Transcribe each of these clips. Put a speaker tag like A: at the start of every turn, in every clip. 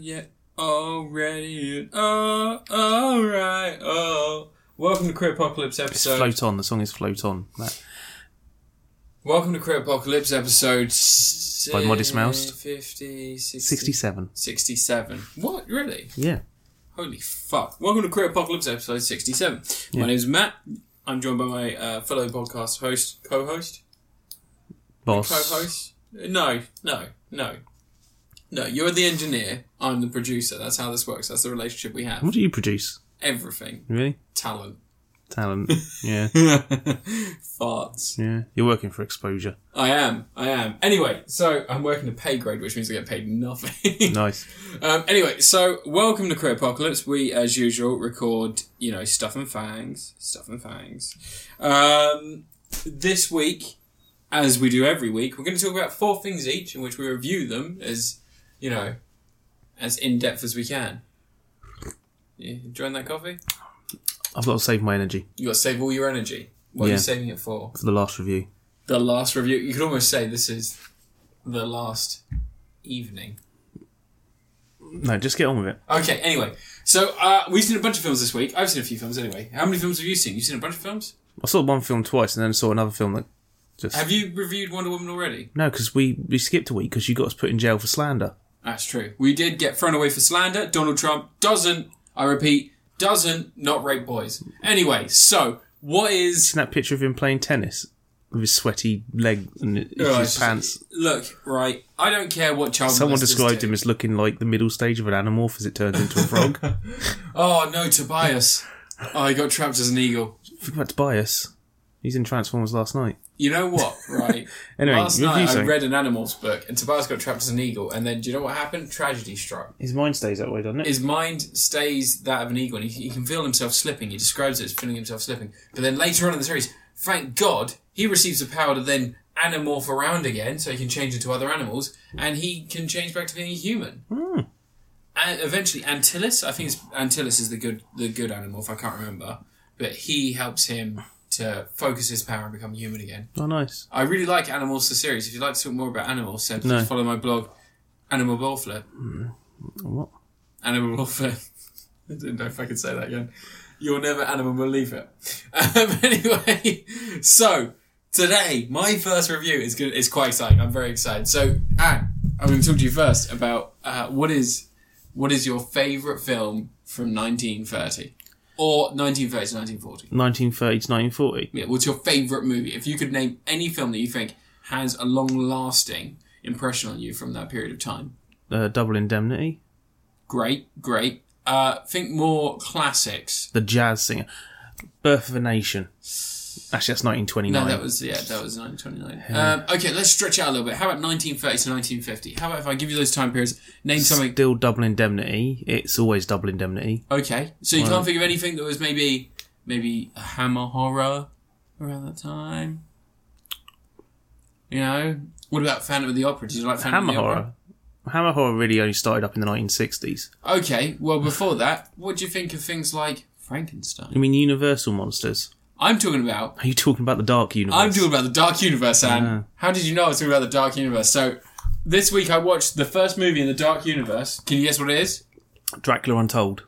A: yet Oh, already. Oh, alright, oh. Welcome to Queer Apocalypse
B: It's
A: episode.
B: Float On. The song is Float On Matt.
A: Welcome to Queer Apocalypse episode.
B: By Modest Mouse.
A: 50, 60,
B: 67.
A: 67. What? Really?
B: Yeah.
A: Holy fuck. Welcome to Queer Apocalypse episode 67.
B: Yeah.
A: My name's Matt. I'm joined by my uh, fellow podcast host, co host.
B: Boss.
A: co-host? No, no, no, no. You're the engineer. I'm the producer. That's how this works. That's the relationship we have.
B: What do you produce?
A: Everything,
B: Really?
A: talent,
B: Talent. Yeah.
A: farts.
B: Yeah. You're working for exposure.
A: I am. I am. Anyway, so I'm working a pay grade, which means I get paid nothing.
B: Nice.
A: um, anyway, so welcome to Career Apocalypse. We, as usual, record you know stuff and fangs, stuff and fangs. Um, this week, as we do every week, we're going to talk about four things each, in which we review them as you know as in depth as we can. You enjoying that coffee?
B: I've got to save my energy
A: You got to save all your energy. What are
B: Yeah.
A: you saving it for?
B: for the last review.
A: The last review. You could almost say this is the last evening.
B: No, just get on with it.
A: Okay, anyway. So, uh, we've seen a bunch of films this week. I've seen a few films anyway. How many films have you seen? You've seen a bunch of films?
B: I saw one film twice and then saw another film that just.
A: Have you reviewed Wonder Woman already?
B: No, because we, we skipped a week because you got us put in jail for slander.
A: That's true. We did get thrown away for slander. Donald Trump doesn't, I repeat, doesn't not rape boys. Anyway, so, what is.
B: Seen that picture of him playing tennis with his sweaty leg and his
A: Oh, it's-
B: pants.
A: Look, right, I don't care what child
B: Someone
A: molesters
B: described
A: do.
B: him as looking like the middle stage of an anamorph as it turns into a frog.
A: Oh, no, Tobias. Oh, he got trapped as an eagle.
B: Think about Tobias. He's in Transformers last night.
A: You know what, right?
B: Anyway,
A: Last
B: review
A: night I
B: zone.
A: read an animals book, and Tobias got trapped as an eagle. And then, do you know what happened? Tragedy struck.
B: His mind stays that way, doesn't it?
A: His mind stays that of an eagle, and he, he can feel himself slipping. He describes it as feeling himself slipping. But then later on in the series, thank God, he receives the power to then animorph around again, so he can change into other animals, and he can change back to being a human. And eventually, Antilles, I think it's, Antilles is the good the good animorph. I can't remember, but he helps him to focus his power and become human again.
B: oh, nice.
A: I really like Animals the series. If you'd like to talk more about Animals, then please
B: No.
A: follow my blog, Animal Ball Flip.
B: What?
A: Animal Ball Flip. I didn't know if I could say that again. You'll never animal believe it. Um, anyway, so today my first review is good. It's quite exciting. I'm very excited. So Anne, I'm going to talk to you first about uh, what is what is your favourite film from 1930 or 1930 to 1940.
B: 1930 to 1940.
A: Yeah, what's your favourite movie? If you could name any film that you think has a long lasting impression on you from that period of time.
B: Uh, double indemnity.
A: Great, great. Uh, think more classics.
B: The jazz singer. Birth of a Nation. Actually, that's 1929.
A: No, that was yeah, that was 1929. Um, okay, let's stretch out a little bit. How about 1930 to 1950? How about if I give you those time periods, name something?
B: Still double indemnity. It's always double indemnity.
A: Okay, so you can't think of anything that was maybe maybe a Hammer horror around that time. You know, what about Phantom of the Opera? Did you like Phantom
B: Hammer
A: of the Opera?
B: horror. Hammer horror really only started up in the 1960s.
A: Okay, well, before that, what do you think of things like
B: I
A: Frankenstein?
B: mean, Universal monsters.
A: I'm talking about.
B: Are you talking about the Dark Universe?
A: I'm talking about the Dark Universe, Anne.
B: Yeah.
A: How did you know I was talking about the Dark Universe? So, this week I watched the first movie in the Dark Universe. Can you guess what it is?
B: Dracula Untold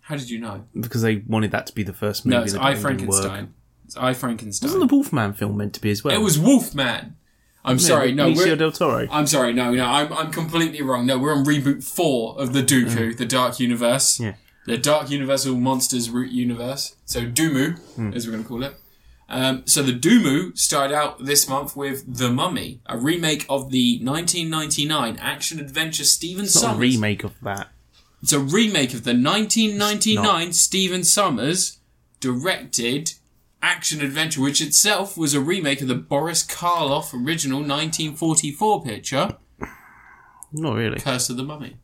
A: How did you know?
B: because they wanted that to be the first movie.
A: No, it's
B: that
A: I
B: didn't work.
A: Frankenstein. It's I Frankenstein.
B: Wasn't the Wolfman film meant to be as well?
A: It was Wolfman. I'm sorry, no.
B: Benicio
A: We're,
B: del Toro.
A: I'm sorry, no, no. I'm, I'm completely wrong. No, we're on reboot four of the Dooku, the Dark Universe.
B: Mm. Yeah.
A: the Dark Universal Monsters Root Universe, so Doomu,
B: Mm.
A: as we're going to call it. Um, so the Doomu started out this month with The Mummy, a remake of the 1999 action adventure Stephen
B: It's not a
A: Summers.
B: remake of that.
A: It's a remake of the 1999 Stephen Summers directed action adventure, which itself was a remake of the Boris Karloff original 1944 picture.
B: Not really.
A: Curse of the Mummy.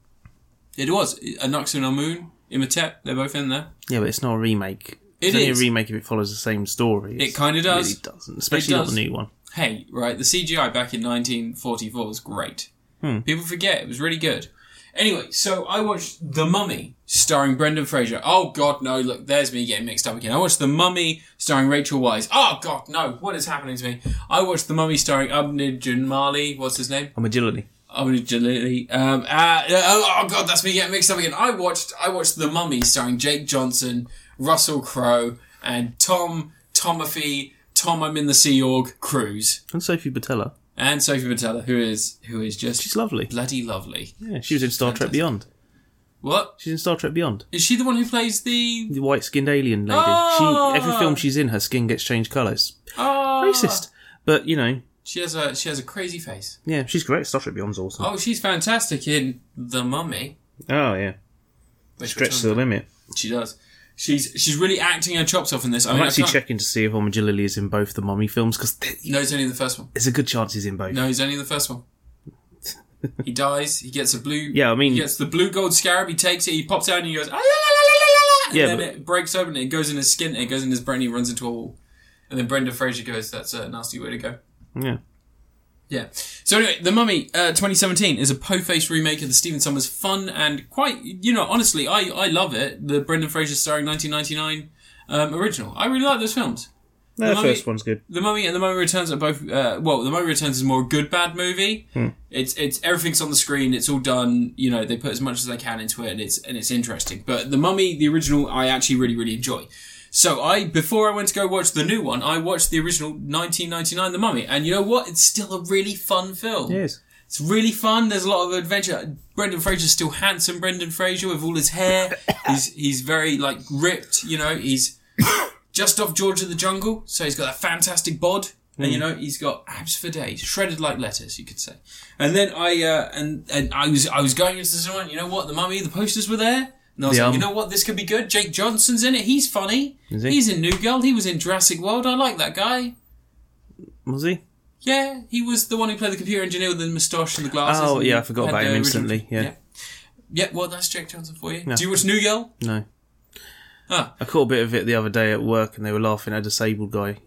A: It was. Anoxin on Moon, Imhotep, they're both in there.
B: Yeah, but it's not a remake.
A: It
B: It's only
A: is.
B: a remake if it follows the same story.
A: It kinda does.
B: It really doesn't, especially
A: does.
B: not the new one.
A: hey, right, the CGI back in 1944 was great. People forget it was really good. Anyway, so I watched The Mummy starring Brendan Fraser. Oh God, no! Look, there's me getting mixed up again. I watched The Mummy starring Rachel Wise. Oh God, no! What is happening to me? I watched The Mummy starring Abnid Mali. What's his name?
B: Armadillo.
A: I'm gonna delete. Um, uh, uh, oh, oh god, that's me getting mixed up again. I watched I watched The Mummy starring Jake Johnson, Russell Crowe, and Tom Tomafy, Tom I'm in the Sea Org Cruise,
B: And Sophie Botella.
A: and Sophie Patella, who is who is just
B: She's lovely.
A: bloody lovely.
B: Yeah, she was in Star Trek Beyond.
A: What
B: She's in Star Trek Beyond.
A: is she the one who plays the?
B: The white skinned alien lady.
A: Oh!
B: She every film she's in, her skin gets changed colours.
A: Oh,
B: Racist. But you know,
A: She has a she has a crazy face.
B: yeah, she's great. Star Trek Beyond's awesome.
A: Oh, she's fantastic in The Mummy.
B: Oh yeah.
A: which
B: Stretch to
A: we're
B: the
A: talking
B: limit.
A: about. She does. She's she's really acting her chops off in this. I
B: I'm
A: mean, I
B: actually
A: can't-
B: checking to see if Omar Jalili is in both the mummy films because
A: No, it's only the first one.
B: there's a good chance he's in both.
A: No, he's only in the first one. he dies. He gets a blue.
B: Yeah, I mean-
A: he gets the blue gold scarab. He takes it. He pops out and he goes. "Ah, la, la, la, la, la, la," And
B: Yeah,
A: then
B: but-
A: it breaks open. It goes in his skin. It goes in his brain. He runs into a wall. And then Brenda Fraser goes, "That's a nasty way to go."
B: Yeah.
A: Yeah. So anyway, The Mummy uh, 2017 is a po-faced remake of the Stephen Summers fun and quite, you know, honestly, I, I love it. The Brendan Fraser starring 1999 um, original. I really like those films.
B: No, the
A: mummy-
B: first one's good.
A: The Mummy and The Mummy Returns are both. Uh, well, The Mummy Returns is more a good bad movie. It's it's everything's on the screen. It's all done. You know, they put as much as they can into it, and it's and it's interesting. But The Mummy, the original, I actually really really enjoy. So I before I went to go watch the new one, I watched the original 1999 The Mummy, and you know what? It's still a really fun film.
B: Yes.
A: It's really fun. There's a lot of adventure. Brendan Fraser's still handsome. Brendan Fraser with all his hair. he's he's very like ripped. You know, he's just off George of the Jungle, so he's got that fantastic bod. And
B: Hmm.
A: you know he's got abs for days, shredded like lettuce, you could say. And then I uh, and and I was I was going into the cinema. And you know what? The Mummy, the posters were there, and I was
B: The,
A: like,
B: um,
A: you know what? This could be good. Jake Johnson's in it. He's funny.
B: he?
A: He's in New Girl. He was in Jurassic World. I like that guy.
B: Was he?
A: Yeah, he was the one who played the computer engineer with the moustache and the glasses.
B: Oh,
A: and
B: yeah, I forgot
A: had
B: about
A: the
B: him
A: original-
B: instantly, yeah.
A: yeah. Yeah, well, that's Jack Johnson for you. Do you watch New Girl?
B: No.
A: Ah.
B: I caught a bit of it the other day at work and they were laughing at a disabled guy.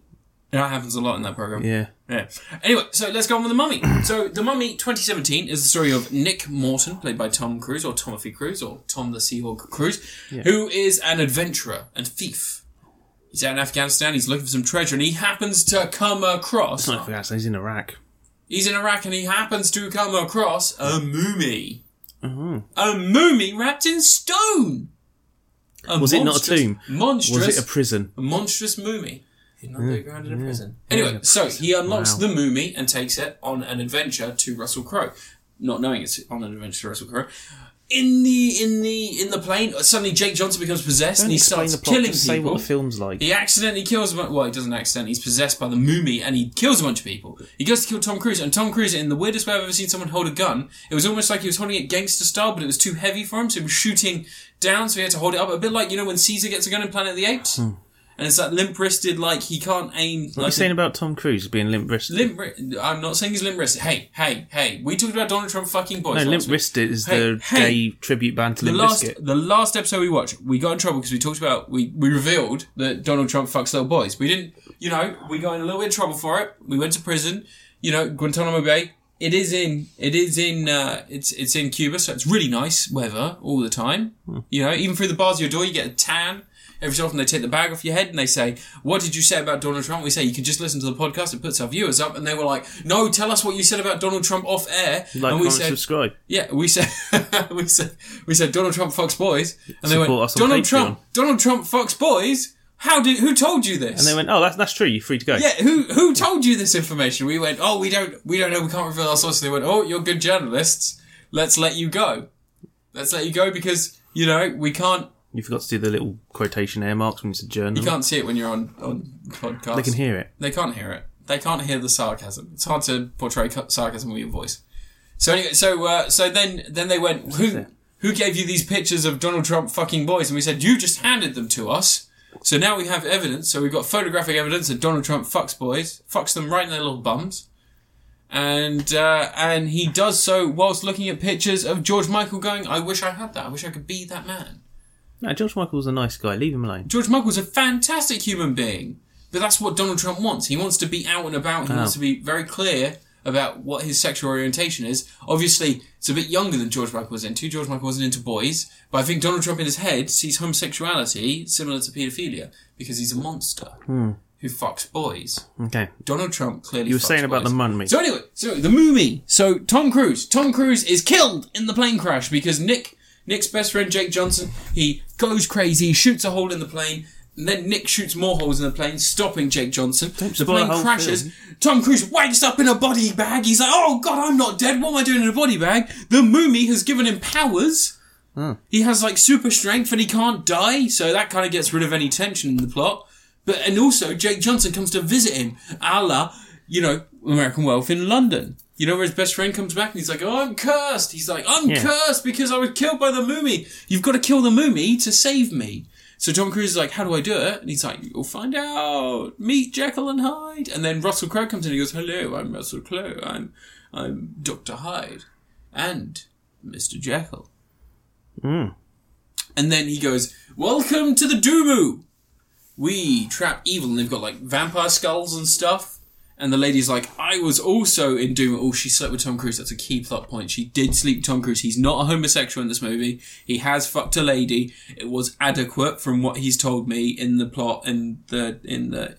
A: That happens a lot in that program.
B: Yeah.
A: Yeah. Anyway, so let's go on with The Mummy. so, The Mummy 2017 is the story of Nick Morton, played by Tom Cruise, or Timothy Cruise, or Tom the Seahawk Cruise, who is an adventurer and thief. He's out in Afghanistan, he's looking for some treasure, and he happens to come across.
B: I forgot he's in Iraq.
A: He's in Iraq and he happens to come across a mummy.
B: Uh-huh.
A: A mummy wrapped in stone! A
B: Was it not a
A: monstrous-
B: tomb?
A: Monstrous.
B: Was it a prison?
A: a monstrous mummy. Did not do ground in a prison. Anyway, so he unlocks
B: Wow.
A: the mummy and takes it on an adventure to Russell Crowe, not knowing it's on an adventure to Russell Crowe. In the in the in the plane, suddenly Jake Johnson becomes possessed and he starts killing
B: just say
A: people.
B: what the film's like.
A: He accidentally kills a bunch. Well, he doesn't accidentally. He's possessed by the Moomy and he kills a bunch of people. He goes to kill Tom Cruise, and Tom Cruise, in the weirdest way I've ever seen someone hold a gun, it was almost like he was holding it gangster style, but it was too heavy for him, so he was shooting down, so he had to hold it up. A bit like, you know, when Caesar gets a gun in Planet of the Apes? And it's that limp wristed, like, he can't aim.
B: Hmm. What are you
A: Like,
B: saying about Tom Cruise being limp wristed?
A: limp wri- I'm not saying he's limp wristed. Hey, hey, hey. We talked about Donald Trump fucking boys.
B: no,
A: last
B: limp
A: week.
B: wristed is
A: Hey,
B: the
A: hey.
B: gay tribute band to
A: The
B: Limp
A: last,
B: Bizkit.
A: the last episode we watched, we got in trouble because we talked about we, we revealed that Donald Trump fucks little boys. We didn't, you know, we got in a little bit of trouble for it. We went to prison, you know, Guantanamo Bay. It is in, it is in, uh, it's it's in Cuba, so it's really nice weather all the time.
B: Hmm.
A: You know, even through the bars of your door, you get a tan. Every so often, they take the bag off your head and they say, "What did you say about Donald Trump?" We say, "You can just listen to the podcast; it puts our viewers up." And they were like, "No, tell us what you said about Donald Trump off air."
B: Like,
A: and we
B: comment,
A: said,
B: subscribe.
A: yeah, we said we said we said Donald Trump fucks boys, and they went
B: Support us on
A: Donald
B: Patreon."
A: Trump Donald Trump fucks boys. How did who told you this?
B: And they went, oh, that's, that's true. You're free to go.
A: yeah, who who told you this information? We went, oh, we don't we don't know. We can't reveal our sources. They went, oh, you're good journalists. Let's let you go. Let's let you go because you know we can't
B: You forgot to do the little quotation air marks when it's a journal.
A: you can't see it when you're on on podcast.
B: They can hear it.
A: They can't hear it. They can't hear the sarcasm. It's hard to portray cu- sarcasm with your voice. So anyway, so uh, so then then they went who who gave you these pictures of Donald Trump fucking boys? And we said you just handed them to us. So now we have evidence. So we've got photographic evidence that Donald Trump fucks boys, fucks them right in their little bums, and uh, and he does so whilst looking at pictures of George Michael going, "I wish I had that. I wish I could be that man."
B: No, George Michael's a nice guy. Leave him alone.
A: George Michael's a fantastic human being, but that's what Donald Trump wants. He wants to be out and about. He wants to be very clear about what his sexual orientation is. Obviously, it's a bit younger than George Michael was into. George Michael wasn't into boys, but I think Donald Trump in his head sees homosexuality similar to paedophilia because he's a monster. who fucks boys.
B: Okay.
A: Donald Trump clearly.
B: You were
A: fucks
B: saying about
A: boys.
B: the mummy.
A: So anyway, so the movie. So Tom Cruise. Tom Cruise is killed in the plane crash because Nick, Nick's best friend Jake Johnson, he goes crazy, shoots a hole in the plane, and then Nick shoots more holes in the plane, stopping Jake Johnson. the
B: spoil
A: plane
B: the whole
A: crashes.
B: film.
A: Tom Cruise wakes up in a body bag. He's like, "Oh God, I'm not dead. What am I doing in a body bag?" The mummy has given him powers. He has like super strength and he can't die, so that kind of gets rid of any tension in the plot. But and also Jake Johnson comes to visit him, a la, you know, American Wealth in London. You know where his best friend comes back and he's like, "Oh, I'm cursed." He's like, "I'm
B: Yeah.
A: cursed because I was killed by the mummy. You've got to kill the mummy to save me." So Tom Cruise is like, "How do I do it?" And he's like, "You'll find out. Meet Jekyll and Hyde." And then Russell Crowe comes in and he goes, "Hello, I'm Russell Crowe. I'm, I'm Doctor Hyde, and Mister Jekyll."
B: Mm.
A: And then he goes, Welcome to the Doomu! We trap evil, and they've got like vampire skulls and stuff. And the lady's like, I was also in Doom. Oh, she slept with Tom Cruise. That's a key plot point. She did sleep with Tom Cruise. He's not a homosexual in this movie. He has fucked a lady. It was adequate from what he's told me in the plot and the in the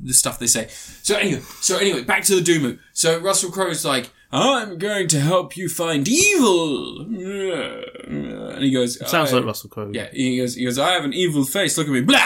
A: the stuff they say. So anyway, so anyway, back to the Doomu. So Russell Crowe's like, I'm going to help you find evil. And he goes,
B: Sounds
A: "I-
B: like Russell Crowe.
A: yeah, he goes, he goes, I have an evil face, look at me, blah,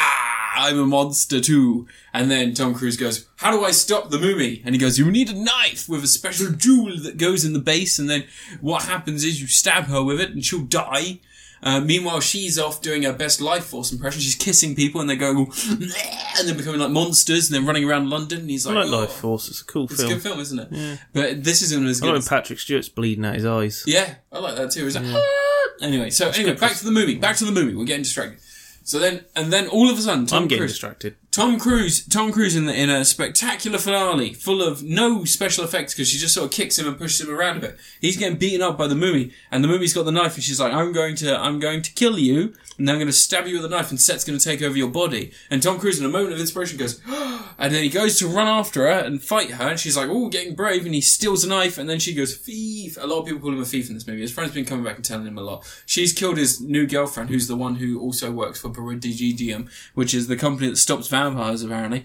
A: I'm a monster too. And then Tom Cruise goes, how do I stop the mummy? And he goes, you need a knife with a special jewel that goes in the base, and then what happens is you stab her with it and she'll die. Uh, meanwhile, she's off doing her best life force impression. She's kissing people and they're going, all, "Bleh," and they're becoming like monsters and they're running around London. And he's
B: I
A: like,
B: like
A: "Oh."
B: Life Force. It's a cool
A: It's a
B: film.
A: good film, isn't it? But this isn't as
B: I like
A: good.
B: when Patrick Stewart's bleeding out his eyes.
A: Yeah, I like that too. Is like, "Ah!" anyway, so anyway, back to the movie. Back to the movie. We're getting distracted. So then, and then all of a sudden, Tom
B: I'm getting
A: Cruise,
B: distracted.
A: Tom Cruise, Tom Cruise in, the, in a spectacular finale full of no special effects because she just sort of kicks him and pushes him around a bit. He's getting beaten up by the mummy, and the mummy's got the knife, and she's like, "I'm going to, I'm going to kill you, and I'm going to stab you with a knife, and Seth's going to take over your body." And Tom Cruise, in a moment of inspiration, goes, "Ah!" and then he goes to run after her and fight her, and she's like, "Oh, getting brave," and he steals a knife, and then she goes, "Thief!" A lot of people call him a thief in this movie. His friend's been coming back and telling him a lot. She's killed his new girlfriend, who's the one who also works for Peridigidium, which is the company that stops vampires, apparently.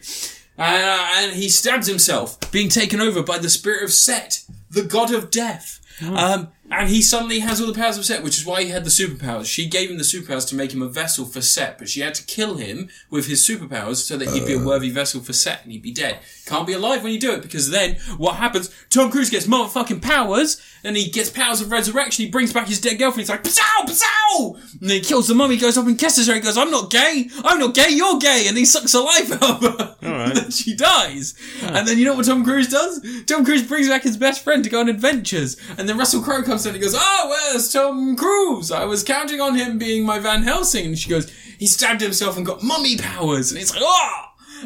A: Uh, and he stabs himself, being taken over by the spirit of Set, the god of death. Um, and he suddenly has all the powers of Set, which is why he had the superpowers. She gave him the superpowers to make him a vessel for Set, but she had to kill him with his superpowers so that he'd be a worthy vessel for Set and he'd be dead. Can't be alive when you do it because then what happens? Tom Cruise gets motherfucking powers and he gets powers of resurrection. He brings back his dead girlfriend. He's like, Psow! Psow! And he kills the mummy, goes up and kisses her. He goes, I'm not gay. I'm not gay. You're gay. And he sucks her life out of her.
B: Alright.
A: And she dies. And then you know what Tom Cruise does? Tom Cruise brings back his best friend to go on adventures. And then Russell Crowe comes in and he goes, Oh, where's Tom Cruise? I was counting on him being my Van Helsing. And she goes, He stabbed himself and got mummy powers. And it's like, Oh!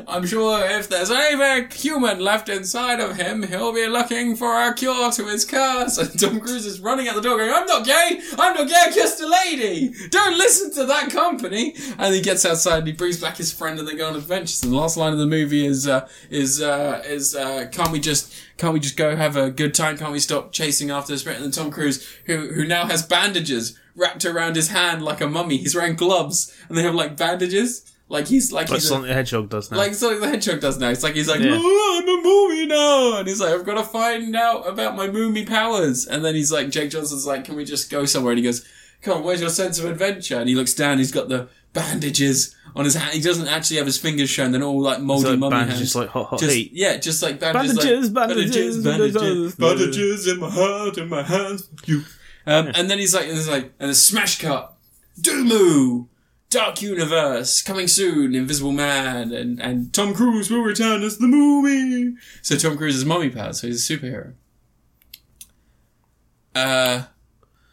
A: I'm sure if there's any human left inside of him, he'll be looking for a cure to his curse. And Tom Cruise is running out the door going, I'm not gay! I'm not gay, I kissed a lady! Don't listen to that company! And he gets outside and he brings back his friend and they go on adventures. And the last line of the movie is, uh, is, uh, is, uh, can't we just, can't we just go have a good time? Can't we stop chasing after the spirit? And then Tom Cruise, who, who now has bandages wrapped around his hand like a mummy, he's wearing gloves and they have like bandages. Like he's like
B: Like
A: he's a-
B: Sonic the Hedgehog does now.
A: like Sonic the Hedgehog does now. It's like he's like,
B: Yeah.
A: "Oh, I'm a mummy now, and he's like, I've got to find out about my mummy powers. And then he's like, Jake Johnson's like, can we just go somewhere? And he goes, come on, where's your sense of adventure? And he looks down. He's got the bandages on his hand. He doesn't actually have his fingers shown. They're all like moldy
B: so
A: mummy
B: bandages
A: hands.
B: like hot, hot
A: Just,
B: heat.
A: yeah, just like bandages,
B: Bandages,
A: like,
B: bandages,
A: bandages, bandages,
B: bandages.
A: bandages in my heart, in my hands, fuck you. Um, and then he's like, and he's like, and a smash cut, Doomu, Dark Universe, coming soon, Invisible Man, and, and Tom Cruise will return as the movie. So Tom Cruise is mummy pad, so he's a superhero. Uh,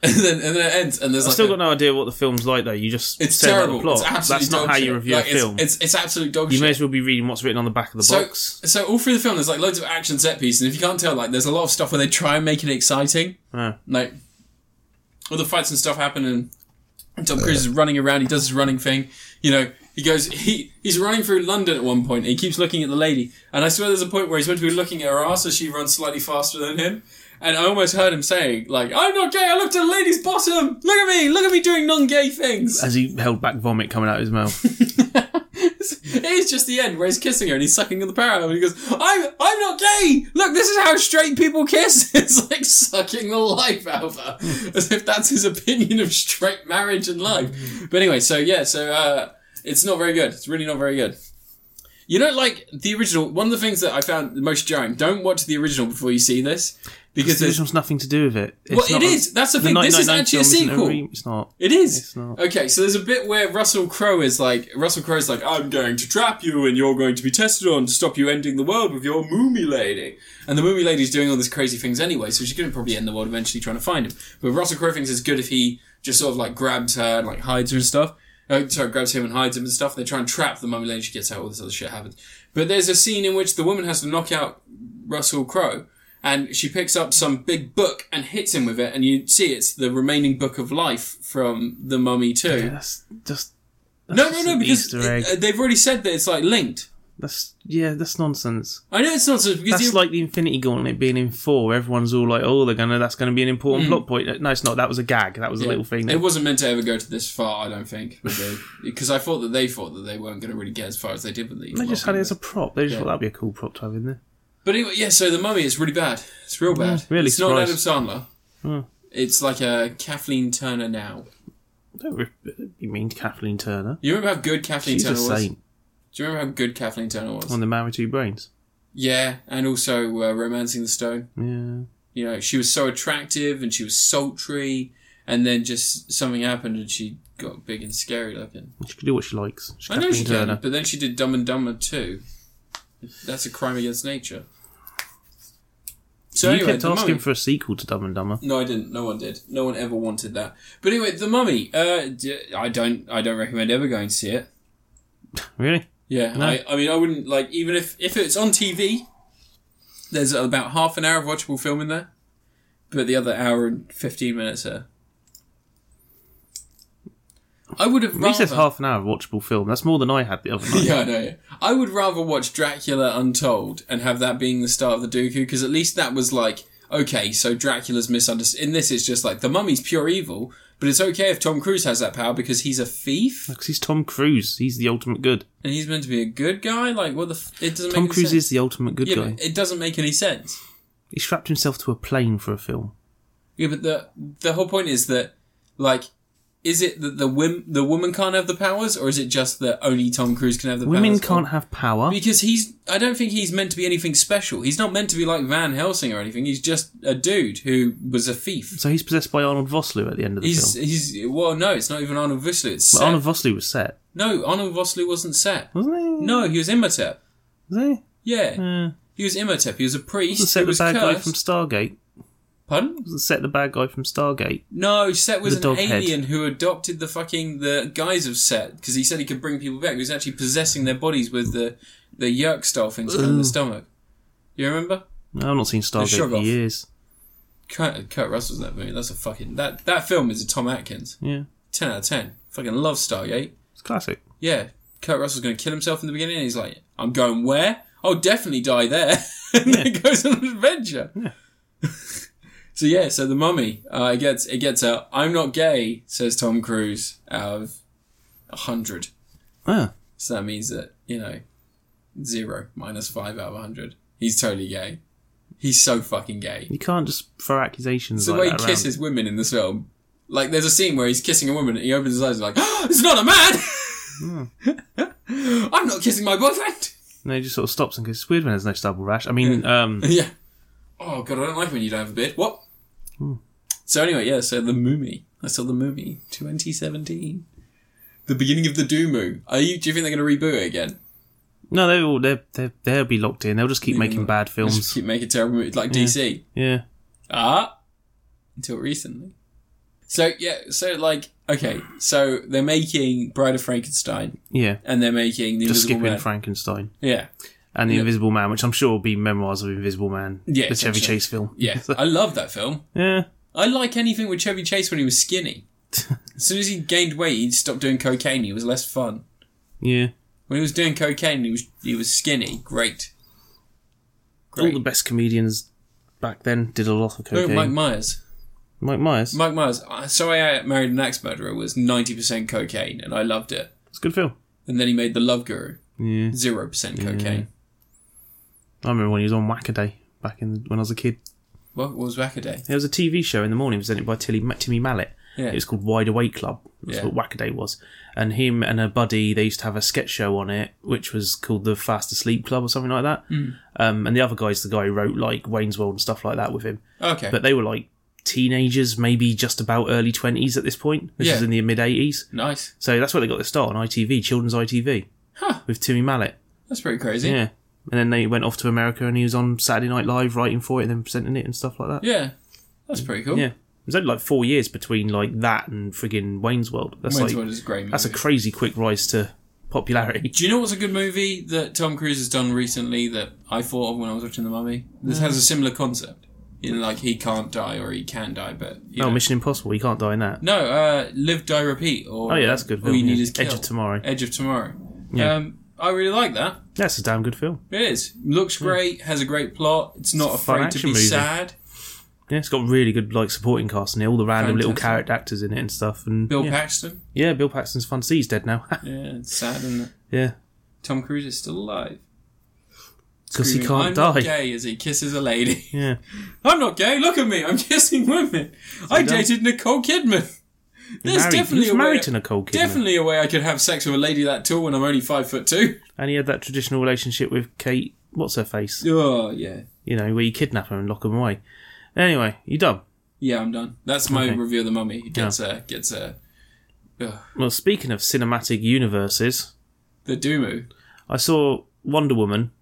A: and then and then it ends, and there's
B: I've
A: like
B: still
A: a-
B: got no idea what the film's like though. You just
A: it's
B: said about
A: terrible.
B: The plot.
A: It's absolutely
B: That's not
A: dog
B: how
A: shit.
B: you review
A: Like,
B: a
A: it's,
B: film.
A: It's, it's absolute dog
B: you
A: shit.
B: may as well be reading what's written on the back of the
A: So,
B: box.
A: so all through the film, there's like loads of action set pieces, and if you can't tell, like there's a lot of stuff where they try and make it exciting,
B: Yeah.
A: like all the fights and stuff happen, and, and Tom Cruise is running around. He does his running thing, you know. He goes, he he's running through London at one point, and he keeps looking at the lady, and I swear there's a point where he's meant to be looking at her ass as she runs slightly faster than him. And I almost heard him saying, like, I'm not gay, I looked at a lady's bottom! Look at me! Look at me doing non-gay things!
B: As he held back vomit coming out of his mouth.
A: It is just the end where he's kissing her and he's sucking the power out of her and he goes, I'm, I'm not gay! Look, this is how straight people kiss! It's like sucking the life out of her.
B: Hmm.
A: As if that's his opinion of straight marriage and life. But anyway, so yeah, so, uh, it's not very good. It's really not very good. You don't like the original. One of the things that I found the most jarring, don't watch the original before you see this. Because
B: the
A: there's,
B: original's nothing to do with it. It's
A: well, it
B: not a-
A: is. That's the
B: the
A: thing. This is actually
B: 1999
A: a
B: film isn't
A: sequel.
B: re- It's not.
A: It is.
B: It's not.
A: Okay, so there's a bit where Russell Crowe is like, Russell Crowe's like, I'm going to trap you and you're going to be tested on to stop you ending the world with your Moomy Lady. And the Moomy Lady's doing all these crazy things anyway, so she's going to probably end the world eventually trying to find him. But Russell Crowe thinks it's good if he just sort of like grabs her and like hides her and stuff. Uh, sorry, grabs him and hides him and stuff. They try and trap the Moomy Lady, she gets out, all this other shit happens. But there's a scene in which the woman has to knock out Russell Crowe and she picks up some big book and hits him with it, and you see it's the remaining book of life from The Mummy Two.
B: Yeah, that's just. That's
A: no, no,
B: just
A: no,
B: an
A: because
B: Easter egg.
A: it- uh, they've already said that it's like linked.
B: that's yeah, that's nonsense.
A: I know it's not so because
B: That's
A: you,
B: like the Infinity Gauntlet being in four. Everyone's all like, "Oh, they're gonna. That's gonna be an important plot point." No, it's not. That was a gag. That was a little thing.
A: Mm. It
B: That,
A: wasn't meant to ever go to this far, I don't think, because I thought that they thought that they weren't going to really get as far as they did with the.
B: they just had it as a prop. They just
A: Yeah.
B: thought that'd be a cool prop to have in there.
A: But anyway, yeah. So the mummy is really bad. It's real bad.
B: really
A: it's not Adam
B: surprised. Hmm.
A: Sandler. It's like a Kathleen Turner now.
B: Don't re- you mean Kathleen Turner?
A: You remember how good Kathleen
B: She's a
A: Turner was?
B: saint.
A: Do you remember how good Kathleen Turner was?
B: On the Man with Two Brains.
A: Yeah, and also uh, Romancing the Stone.
B: Yeah.
A: You know, she was so attractive and she was sultry, and then just something happened and she got big and scary looking.
B: She can do what she likes. She's
A: I know
B: Kathleen
A: she
B: Turner.
A: can, but then she did Dumb and Dumber too. That's a crime against nature. So
B: you
A: anyway,
B: kept
A: the
B: asking
A: mummy.
B: for a sequel to Dumb and Dumber.
A: No, I didn't. No one did. No one ever wanted that. But anyway, the mummy. Uh, d- I don't. I don't recommend ever going to see it.
B: Really?
A: Yeah,
B: No.
A: I, I mean, I wouldn't like even if if it's on TV. There's about half an hour of watchable film in there, but the other hour and fifteen minutes are. I would have
B: At least
A: rather.
B: there's half an hour of watchable film. That's more than I had the other night.
A: yeah, I know. Yeah. I would rather watch Dracula Untold and have that being the start of the Dooku because at least that was like okay, so Dracula's misunderstood. In this, it's just like the mummy's pure evil, but it's okay if Tom Cruise has that power because he's a thief
B: Because he's Tom Cruise. He's the ultimate good.
A: and he's meant to be a good guy. Like what the? F- it doesn't.
B: Tom
A: make any
B: Cruise
A: sense.
B: is the ultimate good
A: Yeah,
B: guy.
A: but it doesn't make any sense.
B: He strapped himself to a plane for a film.
A: Yeah, but the the whole point is that like is it that the wim, the woman can't have the powers or is it just that only Tom Cruise can have the powers?
B: Women can't have power.
A: because he's I don't think he's meant to be anything special. He's not meant to be like Van Helsing or anything. He's just a dude who was a thief.
B: So he's possessed by Arnold Vosloo at the end of the
A: He's
B: film.
A: he's well no, it's not even Arnold Vosloo. It's
B: But
A: Set.
B: Arnold Vosloo was set,
A: No, Arnold Vosloo wasn't Set.
B: wasn't he?
A: No, he was Imhotep.
B: was he?
A: Yeah,
B: Uh,
A: he was Imhotep. He was a priest.
B: wasn't set
A: who
B: the
A: was
B: bad guy
A: cursed.
B: from Stargate.
A: Pardon?
B: Wasn't set the bad guy from Stargate.
A: No, Set was
B: The
A: an
B: dog head.
A: alien who adopted the fucking the guise of Set because he said he could bring people back. He was actually possessing their bodies with the the yerk style things around the stomach. You remember?
B: No, I've not seen Stargate for
A: Shoggoth.
B: years.
A: Kurt, Kurt Russell's in that movie. That's a fucking that that film is a Tom Atkins.
B: Yeah,
A: Ten out of ten. Fucking love Stargate.
B: it's classic.
A: Yeah, Kurt Russell's going to kill himself in the beginning. And he's like, I'm going where? I'll definitely die there. and then goes on an adventure.
B: Yeah.
A: so yeah, so the mummy, uh, it gets it gets a I'm not gay, says Tom Cruise, out of a hundred.
B: Ah,
A: So that means that you know, zero minus five out of a hundred. He's totally gay. He's so fucking gay.
B: you can't just throw accusations
A: It's the
B: like
A: way he
B: that around.
A: kisses women in this film. Like, there's a scene where he's kissing a woman and he opens his eyes and like, it's not a man!
B: Hmm.
A: I'm not kissing my boyfriend!
B: No, he just sort of stops and goes, it's weird when there's no stubble rash. I mean, um,
A: yeah. Oh, God, I don't like when you don't have a beard. What?
B: Hmm.
A: So, anyway, yeah, so the Moomy. I saw the Moomy 2017. The beginning of the Doomoo. Are you, do you think they're going to reboot it again?
B: no, they will they're, they're, they'll be locked in. They'll just keep making
A: them.
B: bad
A: Just
B: films.
A: keep making terrible movies like DC.
B: Yeah.
A: Ah, until recently. So, yeah, so like, okay, so they're making Bride of Frankenstein.
B: Yeah.
A: and they're making the
B: Just
A: Invisible
B: skipping
A: Man.
B: Frankenstein
A: yeah,
B: and The Invisible Man, which I'm sure will be memoirs of Invisible Man.
A: Yeah,
B: The Chevy
A: essentially.
B: Chase film.
A: yeah. I love that film.
B: yeah.
A: I like anything with Chevy Chase when he was skinny. As soon as he gained weight, he stopped doing cocaine. He was less fun.
B: Yeah.
A: When he was doing cocaine, he was he was skinny. Great.
B: All the best comedians back then did a lot of
A: Look
B: cocaine.
A: at Mike
B: Mike,
A: Myers.
B: Myers.
A: Mike Myers. I- So I married an axe murderer was ninety percent cocaine, and I loved it.
B: It's a good film.
A: And then he made the Love Guru.
B: Yeah.
A: Zero percent cocaine.
B: I remember when he was on Wackaday back in when I was a kid.
A: Well, what was Wackaday?
B: There was a TV show in the morning presented by Tilly, Timmy Mallet.
A: Yeah.
B: It was called Wide Awake Club. That's
A: Yeah.
B: what Wackaday was. And him and a buddy, they used to have a sketch show on it, which was called the Fast Asleep Club or something like that.
A: Hmm.
B: Um, and the other guy's the guy who wrote like Wayne's World and stuff like that with him.
A: Okay.
B: But they were like teenagers, maybe just about early 20s at this point. This
A: Yeah.
B: is in the mid 80s.
A: nice.
B: So that's where they got their start on ITV, Children's ITV,
A: Huh.
B: with Timmy Mallet.
A: That's pretty crazy.
B: Yeah. And then they went off to America and he was on Saturday Night Live writing for it and then presenting it and stuff like that.
A: Yeah. That's pretty cool.
B: Yeah. It was only like four years between like that and friggin' Wayne's World. That's
A: Wayne's
B: like
A: World is a great movie.
B: that's a crazy quick rise to popularity.
A: Do you know what's a good movie that Tom Cruise has done recently that I thought of when I was watching The Mummy? This
B: Mm.
A: has a similar concept. You know, like he can't die or he can die, but you
B: Oh,
A: know.
B: Mission Impossible, you can't die in that.
A: no, uh, live, die, repeat. Or
B: Oh yeah, that's a good
A: All
B: film.
A: you need
B: yeah.
A: is kill.
B: Edge of Tomorrow.
A: Edge of Tomorrow.
B: Yeah.
A: Um, I really like that.
B: That's a damn good film.
A: It is. Looks great. Has a great plot. It's not
B: Hmm. It's a fun
A: afraid to be
B: action movie.
A: sad.
B: Yeah, it's got really good like supporting cast in it, all the random little
A: Fantastic.
B: character actors in it and stuff. And
A: Bill
B: yeah.
A: Paxton.
B: yeah, Bill Paxton's fun. See, he's dead now.
A: Yeah, it's sad, isn't it?
B: yeah,
A: Tom Cruise is still alive.
B: because he
A: Screaming,
B: can't
A: I'm
B: die.
A: Not gay as he kisses a lady.
B: Yeah,
A: I'm not gay. Look at me. I'm kissing women. I
B: done?
A: dated Nicole Kidman.
B: He's
A: There's
B: married.
A: definitely
B: he's
A: a way-
B: married to Nicole Kidman,
A: Definitely a way I could have sex with a lady that tall when I'm only five foot two.
B: and he had that traditional relationship with Kate. What's her face?
A: Oh yeah,
B: You know, where you kidnap her and lock him away. Anyway, you done.
A: yeah. I'm done. That's my
B: Okay.
A: review of the mummy. It Gets uh, gets uh,
B: Well, speaking of cinematic universes,
A: the Doomu.
B: I saw Wonder Woman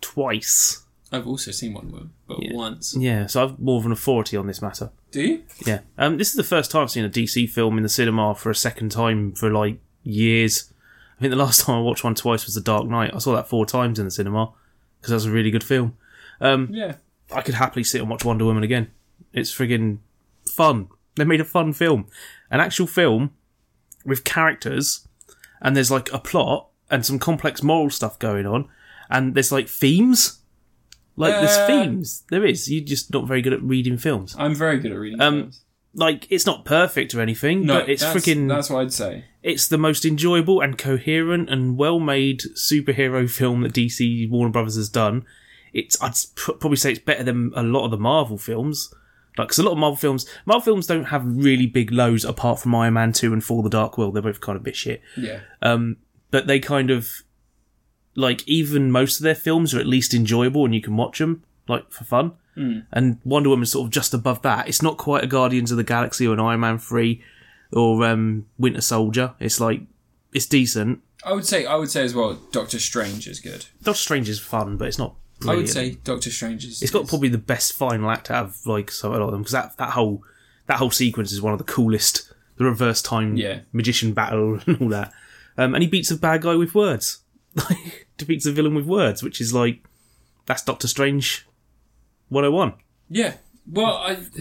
B: twice.
A: I've also seen one woman, but once.
B: Yeah, so I've more of an authority on this matter.
A: Do you?
B: Yeah. Um, this is the first time I've seen a DC film in the cinema for a second time for like years. I think the last time I watched one twice was The Dark Knight. I saw that four times in the cinema because that was a really good film.
A: Yeah.
B: I could happily sit and watch Wonder Woman again. It's friggin' fun. They made a fun film, an actual film with characters, and there's like a plot and some complex moral stuff going on, and there's like themes. Like
A: Uh,
B: there's themes. There is. You're just not very good at reading films.
A: I'm very good at reading.
B: Um,
A: films.
B: Like it's not perfect or anything,
A: no,
B: but it's
A: that's,
B: friggin'
A: That's what I'd say.
B: it's the most enjoyable and coherent and well-made superhero film that DC Warner Brothers has done. It's I'd pr- probably say it's better than a lot of the Marvel films. Like, 'cause a lot of Marvel films, Marvel films don't have really big lows apart from Iron Man 2 and For the Dark World. They're both kind of a bit shit.
A: Yeah.
B: But they kind of, like, even most of their films are at least enjoyable and you can watch them, like, for fun.
A: Hmm.
B: And Wonder Woman's sort of just above that. It's not quite a Guardians of the Galaxy or an Iron Man 3 or um, Winter Soldier. It's like, it's decent.
A: I would say. I would say as well. Doctor Strange is good.
B: Doctor Strange is fun, but it's not.
A: I
B: Brilliant.
A: would say Doctor Strange is.
B: it's got probably the best final act out of like so a lot of them because that that whole that whole sequence is one of the coolest. The reverse time
A: Yeah.
B: magician battle and all that, um, and he beats a bad guy with words. Like defeats a villain with words, which is like that's Doctor Strange, one hundred and one.
A: Yeah. Well, I.
B: At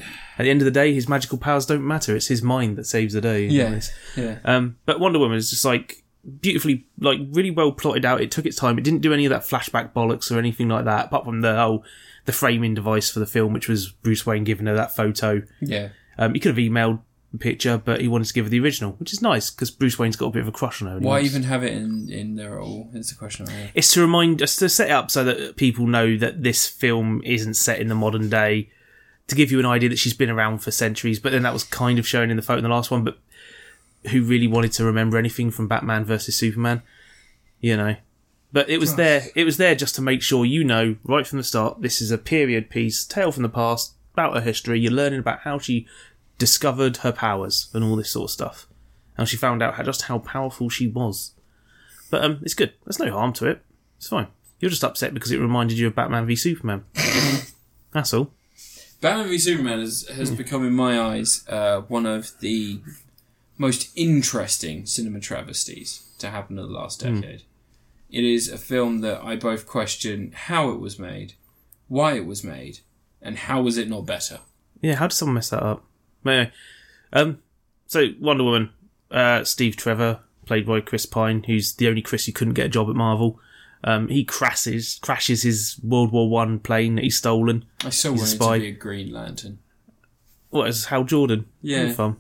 B: the end of the day, his magical powers don't matter. It's his mind that saves the day.
A: Yeah. Yeah.
B: Um, but Wonder Woman is just like beautifully, like really well plotted out. It took its time. It didn't do any of that flashback bollocks or anything like that, apart from the whole the framing device for the film, which was Bruce Wayne giving her that photo.
A: Yeah.
B: Um, he could have emailed the picture, but he wanted to give her the original, which is nice because Bruce Wayne's got a bit of a crush on her. and he
A: Why
B: wants-
A: even have it in in there at all? It's a question. I have.
B: It's to remind us to set it up so that people know that this film isn't set in the modern day. To give you an idea that she's been around for centuries, but then that was kind of shown in the photo in the last one. But who really wanted to remember anything from Batman versus Superman? You know. But it was there. It was there just to make sure you know right from the start. This is a period piece, tale from the past about her history. You're learning about how she discovered her powers and all this sort of stuff, how she found out how, just how powerful she was. But um, it's good. There's no harm to it. It's fine. You're just upset because it reminded you of Batman v Superman. That's all.
A: Batman v Superman has, has
B: Mm.
A: become, in my eyes, uh, one of the most interesting cinema travesties to happen in the last
B: Mm.
A: decade. It is a film that I both question how it was made, why it was made, and how was it not better.
B: Yeah, how did someone mess that up? But Anyway, um, so Wonder Woman, uh, Steve Trevor, played by Chris Pine, who's the only Chris who couldn't get a job at Marvel. Um, he crashes crashes his World War One plane that he's stolen.
A: I so
B: a
A: wanted
B: spy.
A: to be a Green Lantern.
B: What is Hal Jordan?
A: Yeah.
B: Fun.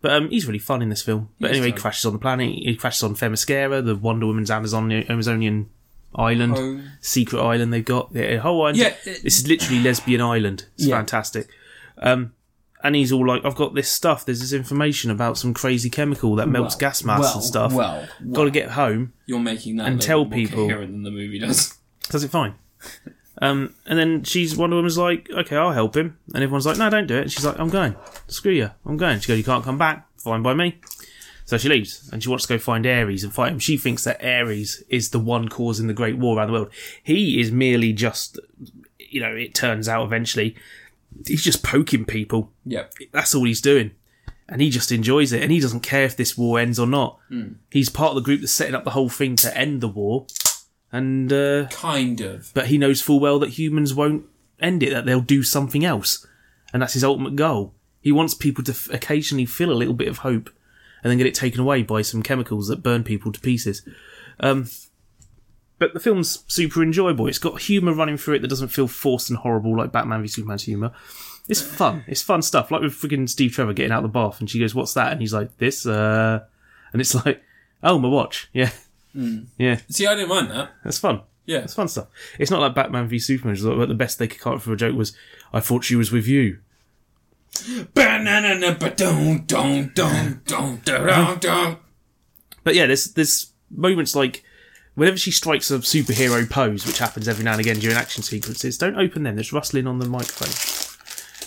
B: But um, he's really fun in this film. But
A: is
B: anyway, he
A: fun.
B: crashes on the planet. He crashes on Themyscira, the Wonder Woman's Amazon- Amazonian island,
A: Oh.
B: secret island they've got. The whole island.
A: Yeah, it-
B: this is literally lesbian island. It's
A: Yeah.
B: fantastic. Um, and he's all like, "I've got this stuff. There's this information about some crazy chemical that melts
A: Well,
B: gas masks
A: well,
B: and stuff.
A: Well,
B: Got to get home."
A: you're making that
B: and
A: look
B: tell
A: more
B: people.
A: coherent than the movie does.
B: does it fine. Um, and then she's Wonder Woman's like, okay, I'll help him. And everyone's like, no, don't do it. And she's like, I'm going. Screw you. I'm going. She goes, you can't come back. Fine by me. So she leaves and she wants to go find Ares and fight him. She thinks that Ares is the one causing the Great War around the world. He is merely just, you know, it turns out eventually, he's just poking people.
A: Yep.
B: That's all he's doing. And he just enjoys it and he doesn't care if this war ends or not. He's part of the group that's setting up the whole thing to end the war. And, uh,
A: Kind of.
B: but he knows full well that humans won't end it, that they'll do something else. And that's his ultimate goal. He wants people to f- occasionally feel a little bit of hope and then get it taken away by some chemicals that burn people to pieces. Um, but the film's super enjoyable. It's got humour running through it that doesn't feel forced and horrible like Batman v Superman's humour. It's fun. It's fun stuff. Like with freaking Steve Trevor getting out of the bath and she goes, What's that? And he's like, This, uh. And it's like, Oh, my watch. Yeah. Yeah.
A: See, I didn't mind that.
B: That's fun.
A: Yeah.
B: It's fun stuff. It's not like Batman v Superman. which is like, But the best they could come up for a joke was, "I thought she was with you."
A: Banana, ba dum dum dum dum dum dum.
B: But yeah, there's there's moments like whenever she strikes a superhero pose, which happens every now and again during action sequences. Don't open them. There's rustling on the microphone.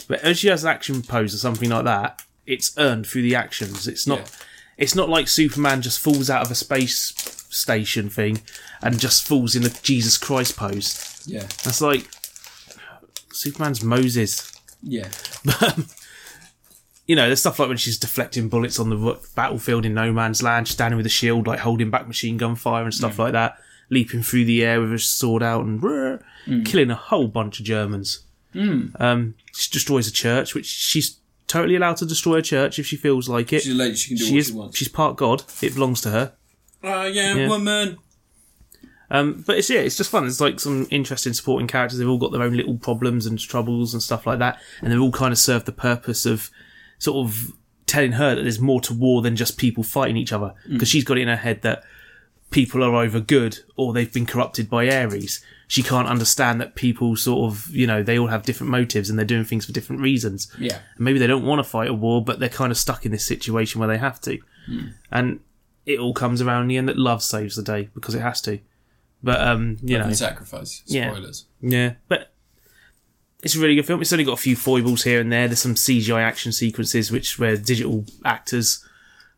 B: But as she has an action pose or something like that, it's earned through the actions. It's not.
A: Yeah.
B: It's not like Superman just falls out of a space station thing and just falls in the Jesus Christ pose.
A: Yeah.
B: That's like Superman's Moses.
A: Yeah.
B: you know, there's stuff like when she's deflecting bullets on the ro- battlefield in No Man's Land, she's standing with a shield, like holding back machine gun fire and
A: Mm.
B: stuff like that, leaping through the air with her sword out and brrr,
A: Mm.
B: killing a whole bunch of Germans. Um, she destroys a church, which she's totally allowed to destroy a church if she feels like it.
A: She's a lady. She can do
B: She
A: what
B: is,
A: she wants.
B: she's part God. It belongs to her.
A: I am
B: Yeah.
A: woman.
B: Um, but it's yeah, it's just fun. It's like some interesting supporting characters. They've all got their own little problems and troubles and stuff like that, and they're all kind of serve the purpose of sort of telling her that there's more to war than just people fighting each other because she's got it in her head that people are either good or they've been corrupted by Ares. She can't understand that people sort of, you know, they all have different motives and they're doing things for different reasons.
A: Yeah.
B: And maybe they don't want to fight a war, but they're kind of stuck in this situation where they have to. And it all comes around in the end that love saves the day because it has to. But um, you know,
A: And sacrifice.
B: Yeah.
A: Spoilers.
B: yeah. But it's a really good film. It's only got a few foibles here and there. There's some CGI action sequences which where digital actors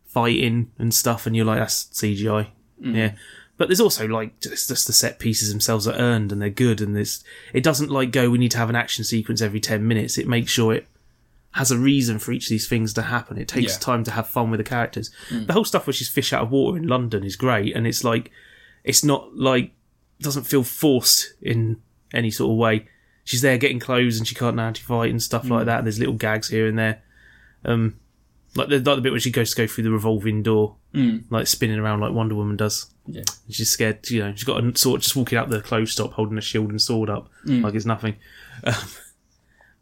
B: fighting and stuff, and you're like, that's CGI. Yeah. But there's also like just, just the set pieces themselves are earned and they're good and this it doesn't like go we need to have an action sequence every ten minutes. It makes sure it has a reason for each of these things to happen. It takes
A: Yeah.
B: time to have fun with the characters. The whole stuff where she's fish out of water in London is great and it's like it's not like doesn't feel forced in any sort of way. She's there getting clothes and she can't now fight and stuff like that. There's little gags here and there. Um, like the, like the bit where she goes to go through the revolving door, like spinning around like Wonder Woman does.
A: Yeah.
B: And she's scared, you know, she's got a sword just walking out the clothes stop holding a shield and sword up like it's nothing. Um,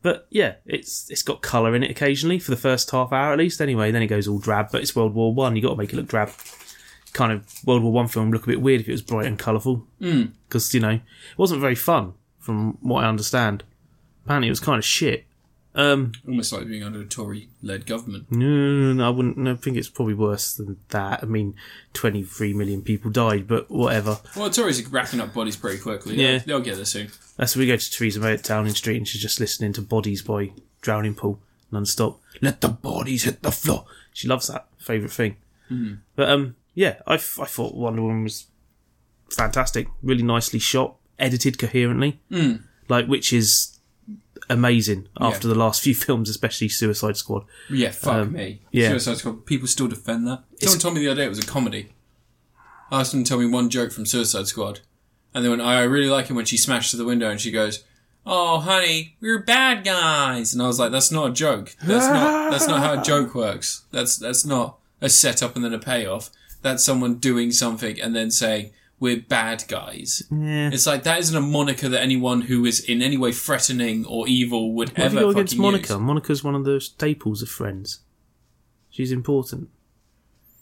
B: but yeah, it's it's got colour in it occasionally for the first half hour at least anyway. Then it goes all drab, but it's World War One. you got to make it look drab. Kind of World War One film look a bit weird if it was bright and colourful. Because, you know, it wasn't very fun from what I understand. Apparently it was kind of shit. Um,
A: Almost like being under a Tory-led government.
B: no, no, no, I wouldn't. No, I think it's probably worse than that. I mean, 23 million people died, but whatever.
A: Well, the Tories are racking up bodies pretty quickly.
B: Yeah.
A: They'll, they'll get there soon.
B: Uh, So we go to Theresa May at Downing Street and she's just listening to Bodies by Drowning Pool non-stop. Let the bodies hit the floor. She loves that. Favourite thing.
A: Hmm.
B: But um, yeah, I, f- I thought Wonder Woman was fantastic. Really nicely shot, edited coherently.
A: Hmm.
B: Like, which is amazing after the last few films, especially Suicide Squad.
A: Yeah, fuck me.
B: Um, yeah.
A: Suicide Squad. People still defend that. Someone told me the other day it was a comedy. I asked them to tell me one joke from Suicide Squad, and they went, "I really like it when she smashed through the window." And she goes, "Oh, honey, we're bad guys." And I was like, "That's not a joke. That's not. That's not how a joke works. That's that's not a setup and then a payoff. That's someone doing something and then saying." We're bad guys. It's like that isn't a moniker that anyone who is in any way threatening or evil would
B: What have
A: ever
B: you got
A: fucking
B: against Monica?
A: use.
B: Monica's one of the staples of Friends. She's important.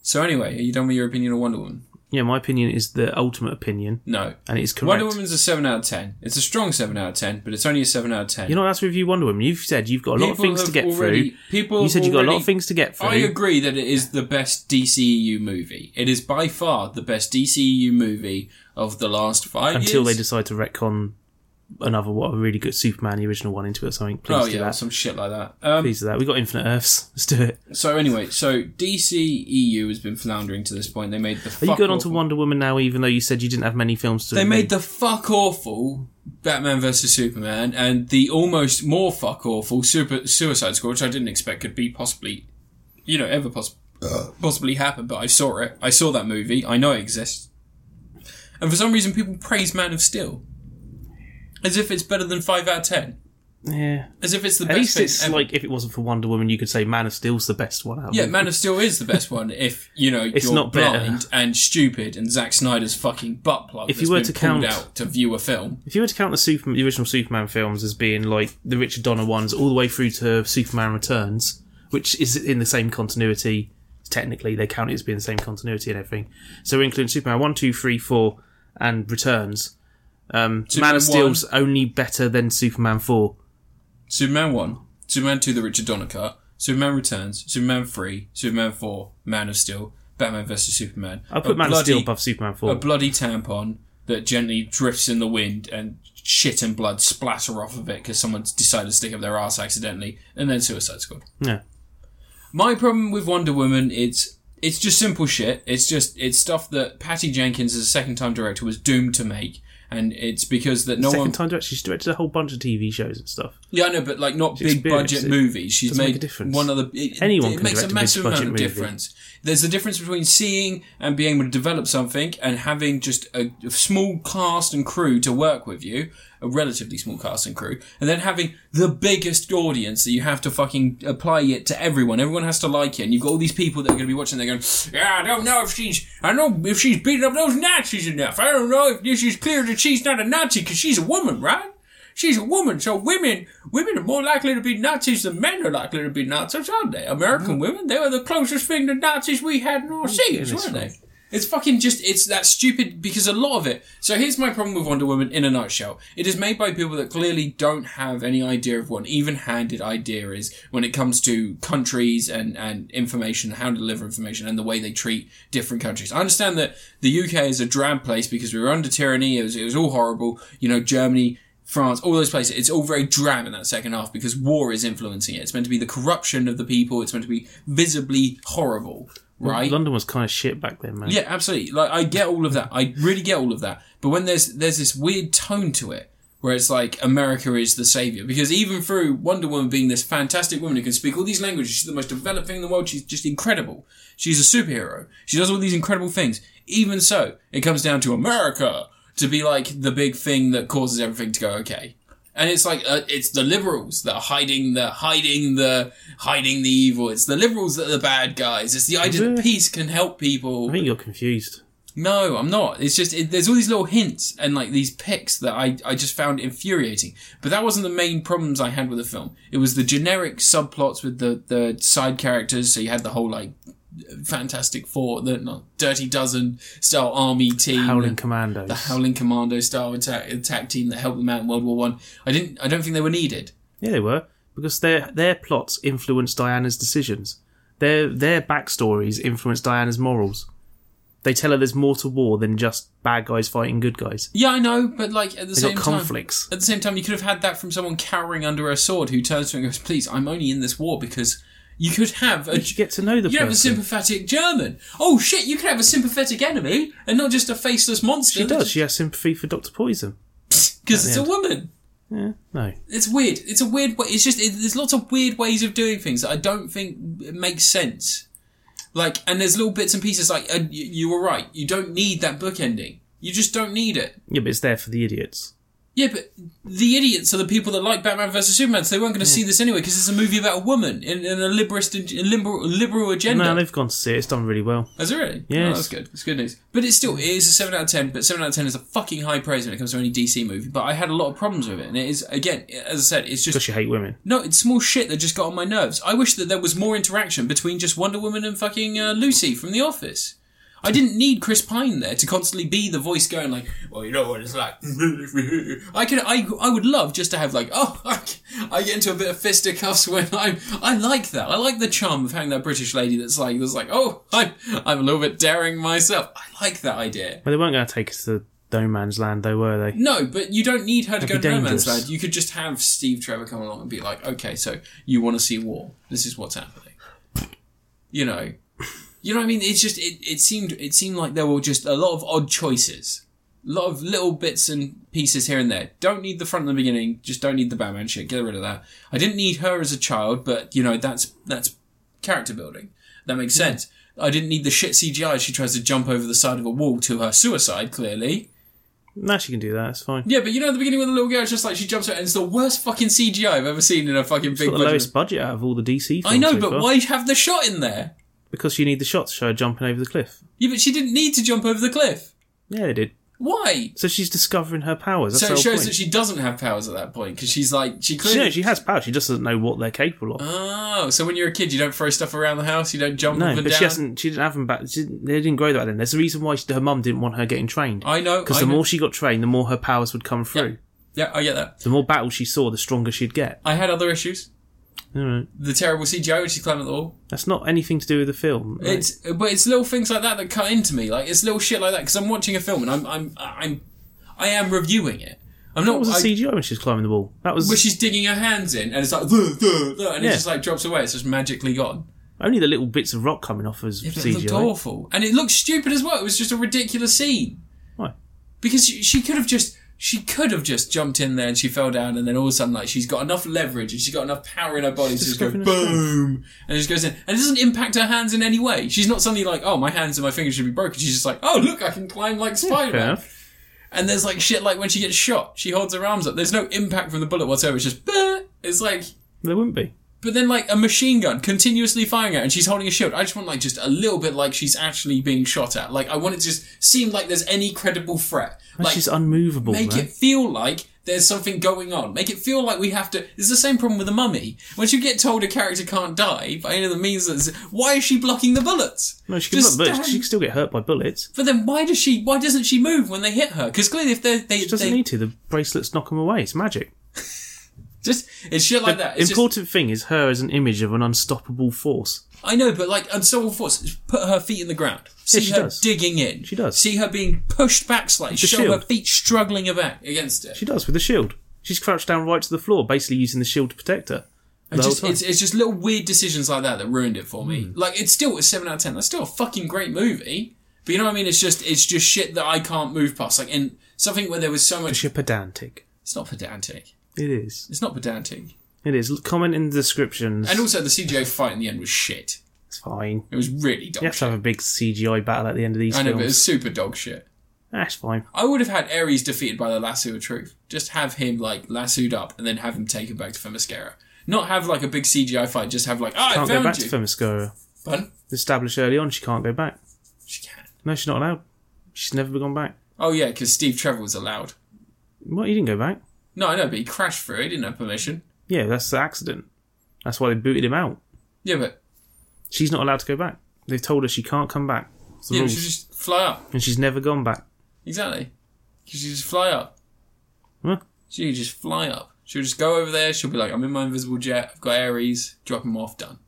A: So anyway, are you done with your opinion on Wonder Woman?
B: Yeah, my opinion is the ultimate opinion,
A: No.
B: and it's correct.
A: Wonder Woman's a seven out of ten. It's a strong seven out of ten, but it's only a seven out of ten.
B: You're not allowed to review Wonder Woman. You've said you've got a lot of
A: People
B: things
A: have
B: to get
A: already-
B: through.
A: People
B: you said you've got a lot
A: already-
B: of things to get through.
A: I agree that it is the best DCEU movie. It is by far the best DCEU movie of the last five
B: until they
A: years.
B: decide to retcon another what a really good Superman, the original one, into it or something. Please
A: Oh
B: do
A: yeah,
B: that.
A: some shit like that. Um,
B: Please do that. We got Infinite Earths. Let's do it.
A: so anyway, so DCEU has been floundering to this point. They made the.
B: Are you
A: fuck
B: going on to
A: awful,
B: Wonder Woman now? Even though you said you didn't have many films to.
A: They
B: review?
A: made the fuck awful Batman vs Superman and the almost more fuck awful Super Suicide Squad, which I didn't expect could be possibly, you know, ever possible. Possibly happen, but I saw it. I saw that movie. I know it exists. And for some reason, people praise Man of Steel as if it's better than five out of ten.
B: Yeah.
A: As if it's the
B: At
A: best.
B: least
A: thing
B: it's
A: ever.
B: like if it wasn't for Wonder Woman, you could say Man of Steel's the best one out.
A: yeah,
B: of
A: Man of Steel is the best one. If you know
B: It's
A: you're
B: not better.
A: blind and stupid, and Zack Snyder's fucking butt plug.
B: If you
A: that's
B: were
A: been
B: to
A: pulled
B: count-
A: out to view a film,
B: If you were to count the Superman, the original Superman films as being like the Richard Donner ones, all the way through to Superman Returns, which is in the same continuity. Technically, they count it as being the same continuity and everything. So we're including Superman one, two, three, four, and Returns. Um, Man
A: Superman
B: of Steel's only better than Superman four.
A: Superman 1, Superman 2, the Richard Donner cut, Superman Returns, Superman 3, Superman 4, Man of Steel, Batman vs. Superman.
B: I put
A: A
B: Oh, Man of
A: bloody-
B: Steel above Superman
A: A
B: four.
A: bloody tampon that gently drifts in the wind and shit and blood splatter off of it because someone's decided to stick up their ass accidentally, and then Suicide Squad.
B: Yeah.
A: My problem with Wonder Woman, it's it's just simple shit. It's just it's stuff that Patty Jenkins, as a second time director, was doomed to make, and it's because that no
B: Second
A: one
B: time director, she's directed a whole bunch of TV shows and stuff.
A: Yeah, I know, but like not big
B: experienced
A: budget
B: it.
A: movies. She's
B: Doesn't
A: made
B: make a difference.
A: one other. It,
B: Anyone
A: it
B: can
A: makes a
B: direct a
A: massive
B: big-budget
A: amount of
B: movie.
A: difference. There's a difference between seeing and being able to develop something and having just a, a small cast and crew to work with you, a relatively small cast and crew, and then having the biggest audience that you have to fucking apply it to everyone. Everyone has to like it, and you've got all these people that are going to be watching. They're going, yeah, I don't know if she's, I don't know if she's beating up those Nazis enough. I don't know if she's clear that she's not a Nazi because she's a woman, right? She's a woman, so women women are more likely to be Nazis than men are likely to be Nazis, aren't they? American women, they were the closest thing to Nazis we had in our seas, weren't they? It's fucking just it's that stupid because a lot of it. So here's my problem with Wonder Woman in a nutshell. It is made by people that clearly don't have any idea of what an even-handed idea is when it comes to countries and and information, how to deliver information, and the way they treat different countries. I understand that the UK is a drab place because we were under tyranny. It was it was all horrible. You know, Germany. France, all those places, it's all very drab in that second half because war is influencing it. It's meant to be the corruption of the people. It's meant to be visibly horrible, right?
B: London was kind of shit back then, man.
A: Yeah, absolutely. Like I get all of that. I really get all of that. But when there's there's this weird tone to it where it's like America is the savior because even through Wonder Woman being this fantastic woman who can speak all these languages, she's the most developed thing in the world. She's just incredible. She's a superhero. She does all these incredible things. Even so, it comes down to America to be like the big thing that causes everything to go okay. And it's like uh, it's the liberals that are hiding the hiding the hiding the evil. It's the liberals that are the bad guys. It's the idea that peace can help people.
B: I think you're confused.
A: No, I'm not. It's just it, there's all these little hints and like these picks that I I just found infuriating. But that wasn't the main problems I had with the film. It was the generic subplots with the the side characters. So you had the whole like Fantastic Four, the not Dirty Dozen style army team,
B: Howling Commandos.
A: the Howling Commando style attack attack team that helped them out in World War One. I didn't. I don't think they were needed.
B: Yeah, they were because their their plots influenced Diana's decisions. Their their backstories influenced Diana's morals. They tell her there's more to war than just bad guys fighting good guys.
A: Yeah, I know, but like at the
B: They
A: same
B: got
A: time,
B: conflicts.
A: At the same time, you could have had that from someone cowering under a sword who turns to him and goes, "Please, I'm only in this war because." You could have a
B: You get to know the
A: You could have a
B: person.
A: sympathetic German. Oh shit! You could have a sympathetic enemy and not just a faceless monster.
B: She does. She has sympathy for Doctor Poison.
A: because it's a woman.
B: Yeah, no.
A: It's weird. It's a weird way. It's just it, there's lots of weird ways of doing things that I don't think it makes sense. Like, and there's little bits and pieces. Like, uh, you, you were right. You don't need that book ending. You just don't need it.
B: Yeah, but it's there for the idiots.
A: Yeah, but the idiots are the people that like Batman versus Superman, so they weren't going to see this anyway because it's a movie about a woman and, and a liberist, a liberal, liberal agenda.
B: No, they've gone to see it. It's done really well.
A: Is it really?
B: Yes.
A: Oh, that's good. That's good news. But it's still it is a seven out of ten. But seven out of ten is a fucking high praise when it comes to any DC movie. But I had a lot of problems with it, and it is again, as I said, it's just
B: Because you hate women.
A: no, it's small shit that just got on my nerves. I wish that there was more interaction between just Wonder Woman and fucking uh, Lucy from The Office. I didn't need Chris Pine there to constantly be the voice going like, well, you know what it's like. I could, I, I would love just to have like, oh, I, I get into a bit of fisticuffs when I'm, I like that. I like the charm of having that British lady that's like, that's like, oh, I'm, I'm a little bit daring myself. I like that idea.
B: Well, they weren't going to take us to no man's land, though, were they?
A: No, but you don't need her to go
B: That'd be
A: to No Man's
B: dangerous.
A: Land. You could just have Steve Trevor come along and be like, okay, so you want to see war. This is what's happening. You know. You know what I mean? It's just it, it seemed it seemed like there were just a lot of odd choices. A lot of little bits and pieces here and there. Don't need the front in the beginning, just don't need the Batman shit. Get rid of that. I didn't need her as a child, but you know, that's that's character building. That makes sense. I didn't need the shit CGI as she tries to jump over the side of a wall to her suicide, clearly.
B: No, she can do that. It's fine.
A: Yeah, but you know at the beginning when the little girl, it's just like she jumps out, and it's the worst fucking CGI I've ever seen in a fucking big
B: Got the
A: budget.
B: lowest budget out of all the DC films.
A: I know,
B: so
A: but
B: far.
A: why have the shot in there?
B: Because you need the shots to show her jumping over the cliff.
A: Yeah, but she didn't need to jump over the cliff.
B: Yeah, they did.
A: Why?
B: So she's discovering her powers. That's
A: So
B: the
A: it
B: whole
A: shows
B: point.
A: that she doesn't have powers at that point because she's like she
B: She,
A: clearly.
B: no, she has powers. She just doesn't know what they're capable of.
A: oh, so when you're a kid, you don't throw stuff around the house, you don't jump
B: no,
A: up
B: but
A: and down.
B: she hasn't. She didn't have them back. She didn't, they didn't grow that then. There's a reason why she, her mum didn't want her getting trained.
A: I know.
B: Because
A: Oh, I
B: the
A: know.
B: more she got trained, the more her powers would come through.
A: yeah, I get that.
B: The more battles she saw, the stronger she'd get.
A: I had other issues.
B: All right.
A: The terrible CGI when she's climbing up the wall.
B: That's not anything to do with the film. right?
A: It's but it's little things like that that cut into me. Like it's little shit like that because I'm watching a film and I'm I'm I'm I am reviewing it. I'm not.
B: That was
A: I-
B: a CGI when she was climbing the wall. That was
A: Where she's digging her hands in, and it's like, "Duh, duh, duh," and it
B: Yeah.
A: just like drops away. It's just magically gone.
B: only the little bits of rock coming off as
A: It
B: CGI.
A: looked awful, and it looked stupid as well. It was just a ridiculous scene.
B: Why?
A: Because she, she could have just, she could have just jumped in there, and she fell down, and then all of a sudden, like she's got enough leverage and she's got enough power in her body, to just go
B: discovering her
A: boom, and it just goes in, and it doesn't impact her hands in any way. She's not suddenly like, oh, my hands and my fingers should be broken. She's just like, oh, look, I can climb like Spider
B: Fair
A: Man.
B: enough.
A: And there's like shit like when she gets shot, she holds her arms up. There's no impact from the bullet whatsoever. It's just, "Bah." it's like.
B: There wouldn't be.
A: But then, like a machine gun continuously firing at, her and she's holding a shield. I just want like just a little bit like she's actually being shot at. Like I want it to just seem like there's any credible threat. Like
B: she's unmovable.
A: make
B: man.
A: it feel like there's something going on. Make it feel like we have to. It's the same problem with the mummy. Once you get told a character can't die by any of the means, that's- why is she blocking the bullets?
B: No, she can
A: Just
B: block bullets.
A: stand-
B: She can still get hurt by bullets.
A: But then why does she? Why doesn't she move when they hit her? Because clearly, if they they,
B: She doesn't
A: they
B: need to. The bracelets knock them away. It's magic.
A: just it's shit like that. It's just-
B: Important thing is her as an image of an unstoppable force.
A: I know, but like unstoppable force, put her feet in the ground. See
B: she
A: her
B: does.
A: digging in.
B: She does.
A: See her being pushed back slightly. Show her
B: shield.
A: feet struggling about against it.
B: She does with the shield. She's crouched down right to the floor, basically using the shield to protect her. The
A: It's
B: whole
A: just,
B: time. Mm.
A: it's, it's just little weird decisions like that that ruined it for me. Like it's still a seven out of ten. That's still a fucking great movie. But you know what I mean? It's just it's just shit that I can't move past. Like in something where there was so much.
B: She's pedantic.
A: It's not pedantic.
B: It is.
A: It's not pedantic.
B: It is. Comment in the descriptions.
A: And also the CGI fight in the end was shit.
B: it's fine.
A: It was really dog
B: You have to
A: shit.
B: have a big CGI battle at the end of these
A: I know, but
B: films.
A: it's super dog shit.
B: That's fine.
A: I would have had Ares defeated by the lasso of truth. Just have him like lassoed up and then have him taken back to Themyscira. Not have like a big CGI fight. Just have like, ah, I
B: Can't go
A: found
B: back to
A: you.
B: Themyscira.
A: Pardon?
B: Established early on, she can't go back.
A: She can.
B: No, she's not allowed. She's never gone back.
A: Oh yeah, because Steve Trevor was allowed.
B: What? You didn't go back?
A: No, I know, but he crashed through. He didn't have permission.
B: Yeah, that's the accident. That's why they booted him out.
A: Yeah, but
B: She's not allowed to go back. They've told her she can't come back. It's the
A: yeah,
B: rules.
A: she just fly up.
B: And she's never gone back.
A: Exactly. She should just fly up.
B: Huh?
A: She could just fly up. She'll just go over there. She'll be like, I'm in my invisible jet. I've got Ares. Drop him off. Done.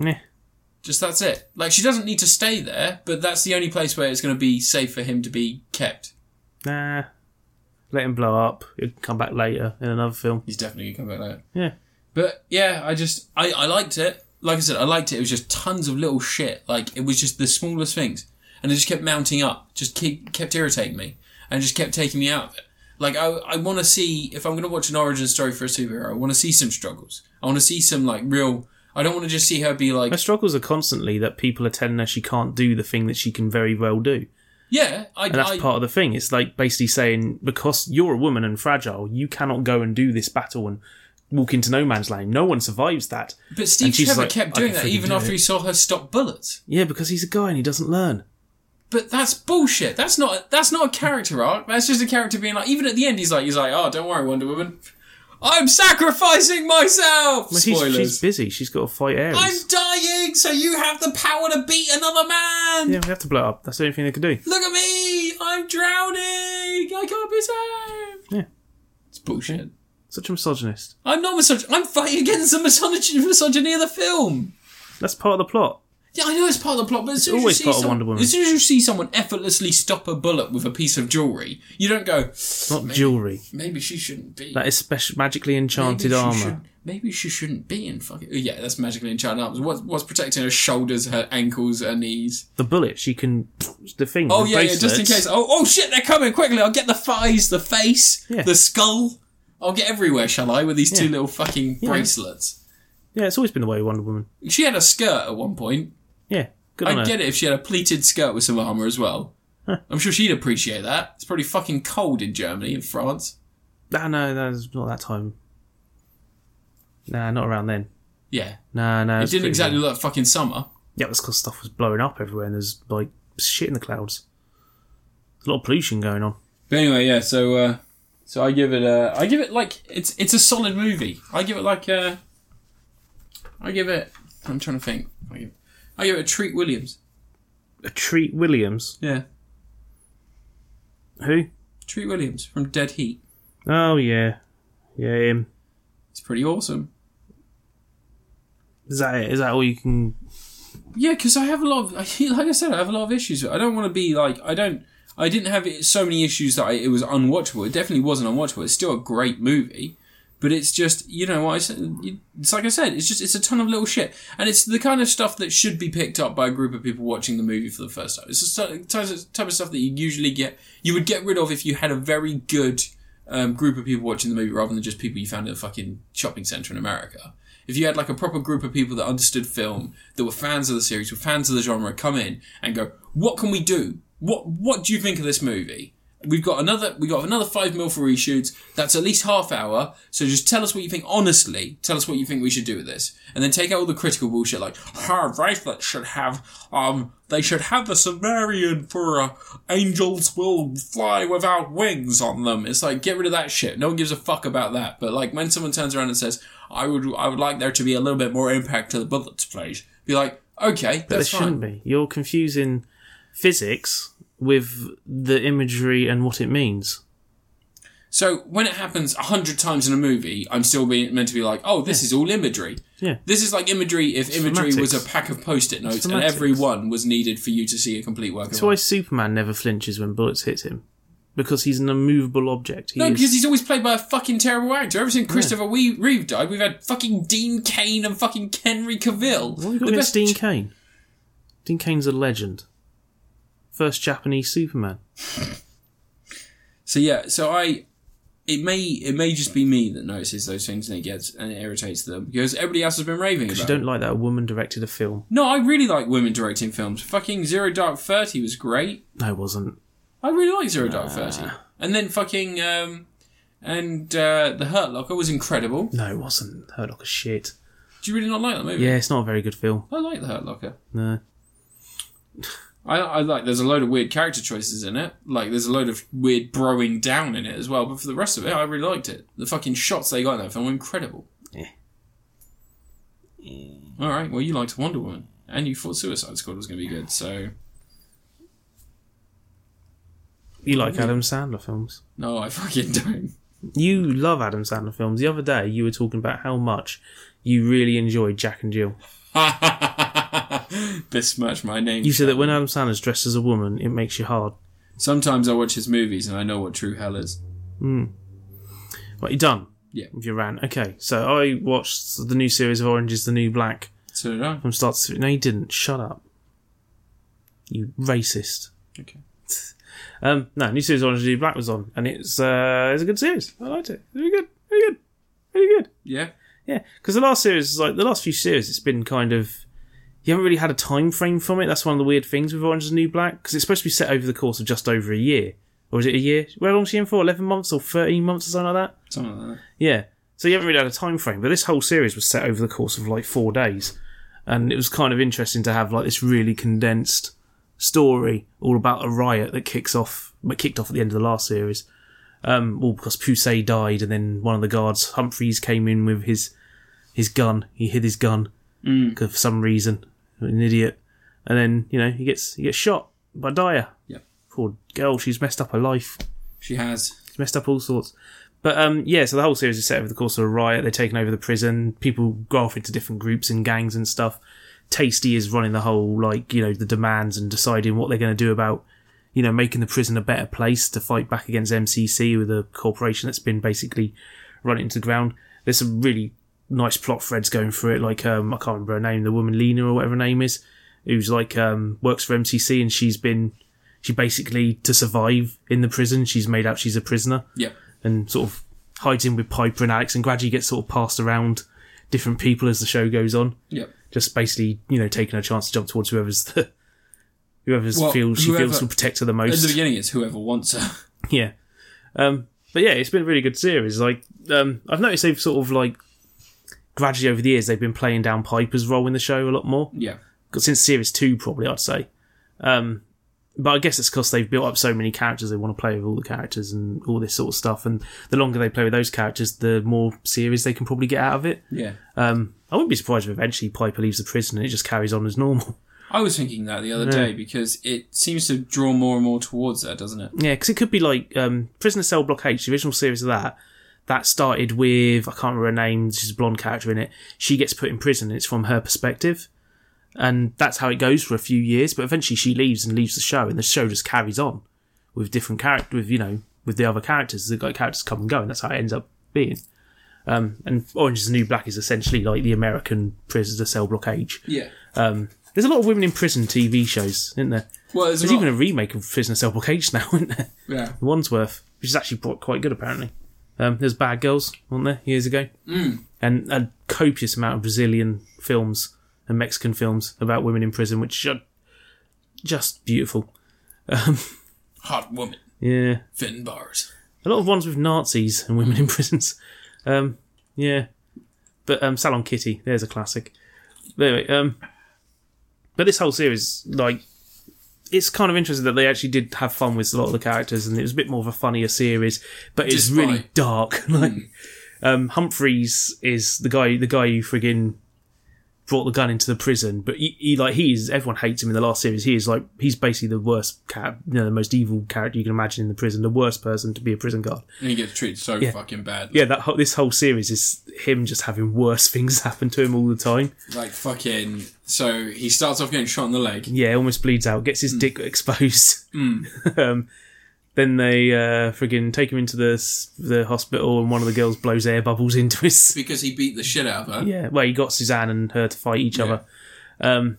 B: Yeah.
A: Just that's it. Like she doesn't need to stay there, but that's the only place where it's going to be safe for him to be kept.
B: Nah. Let him blow up. He'll come back later in another film.
A: He's definitely gonna come back later.
B: Yeah.
A: But yeah, I just I, I liked it. Like I said, I liked it. It was just tons of little shit. Like it was just the smallest things, and it just kept mounting up. Just keep, kept irritating me, and just kept taking me out of it. Like I I want to see if I'm gonna watch an origin story for a superhero. I want to see some struggles. I want to see some like real. I don't want to just see her be like
B: Her struggles are constantly that people are telling her she can't do the thing that she can very well do.
A: Yeah, I,
B: And that's
A: I,
B: part of the thing. It's like basically saying because you're a woman and fragile, you cannot go and do this battle and walk into no man's land. No one survives that.
A: but Steve
B: and she's
A: Trevor
B: like,
A: kept
B: I
A: doing
B: can
A: that
B: freaking
A: even
B: do
A: after
B: it.
A: he saw her stop bullets.
B: Yeah, because he's a guy and he doesn't learn.
A: But that's bullshit. That's not that's not a character arc. That's just a character being like. Even at the end, he's like, he's like, oh, don't worry, Wonder Woman, I'm sacrificing myself.
B: Well, she's,
A: Spoilers.
B: she's busy. She's got to fight Ares.
A: I'm dying, so you have the power to beat another man.
B: Yeah, we have to blow it up. That's the only thing they can do.
A: Look at me, I'm drowning. I can't be saved.
B: Yeah.
A: it's bullshit.
B: Such a misogynist.
A: I'm not misogynist. I'm fighting against the misogyny, misogyny of the film.
B: That's part of the plot.
A: Yeah, I know it's part of the plot, but as soon as
B: always
A: you see
B: part of
A: some-
B: Wonder Woman.
A: as soon as you see someone effortlessly stop a bullet with a piece of jewelry, you don't go.
B: It's not jewelry.
A: Maybe she shouldn't be.
B: That is special, magically
A: Maybe
B: enchanted
A: she
B: armor.
A: Should, maybe she shouldn't be in fucking. Yeah, that's magically enchanted arms. What's, what's protecting her shoulders, her ankles, her knees?
B: The bullet. She can the thing.
A: Oh
B: the
A: yeah, yeah, just in
B: bracelets.
A: case. Oh oh shit, they're coming quickly. I'll get the thighs, the face,
B: Yeah.
A: the skull. I'll get everywhere, shall I? With these two little fucking bracelets.
B: Yeah, it's always been the way of Wonder Woman.
A: She had a skirt at one point.
B: Yeah, good on
A: I'd
B: her.
A: get it if she had a pleated skirt with some armor as well. I'm sure she'd appreciate that. It's probably fucking cold in Germany and France.
B: Ah, no, that was not that time. Nah, not around then.
A: Yeah,
B: Nah, no.
A: it didn't exactly look like fucking summer.
B: Yeah, that's because stuff was blowing up everywhere, and there's like shit in the clouds. There's a lot of pollution going on.
A: But anyway, yeah. So, uh, so I give it. Uh, I give it like it's it's a solid movie. I give it like. Uh, I give it. I'm trying to think. I give, I give it a Treat Williams.
B: A treat Williams.
A: Yeah,
B: Who?
A: Treat Williams from Dead Heat.
B: Oh yeah, yeah. Him.
A: It's pretty awesome.
B: Is that it? Is that all you can?
A: Yeah, because I have a lot of like I said, I have a lot of issues. I don't want to be like I don't. I didn't have it- so many issues that I, it was unwatchable. It definitely wasn't unwatchable. It's still a great movie, but it's just you know what I said. you- It's like I said. It's just it's a ton of little shit, and it's the kind of stuff that should be picked up by a group of people watching the movie for the first time. It's the stu- type of- type of stuff that you usually get. You would get rid of if you had a very good um, group of people watching the movie rather than just people you found in a fucking shopping center in America. If you had like a proper group of people that understood film, that were fans of the series, were fans of the genre, come in and go, "What can we do? What What do you think of this movie? We've got another. We got another five mil for reshoots. That's at least half hour. So just tell us what you think. Honestly, tell us what you think we should do with this, and then take out all the critical bullshit like, "Her that should have um." They should have the Sumerian for uh, angels will fly without wings on them. It's like get rid of that shit. No one gives a fuck about that. But like when someone turns around and says, "I would, I would like there to be a little bit more impact to the bullets, please," be like, "Okay,
B: There
A: that's
B: shouldn't
A: fine."
B: be. You're confusing physics with the imagery and what it means.
A: So when it happens a hundred times in a movie, I'm still being meant to be like, "Oh, this is all imagery."
B: Yeah.
A: This is like imagery if imagery was
B: thematics.
A: a pack of post-it notes and
B: thematics.
A: every one was needed for you to see a complete work
B: That's
A: of
B: why
A: art.
B: Superman never flinches when bullets hit him, because he's an immovable object. He
A: No,
B: is-
A: because he's always played by a fucking terrible actor. Ever since Christopher Wee- Reeve died, we've had fucking Dean Kane and fucking Henry Cavill.
B: What have you got against Dean Kane? Dean Kane's a legend. First Japanese Superman.
A: So yeah, so I, it may it may just be me that notices those things and it gets and it irritates them because everybody else has been raving about.
B: You
A: it.
B: don't like that a woman directed a film.
A: No, I really like women directing films. Fucking Zero Dark Thirty was great.
B: No, it wasn't.
A: I really like Zero Dark Thirty. And then fucking um, and uh, the Hurt Locker was incredible.
B: No, it wasn't. Hurt Locker shit.
A: Do you really not like that movie?
B: Yeah, it's not a very good film.
A: I like the Hurt Locker.
B: No.
A: I, I like. There's a load of weird character choices in it. Like there's a load of weird broing down in it as well. But for the rest of it, I really liked it. The fucking shots they got in that film were incredible.
B: Yeah.
A: All right. Well, you liked Wonder Woman, and you thought Suicide Squad was going to be good. So
B: You like Adam Sandler films.
A: no, I fucking don't.
B: You love Adam Sandler films. The other day, you were talking about how much you really enjoyed Jack and Jill.
A: Besmirch my name.
B: You said that when Adam Sandler's dressed as a woman, it makes you hard.
A: Sometimes I watch his movies and I know what true hell is.
B: Right, you're done.
A: Yeah.
B: With your rant. Okay, so I watched the new series of Orange is the New Black.
A: So did I.
B: from start to finish. No, you didn't. Shut up. You racist.
A: Okay.
B: Um, no, new series Orange is the New Black was on, and it's uh, it's a good series. I liked it. Very good. Very good. Very good.
A: Yeah.
B: Yeah, because the last series, is like the last few series, it's been kind of you haven't really had a time frame from it. That's one of the weird things with Orange is the New Black because it's supposed to be set over the course of just over a year, or is it a year? How long's she in for? Eleven months or thirteen months or something like that.
C: Something like that.
B: Yeah. So you haven't really had a time frame, but this whole series was set over the course of like four days, and it was kind of interesting to have like this really condensed story all about a riot that kicks off, but kicked off at the end of the last series. Um, all because Pusey died, and then one of the guards, Humphreys, came in with his his gun. He hid his gun because for some reason, an idiot, and then you know he gets he gets shot by Dyer.
C: Yep.
B: Poor girl, she's messed up her life
C: She has.
B: messed up all sorts. But um, yeah, so the whole series is set over the course of a riot. They're taking over the prison. People go off into different groups and gangs and stuff. Tasty is running the whole, like, you know, the demands and deciding what they're going to do about, you know, making the prison a better place to fight back against MCC with a corporation that's been basically run into the ground. There's some really nice plot threads going through it. Like, um, I can't remember her name, the woman Lena or whatever her name is, who's like, um, works for MCC and she's been, she basically, to survive in the prison, she's made out she's a prisoner
A: Yep.
B: and sort of hides in with Piper and Alex and gradually gets sort of passed around different people as the show goes on.
C: Yep.
B: Just basically, you know, taking a chance to jump towards whoever's the whoever's
C: Well,
B: feels she
C: whoever-
B: feels will protect her the
C: At the
B: most.
C: beginning, it's whoever wants her.
B: Yeah. Um but yeah, it's been a really good series. Like um I've noticed they've sort of like gradually over the years they've been playing down Piper's role in the show a lot more.
C: yeah.
B: 'Cause since series two probably I'd say. Um, but I guess it's because they've built up so many characters they want to play with all the characters and all this sort of stuff. And the longer they play with those characters, the more series they can probably get out of it.
C: Yeah.
B: Um, I wouldn't be surprised if eventually Piper leaves the prison and it just carries on as normal.
C: I was thinking that the other day because it seems to draw more and more towards that, doesn't it?
B: Yeah, because it could be like um, Prisoner Cell Block H, the original series of that. That started with I can't remember her name. She's a blonde character in it. She gets put in prison. And it's from her perspective, and that's how it goes for a few years. But eventually, she leaves and leaves the show, and the show just carries on with different character, with you know, with the other characters. The guy- characters come and go, and that's how it ends up being. Um, and Orange is the New Black is essentially like the American Prisoner Cell Block H.
C: Yeah.
B: Um, there's a lot of women in prison TV shows, isn't there?
C: Well, there's,
B: There's
C: a lot,
B: even a remake of Prisoner Cell Block H now, isn't there?
C: yeah.
B: Wandsworth, which is actually brought- quite good apparently. Um, there's Bad Girls, weren't there, years ago? Mm. And a copious amount of Brazilian films and Mexican films about women in prison, which are just beautiful.
A: Hot woman.
B: Yeah.
A: Fitting bars.
B: A lot of ones with Nazis and women in prisons. Um, yeah. But um, Salon Kitty, there's a classic. But anyway, um, but this whole series, like, it's kind of interesting that they actually did have fun with a lot of the characters, and it was a bit more of a funnier series, but it's
A: Despite-
B: really dark. like, um, Humphreys is the guy, the guy who friggin' brought the gun into the prison, but he, he like he's everyone hates him in the last series. He is like he's basically the worst cat, you know, the most evil character you can imagine in the prison, the worst person to be a prison guard.
A: And he gets treated so fucking bad.
B: Yeah, that whole, this whole series is him just having worse things happen to him all the time.
A: Like fucking. So he starts off getting shot in the leg.
B: Yeah, almost bleeds out, gets
A: Mm.
B: his dick exposed. um, then they uh, friggin' take him into the s- the hospital, and one of the girls blows air bubbles into his
A: Because he beat the shit out of her.
B: Yeah, well, he got Suzanne and her to fight each other. Um,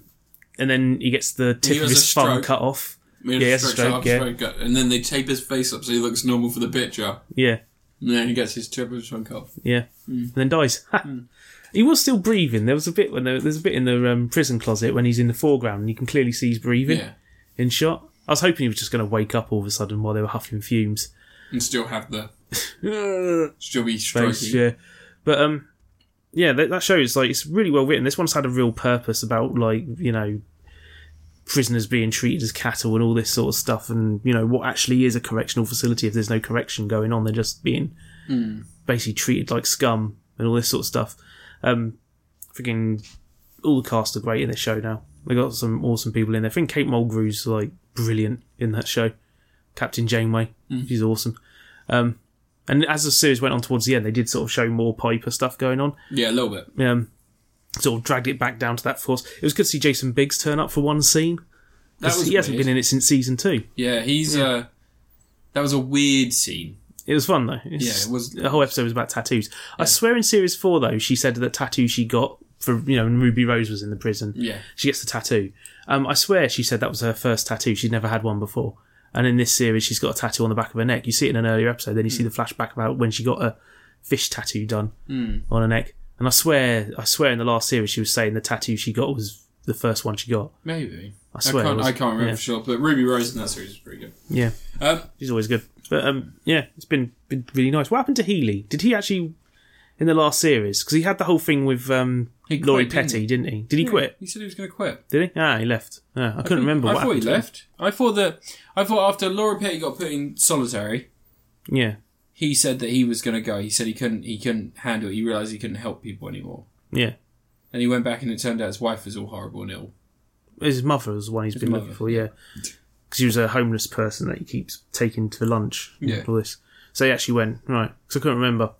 B: and then he gets the tip of
A: has
B: his
A: a
B: thumb
A: stroke.
B: cut off.
A: I mean,
B: Yeah, he has a
A: stretch
B: stroke,
A: out,
B: yeah.
A: stroke gut, And then they tape his face up so he looks normal for the picture.
B: Yeah,
A: And then he gets his triple trunk off.
B: yeah.
A: Mm.
B: And then dies. Ha. He was still breathing. There was a bit when there, there's a bit in the um, prison closet when he's in the foreground and you can clearly see he's breathing
A: Yeah.
B: in shot. I was hoping he was just going to wake up all of a sudden while they were huffing fumes.
A: And still have the.
B: Uh,
A: Still be
B: those,
A: stroking.
B: yeah, but um, yeah, that, that show is like it's really well written. This one's had a real purpose about like you know prisoners being treated as cattle and all this sort of stuff, and you know what actually is a correctional facility if there's no correction going on, they're just being basically treated like scum and all this sort of stuff. Um, freaking all the cast are great in this show now. They got some awesome people in there. I think Kate Mulgrew's like brilliant in that show. Captain Janeway, she's awesome. Um, and as the series went on towards the end, they did sort of show more Piper stuff going on.
A: Yeah, a little bit.
B: Um, sort of dragged it back down to that force. It was good to see Jason Biggs turn up for one scene.
A: That was
B: he hasn't
A: weird.
B: been in it since season two.
A: Yeah, he's uh that was a weird scene.
B: It was fun though. It's-
A: Yeah, it was-
B: The whole episode was about tattoos. I swear, in series four though, she said that the tattoo she got for you know, when Ruby Rose was in the prison.
A: Yeah.
B: she gets the tattoo. Um, I swear, she said that was her first tattoo. She'd never had one before. And in this series, she's got a tattoo on the back of her neck. You see it in an earlier episode. Then you see
A: Hmm.
B: the flashback about when she got a fish
A: Hmm.
B: tattoo done on her neck. And I swear, I swear, in the last series, she was saying the tattoo she got was the first one she got.
A: Maybe.
B: I swear.
A: I
B: it
A: can't,
B: was.
A: I can't remember
B: Yeah.
A: for sure, but Ruby Rose in that series is pretty good.
B: Yeah,
A: Um,
B: she's always good. But um, yeah, it's been been really nice. What happened to Healy? Did he actually in the last series? Because he had the whole thing with um,
A: He quit,
B: Laurie
A: didn't
B: Petty, didn't he? Did he quit?
A: He said he was going to quit.
B: Did he? Ah, he left. Ah, I couldn't remember.
A: I
B: what
A: thought he
B: happened to him.
A: left. I thought that. I thought after Laura Petty got put in solitary,
B: Yeah,
A: he said that he was going to go. He said he couldn't. He couldn't handle it. He realized he couldn't help people anymore.
B: yeah.
A: And he went back, and it turned out his wife was all horrible and ill.
B: His mother was the one he's been looking
A: mother,
B: for. Yeah, because he was a homeless person that he keeps taking to lunch. and
A: Yeah.
B: all this. So he actually went right because I couldn't remember.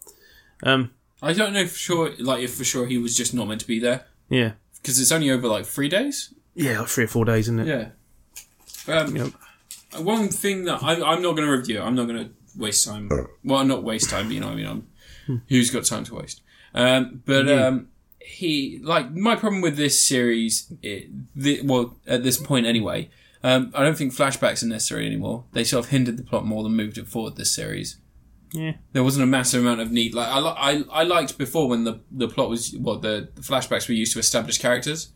B: Um,
A: I don't know for sure, like if for sure he was just not meant to be there
B: yeah,
A: because it's only over like three days.
B: yeah, like three or four days, isn't it?
A: Yeah. Um,
B: Yep.
A: One thing that I, I'm not going to review. I'm not going to waste time. Well, not waste time. You know, what I mean, I'm, who's got time to waste? Um, but um, he like my problem with this series. It, thi- well, at this point anyway, um, I don't think flashbacks are necessary anymore. They sort of hindered the plot more than moved it forward. This series
B: Yeah,
A: there wasn't a massive amount of need. Like I, li- I, I liked before when the the plot was well, the, the flashbacks were used to establish characters.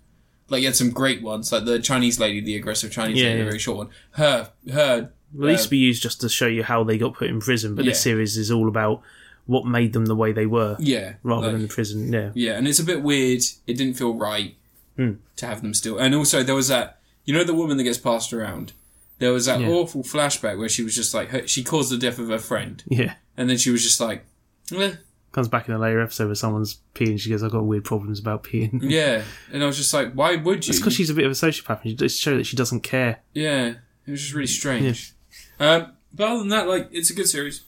A: Like you had some great ones, like the Chinese lady, the aggressive Chinese
B: Yeah,
A: lady,
B: yeah.
A: the very short one. Her, her.
B: Well, it used to be used just to show you how they got put in prison, but this
A: Yeah.
B: series is all about what made them the way they were,
A: Yeah,
B: rather
A: like-
B: than the prison. Yeah,
A: yeah, and it's a bit weird. It didn't feel right
B: Hmm.
A: to have them still. And also, there was that you know the woman that gets passed around. There was that awful flashback where she was just like her, she caused the death of her friend,
B: yeah.
A: and then she was just like, eh,
B: Comes back in a later episode where someone's peeing. She goes, "I've got weird problems about peeing."
A: yeah. And I was just like, why would you?
B: It's because she's a bit of a sociopath. And she just show that she doesn't care.
A: Yeah, it was just really strange. Um, but other than that, like it's a good series.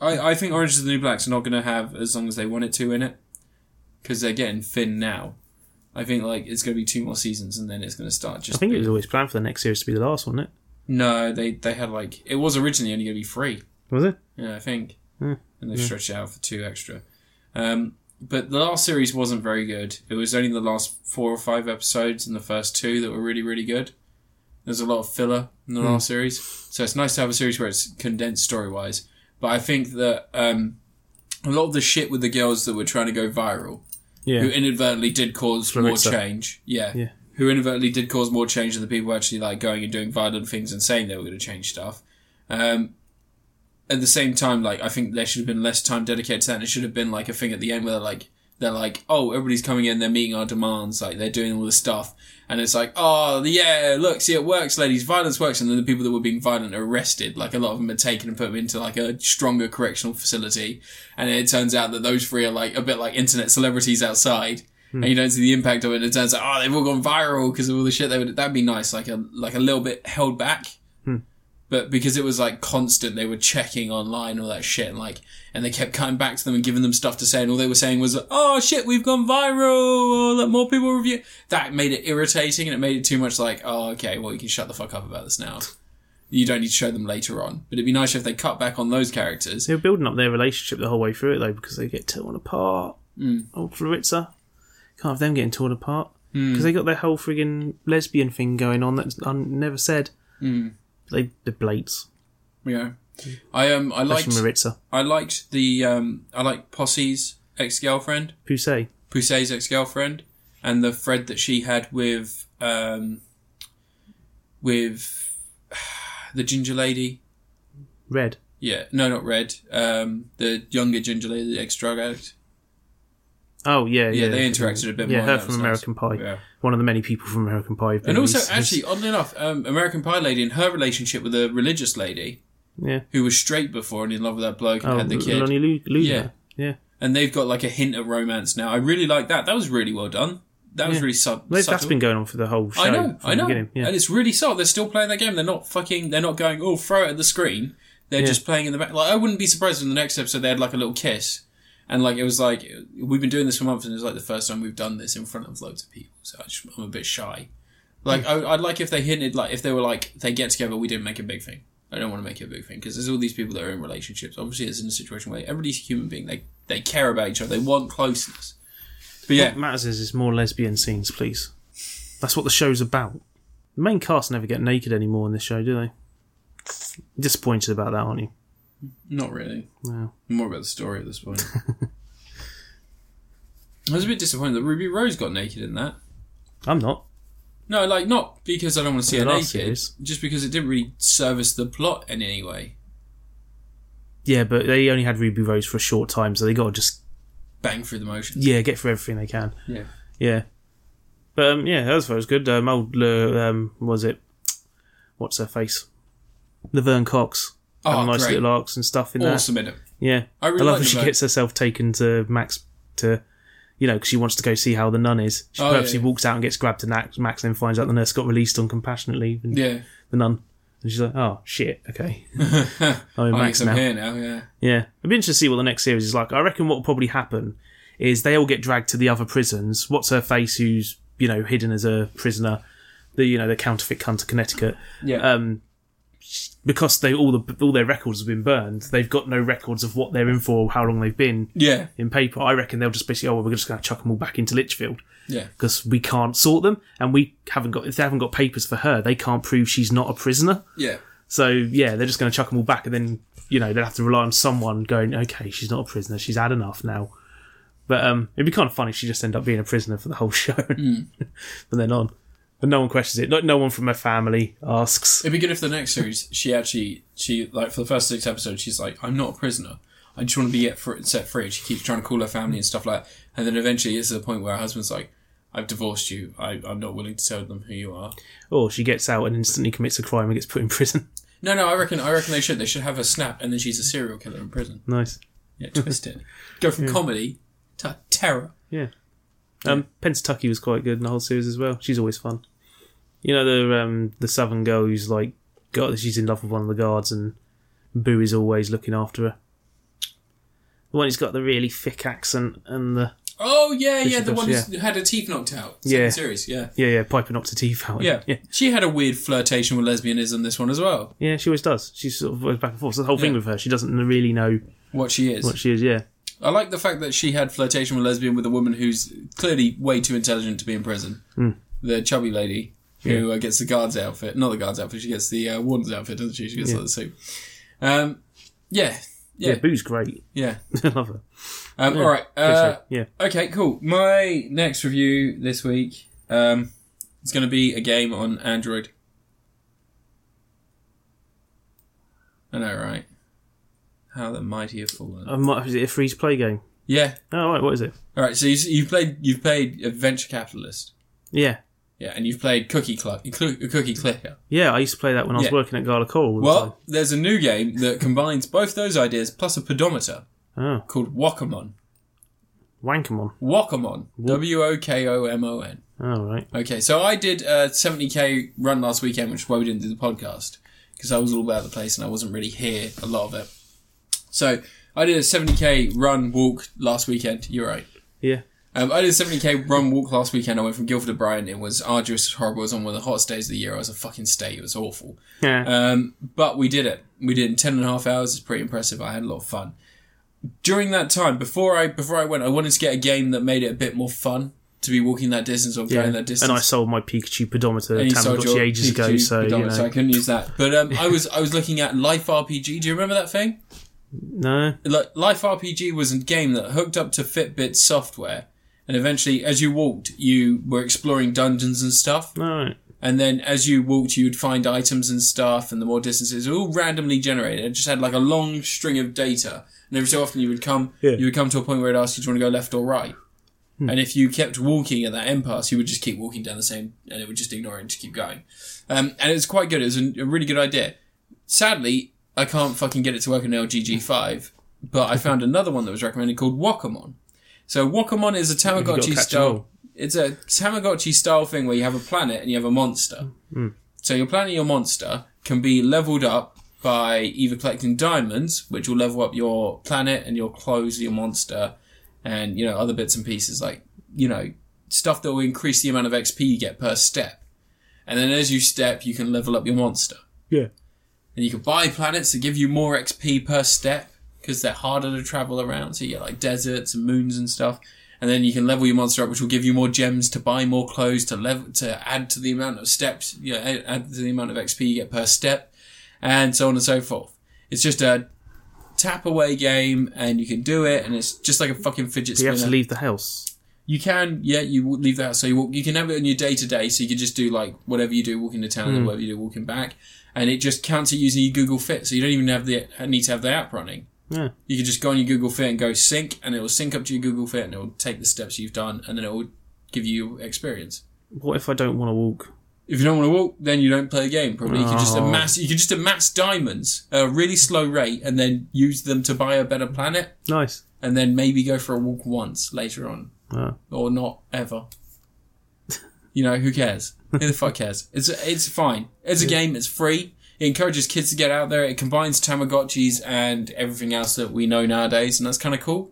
A: I, I think Orange is the New Black's not going to have as long as they want it to in it because they're getting thin now. I think like it's going to be two more seasons and then it's going to start just.
B: I think it was always planned for the next series to be the last, wasn't it?
A: no, they they had like it was originally only going to be three.
B: Was it?
A: Yeah, I think,
B: Hmm.
A: and they stretched it out for two extra. Um, but the last series wasn't very good. It was only the last four or five episodes and the first two that were really really good. There's a lot of filler in
B: Hmm.
A: the last series, so it's nice to have a series where it's condensed story wise. But I think that um, a lot of the shit with the girls that were trying to go viral,
B: Yeah.
A: who inadvertently did cause more
B: Clarissa.
A: change, yeah,
B: Yeah.
A: who inadvertently did cause more change than the people actually like going and doing violent things and saying they were going to change stuff. Um, at the same time, like I think there should have been less time dedicated to that. And it should have been like a thing at the end where they're like, they're like, oh, everybody's coming in, they're meeting our demands, like they're doing all this stuff, and it's like, oh yeah, look, see it works, ladies, violence works, and then the people that were being violent are arrested. Like a lot of them are taken and put into like a stronger correctional facility, and it turns out that those three are like a bit like internet celebrities outside. And you don't see the impact of it. And it turns out, oh, they've all gone viral because of all the shit. They would that'd be nice, like a like a little bit held back but because it was like constant, they were checking online all that shit, and like, and they kept coming back to them and giving them stuff to say, and all they were saying was, "Oh shit, we've gone viral! Oh, Let more people review." That made it irritating, and it made it too much like, "Oh, okay, well, you can shut the fuck up about this now. You don't need to show them later on." But it'd be nice if they cut back on those characters.
B: They were building up their relationship the whole way through it though, because they get torn apart. Old Flaritza. Can't have them getting torn apart. Because they got their whole friggin' lesbian thing going on that's un- never said. They the blades.
A: Yeah, I um, I
B: That's
A: liked,
B: from Maritza.
A: I liked the um, I liked Posse's ex girlfriend.
B: Poussey.
A: Poussey's ex girlfriend and the thread that she had with um, with the ginger lady.
B: Red.
A: Yeah, no, not red. Um, the younger ginger lady, the ex drug addict.
B: Oh yeah, yeah.
A: Yeah, they interacted a bit
B: Yeah,
A: more.
B: her
A: that
B: from
A: was nice.
B: American Pie.
A: Yeah.
B: One of the many people from American Pie. who've been
A: And also,
B: released.
A: actually, oddly enough, um, American Pie lady and her relationship with a religious lady
B: yeah.
A: who was straight before and in love with that bloke and
B: Oh,
A: had the kid.
B: Lonnie Lu- Lu-
A: Yeah.
B: yeah.
A: and they've got like a hint of romance now. I really like that. That was really well done. That was really sub-
B: They've- That's
A: subtle.
B: been going on for the whole show.
A: I know,
B: from
A: I
B: the
A: know,
B: beginning, Yeah.
A: and it's really subtle. They're still playing that game. They're not fucking. They're not going. Oh, throw it at the screen. They're just playing in the back. Like I wouldn't be surprised if in the next episode they had like a little kiss, and like it was like we've been doing this for months, and it's like the first time we've done this in front of loads of people. So I just, I'm a bit shy. Like I, I'd like if they hinted, like if they were like they get together, we didn't make a big thing. I don't want to make it a big thing because there's all these people that are in relationships. Obviously, it's in a situation where everybody's a human being. They they care about each other. They want closeness. But yeah,
B: What matters is, is more lesbian scenes, please. That's what the show's about. The main cast never get naked anymore in this show, do they? Disappointed about that, aren't you?
A: not really.
B: No.
A: More about the story at this point. I was a bit disappointed that Ruby Rose got naked in that.
B: I'm not.
A: No, like not because I don't want to see her
B: The
A: naked,
B: last series.
A: just because it didn't really service the plot in any way.
B: Yeah, but they only had Ruby Rose for a short time, so they got to just
A: Bang through the motion.
B: yeah get through everything they can.
A: Yeah.
B: Yeah, but um, yeah, that was good. Um, old uh, um, what was it? What's her face? Laverne Cox.
A: Oh,
B: Had a nice
A: great.
B: little arcs and stuff in there.
A: Awesome in it.
B: Yeah,
A: I really
B: love
A: like
B: when she
A: Laverne.
B: gets herself taken to Max to, you know, 'cause she wants to go see how the nun is. She
A: Oh,
B: purposely
A: yeah, yeah.
B: walks out and gets grabbed to Max, Max and then finds out the nurse got released on compassionate leave and
A: Yeah.
B: the nun. And she's like, oh shit, okay, I'm in
A: I
B: Max
A: guess I'm
B: now.
A: here now. Yeah.
B: Yeah, I'd be interested to see what the next series is like. I reckon what will probably happen is they all get dragged to the other prisons. What's her face, who's you know hidden as a prisoner, the you know the counterfeit cunt of Connecticut.
A: Yeah.
B: Um, because they all the all their records have been burned, they've got no records of what they're in for, how long they've been
A: yeah.
B: in paper. I reckon they'll just basically, oh, well, we're just going to chuck them all back into Litchfield
A: Yeah.
B: because we can't sort them, and we haven't got if they haven't got papers for her, they can't prove she's not a prisoner.
A: Yeah.
B: So yeah, they're just going to chuck them all back, and then you know they'll have to rely on someone going, okay, she's not a prisoner, she's had enough now. But um, it'd be kind of funny if she just ended up being a prisoner for the whole show, from then on. But no one questions it. Like no one from her family asks.
A: It'd be good if the next series she actually she like for the first six episodes she's like I'm not a prisoner. I just want to be get fr- set free. She keeps trying to call her family and stuff like that, and then eventually it's to the point where her husband's like, "I've divorced you. I, I'm not willing to tell them who you are."
B: Or she gets out and instantly commits a crime and gets put in prison.
A: No, no, I reckon I reckon they should. They should have her snap, and then she's a serial killer in prison.
B: nice.
A: Yeah, twist it. Go from comedy to terror.
B: Yeah. Um, Pennsatucky was quite good in the whole series as well. She's always fun. You know the um, the southern girl who's like, God, she's in love with one of the guards, and Boo is always looking after her. The one who's got the really thick accent and the
A: Oh yeah, yeah,
B: she
A: the
B: does,
A: one who's had her teeth knocked out. Second
B: Yeah.
A: series. Yeah,
B: yeah yeah piping up to teeth out.
A: yeah,
B: yeah,
A: She had a weird flirtation with lesbianism. This one as well.
B: yeah. She always does. She's sort of always back and forth. So the whole thing
A: Yeah.
B: with her, she doesn't really know
A: What she is.
B: what she is. Yeah,
A: I like the fact that she had flirtation with lesbian with a woman who's clearly way too intelligent to be in prison. The chubby lady who uh, gets the guard's outfit, not the guard's outfit. She gets the uh, warden's outfit, doesn't she? She gets like, the suit. Um, yeah,
B: yeah.
A: yeah,
B: Boo's great.
A: yeah.
B: I love her.
A: Um, All right. Uh,
B: So, yeah,
A: Okay, cool. My next review this week um, is going to be a game on Android. I know, right? How the mighty have fallen.
B: um, what- is it a free to play game?
A: Yeah.
B: Oh right, what is it?
A: All right. So you, you've played you've played Adventure Capitalist,
B: Yeah,
A: yeah, and you've played Cookie Cl- Cookie Clicker.
B: yeah. I used to play that when I was
A: Yeah.
B: working at Gala Coral. all the
A: Well, there's a new game that combines both those ideas plus a pedometer
B: time.
A: called Wokomon.
B: oh, Wankamon.
A: Wokomon. W o k o m o n.
B: Oh right.
A: Okay, so I did a 70k run last weekend, which is why we didn't do the podcast because I was all about the place and I wasn't really here a lot of it. So I did a 70k run walk last weekend. You're right.
B: Yeah.
A: Um, I did a 70k run walk last weekend. I went from Guildford to Brighton. It was arduous, it's horrible. It was on one of the hottest days of the year. I was a fucking state. It was awful.
B: Yeah.
A: Um, but we did it. We did it in 10 and a half hours. It's pretty impressive. I had a lot of fun. During that time, before I before I went, I wanted to get a game that made it a bit more fun to be walking that distance or going that distance.
B: And I sold my Pikachu pedometer
A: And you sold
B: Tamagotchi
A: your
B: ages ago,
A: Pikachu
B: so you
A: predominant, so I
B: know.
A: couldn't use that. But um, I was I was looking at Life RPG. Do you remember that thing?
B: No,
A: Like, Life RPG was a game that hooked up to Fitbit software, and eventually, as you walked, you were exploring dungeons and stuff.
B: no, right.
A: And then, as you walked, you'd find items and stuff, and the more distances it was all randomly generated. It just had like a long string of data, and every so often you would come,
B: Yeah. Hmm.
A: you would come to a point where it asked you, "Do you want to go left or right?" And if you kept walking at that impasse, you would just keep walking down the same, and it would just ignore it and just keep going. Um, and it was quite good. It was a, a really good idea. Sadly, I can't fucking get it to work on LGG5, but I found another one that was recommended called Wakamon. So Wakamon is a
B: gotta catch
A: Tamagotchi
B: 'em all.
A: style. It's a Tamagotchi style thing where you have a planet and you have a monster.
B: Hmm.
A: So your planet, and your monster can be leveled up by either collecting diamonds, which will level up your planet and your clothes, and your monster, and you know other bits and pieces like you know stuff that will increase the amount of XP you get per step. And then as you step, you can level up your monster.
B: yeah,
A: And you can buy planets that give you more XP per step because they're harder to travel around. So you get like deserts and moons and stuff. And then you can level your monster up, which will give you more gems to buy more clothes to level to add to the amount of steps. You know, add- add to the amount of XP you get per step, and so on and so forth. It's just a tap away game, and you can do it. And it's just like a fucking fidget
B: you
A: spinner.
B: have to leave the house.
A: You can, yeah, you would leave that. So you walk, you can have it on your day to day. So you can just do like whatever you do, walking to town,
B: Hmm.
A: and whatever you do, walking back, and it just counts it using your Google Fit. So you don't even have the need to have the app running.
B: Yeah.
A: You can just go on your Google Fit and go sync, and it will sync up to your Google Fit, and it will take the steps you've done, and then it will give you experience.
B: What if I don't want to walk?
A: If you don't want to walk, then you don't play the game. Probably you could just
B: Oh.
A: amass you could just amass diamonds at a really slow rate, and then use them to buy a better planet,
B: Nice.
A: and then maybe go for a walk once later on
B: Oh.
A: or not ever. You know, who cares? Who the fuck cares? It's it's fine. It's a game. It's free. It encourages kids to get out there. It combines Tamagotchis and everything else that we know nowadays, and that's kind of cool.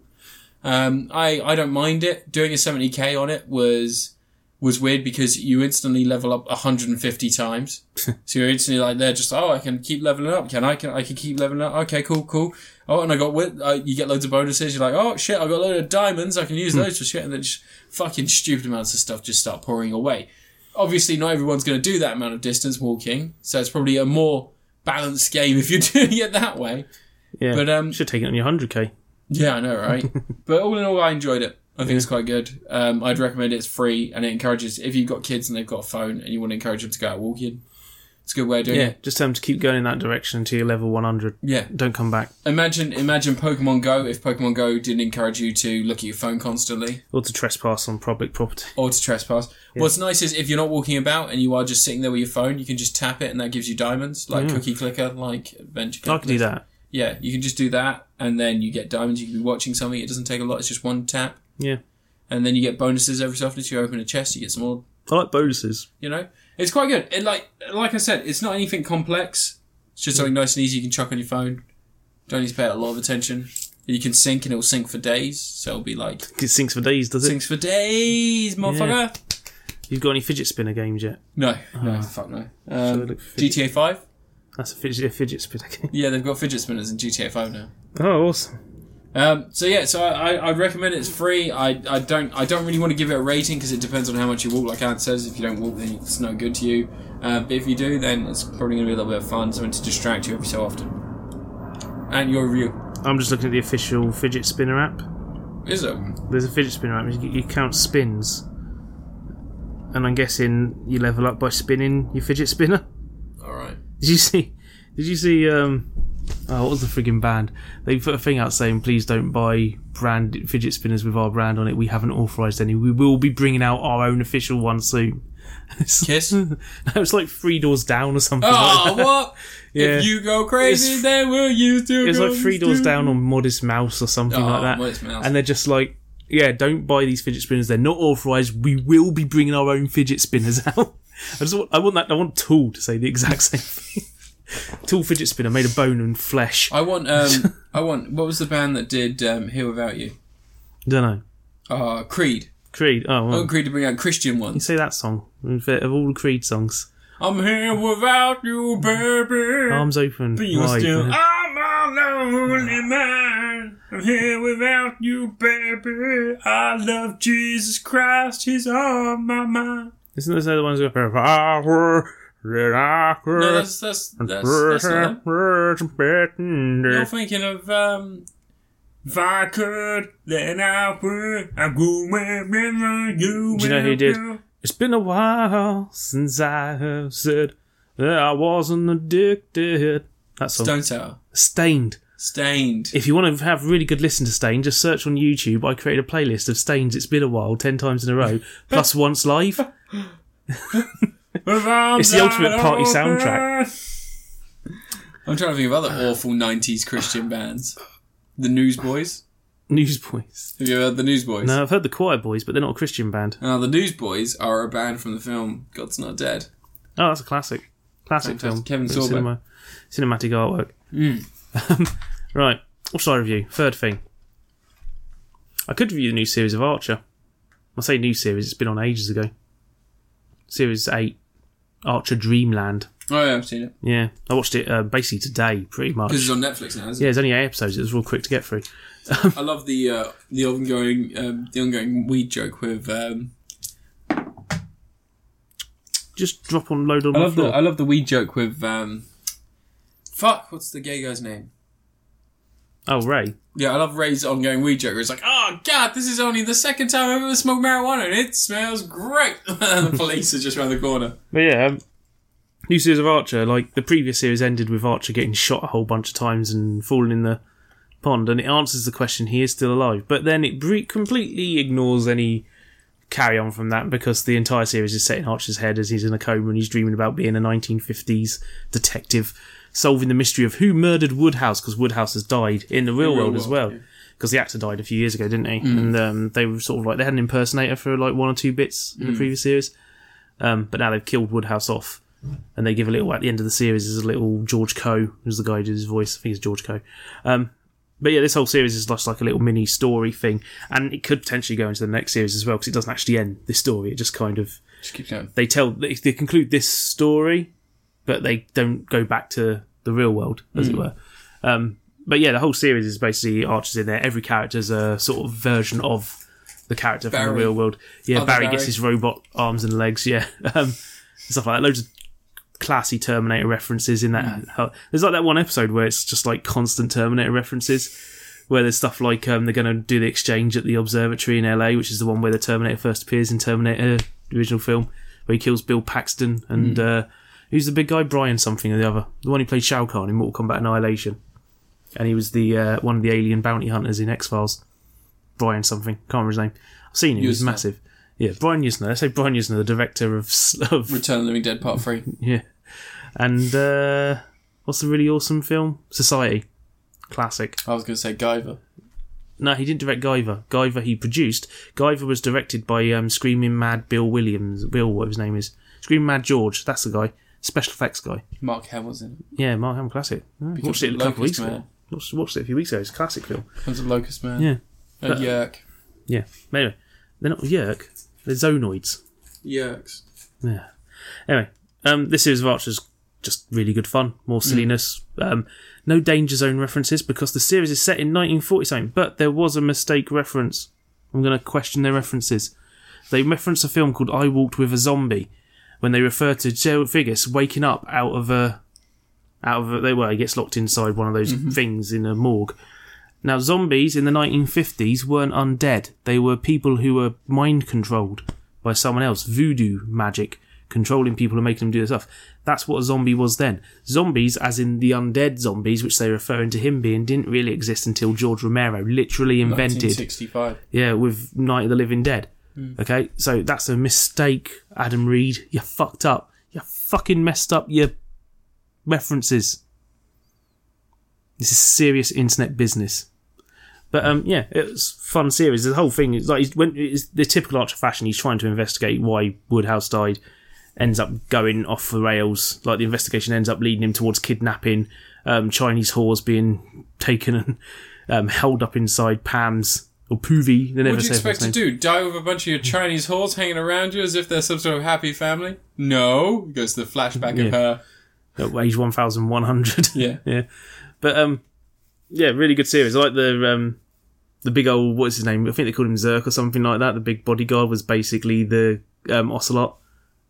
A: Um, I I don't mind it. Doing a seventy k on it was was weird because you instantly level up 150 times. so you're instantly like there, just oh, I can keep leveling up. Can I? Can I can keep leveling up? Okay, cool, cool. Oh, and I got wi- uh, you get loads of bonuses. You're like, oh shit, I got a load of diamonds. I can use those for shit. And then just fucking stupid amounts of stuff just start pouring away. Obviously, not everyone's going to do that amount of distance walking, so it's probably a more balanced game if you're doing it that way.
B: Yeah.
A: But, um,
B: should take it on your hundred k.
A: Yeah, I know, right? but all in all, I enjoyed it. I think it's quite good. Um, I'd recommend it. It's free and it encourages, if you've got kids and they've got a phone and you want to encourage them to go out walking, it's a good way of doing
B: Yeah.
A: it.
B: Just tell them to keep going in that direction until you're level one hundred.
A: Yeah.
B: Don't come back.
A: Imagine, imagine Pokemon Go if Pokemon Go didn't encourage you to look at your phone constantly
B: Or to trespass on public property.
A: or to trespass. What's nice is if you're not walking about and you are just sitting there with your phone, you can just tap it and that gives you diamonds, like Cookie Clicker, like Adventure Clicker.
B: Mm. I could do that.
A: Yeah, you can just do that and then you get diamonds. You can be watching something. It doesn't take a lot. It's just one tap.
B: Yeah.
A: And then you get bonuses every so often. So you open a chest, you get some more
B: I like bonuses.
A: You know, it's quite good. It like like I said, it's not anything complex. It's just something nice and easy you can chuck on your phone. Don't need to pay it a lot of attention. You can sync and it'll sync for days. So it'll be like
B: It sinks for days, does it?
A: syncs for days, motherfucker.
B: You've got any fidget spinner games yet?
A: No, no, fuck no.
B: Should I
A: Um,
B: Ah. look for
A: GTA
B: fidget-
A: Five.
B: That's a fidget, a fidget spinner game.
A: Yeah, they've got fidget spinners in GTA Five now.
B: Oh, awesome.
A: Um, so yeah, so I, I, I recommend it. it's free. I, I don't I don't really want to give it a rating because it depends on how much you walk. Like Ant says, if you don't walk, then it's no good to you. Uh, but if you do, then it's probably going to be a little bit of fun, something to distract you every so often. And your review
B: I'm just looking at the official fidget spinner app.
A: is it?
B: There's a fidget spinner app. You, you count spins, and I'm guessing you level up by spinning your fidget spinner.
A: All right.
B: Did you see? Did you see? Um, oh, what was the frigging band? They put a thing out saying, "Please don't buy brand fidget spinners with our brand on it. We haven't authorized any. We will be bringing out our own official one soon." It's-
A: Kiss?
B: no, it's like three doors down or something.
A: Oh,
B: like that.
A: what?
B: Yeah.
A: If you go crazy,
B: It's-
A: then we'll use two.
B: It was like
A: guns
B: three doors
A: too.
B: down on Modest Mouse or something
A: Oh,
B: like that.
A: Modest Mouse.
B: And they're just like, yeah, don't buy these fidget spinners. They're not authorized. We will be bringing our own fidget spinners out. I just want, I want that. I want Tool to say the exact same thing. Tool fidget spinner made of bone and flesh. I
A: I want um I want what was the band that did um Here Without You?
B: don't know.
A: Uh Creed.
B: Creed. Oh,
A: I
B: well.
A: want Creed to bring out Christian ones.
B: you say that song In fact, of all the Creed songs.
A: I'm here without you, baby.
B: Arms open.
A: You
B: wide.
A: still, I'm a lonely man. I'm here without you, baby. I love Jesus Christ. He's on my mind.
B: Isn't this the other ones? that go, "If I were- then I could-
A: No, that's that's that's, that's not them. You're thinking of um. If I could, then I would. I go wherever you.
B: Do you know who did? It's been a while since I have said that I wasn't addicted. That song.
A: Stone Sour.
B: Stained.
A: Stained.
B: If you want to have really good listen to Stained, just search on YouTube. I created a playlist of Stains It's Been a While 10 times in a row, plus once live.
A: It's
B: the ultimate party soundtrack.
A: I'm trying to think of other awful 90s Christian bands. The Newsboys.
B: Newsboys.
A: Have you ever heard the Newsboys?
B: Now, I've heard the Choir Boys, but they're not a Christian band.
A: Now, the Newsboys are a band from the film God's Not Dead.
B: Oh, that's a classic. Classic
A: Fantastic.
B: film.
A: Kevin
B: Great
A: Sorbo. Mm.
B: cinematic artwork. Um, right. What should I review? Third thing. I could review the new series of Archer. I say new series, it's been on ages ago. Series 8, Archer Dreamland.
A: Oh, yeah, I've seen it.
B: Yeah. I watched it uh, basically today, pretty much.
A: Because it's on Netflix now, isn't
B: Yeah, there's only eight episodes. It was real quick to get through.
A: it? I love the uh, the ongoing um, the ongoing weed joke with. Um,
B: Just drop on load on
A: I
B: the
A: love the
B: floor.
A: I love the weed joke with. Um, fuck, what's the gay guy's name?
B: Oh, Ray. Oh,
A: Yeah, I love Ray's ongoing weed joke. Where it's like, ah, oh god, this is only the second time I've ever smoked marijuana and it smells great. and the police are just around the corner.
B: But yeah, um, new series of Archer. Like the previous series ended with Archer getting shot a whole bunch of times and falling in the pond, and it answers the question he is still alive. But then it bre- completely ignores any carry on from that because the entire series is set in Archer's head as he's in a coma and he's dreaming about being a 1950s detective solving the mystery of who murdered Woodhouse because Woodhouse has died in the real, world, as well. Because the actor died a few years ago, didn't he? And um, they were sort of like they had an impersonator for like one or two bits in the previous series, um, but now they've killed Woodhouse off, and they give a little at the end of the series is a little George Coe, who's the guy who did his voice. I think it's George Coe. Um, but yeah, this whole series is just like a little mini story thing, and it could potentially go into the next series as well because it doesn't actually end this story. It just kind of
C: Just keep going.
B: they tell they, they conclude this story, but they don't go back to the real world, as
C: Hmm.
B: it were. Um, but yeah, the whole series is basically Archer's in there. Every character's a sort of version of the character from
C: Barry.
B: the real world. Yeah,
C: Other
B: Barry,
C: Barry.
B: gets his robot arms and legs. Yeah, um, stuff like that. Loads of classy Terminator references in that.
C: Hmm.
B: There's like that one episode where it's just like constant Terminator references. Where there's stuff like um, they're going to do the exchange at the observatory in LA, which is the one where the Terminator first appears in Terminator the original film, where he kills Bill Paxton and uh, who's the big guy Brian something or the other, the one who played Shao Kahn in Mortal Kombat Annihilation, and he was the uh, one of the alien bounty hunters in X Files. Brian something, can't remember his name. I've seen him; he's
C: Usner.
B: massive. Yeah, Brian Usner. Let's say Brian Usner, the director of, s- of
C: Return of the Living Dead Part Three.
B: yeah. And uh, what's the really awesome film? Society. Classic.
C: I was going to say Guyver.
B: No, he didn't direct Guyver. Guyver he produced. Guyver was directed by um, Screaming Mad Bill Williams. Bill, whatever his name is. Screaming Mad George. That's the guy. Special effects guy.
C: Mark Hamill's in it.
B: Yeah, Mark Hamill classic. Yeah, watched it a couple
C: Locust
B: of weeks
C: Man.
B: ago. Watched, watched it a few weeks ago. It's a classic film.
C: Becomes a locust man.
B: Yeah.
C: A yerk.
B: Yeah. Anyway, they're not yerk. They're zonoids.
C: Yerks.
B: Anyway, um, this series of Archer's just really good fun, more silliness. Um, no Danger Zone references because the series is set in 1940 something, but there was a mistake reference. I'm going to question their references. They reference a film called I Walked with a Zombie when they refer to Joe Figgis waking up out of a. Out of a, they were he gets locked inside one of those things in a morgue. Now, zombies in the 1950s weren't undead. They were people who were mind controlled by someone else. Voodoo magic, controlling people and making them do their stuff. That's what a zombie was then. Zombies, as in the undead zombies, which they're referring to him being, didn't really exist until George Romero literally invented
C: 1965.
B: yeah, with Night of the Living Dead. Okay, so that's a mistake, Adam Reed. You fucked up. You fucking messed up your references. This is serious internet business. But um, yeah, it was a fun series. The whole thing is like he's- when it's the typical Archer fashion. He's trying to investigate why Woodhouse died. Ends up going off the rails. Like the investigation ends up leading him towards kidnapping, um, Chinese whores being taken and um, held up inside Pam's or Poovy. They never
C: What do you
B: say her
C: expect
B: first
C: to
B: name.
C: do? Die with a bunch of your Chinese whores hanging around you as if they're some sort of happy family? No. He goes to the flashback
B: Yeah.
C: of her.
B: at age 1100
C: Yeah.
B: yeah but um yeah really good series I like the um the big old what's his name i think they called him zerk or something like that the big bodyguard was basically the um ocelot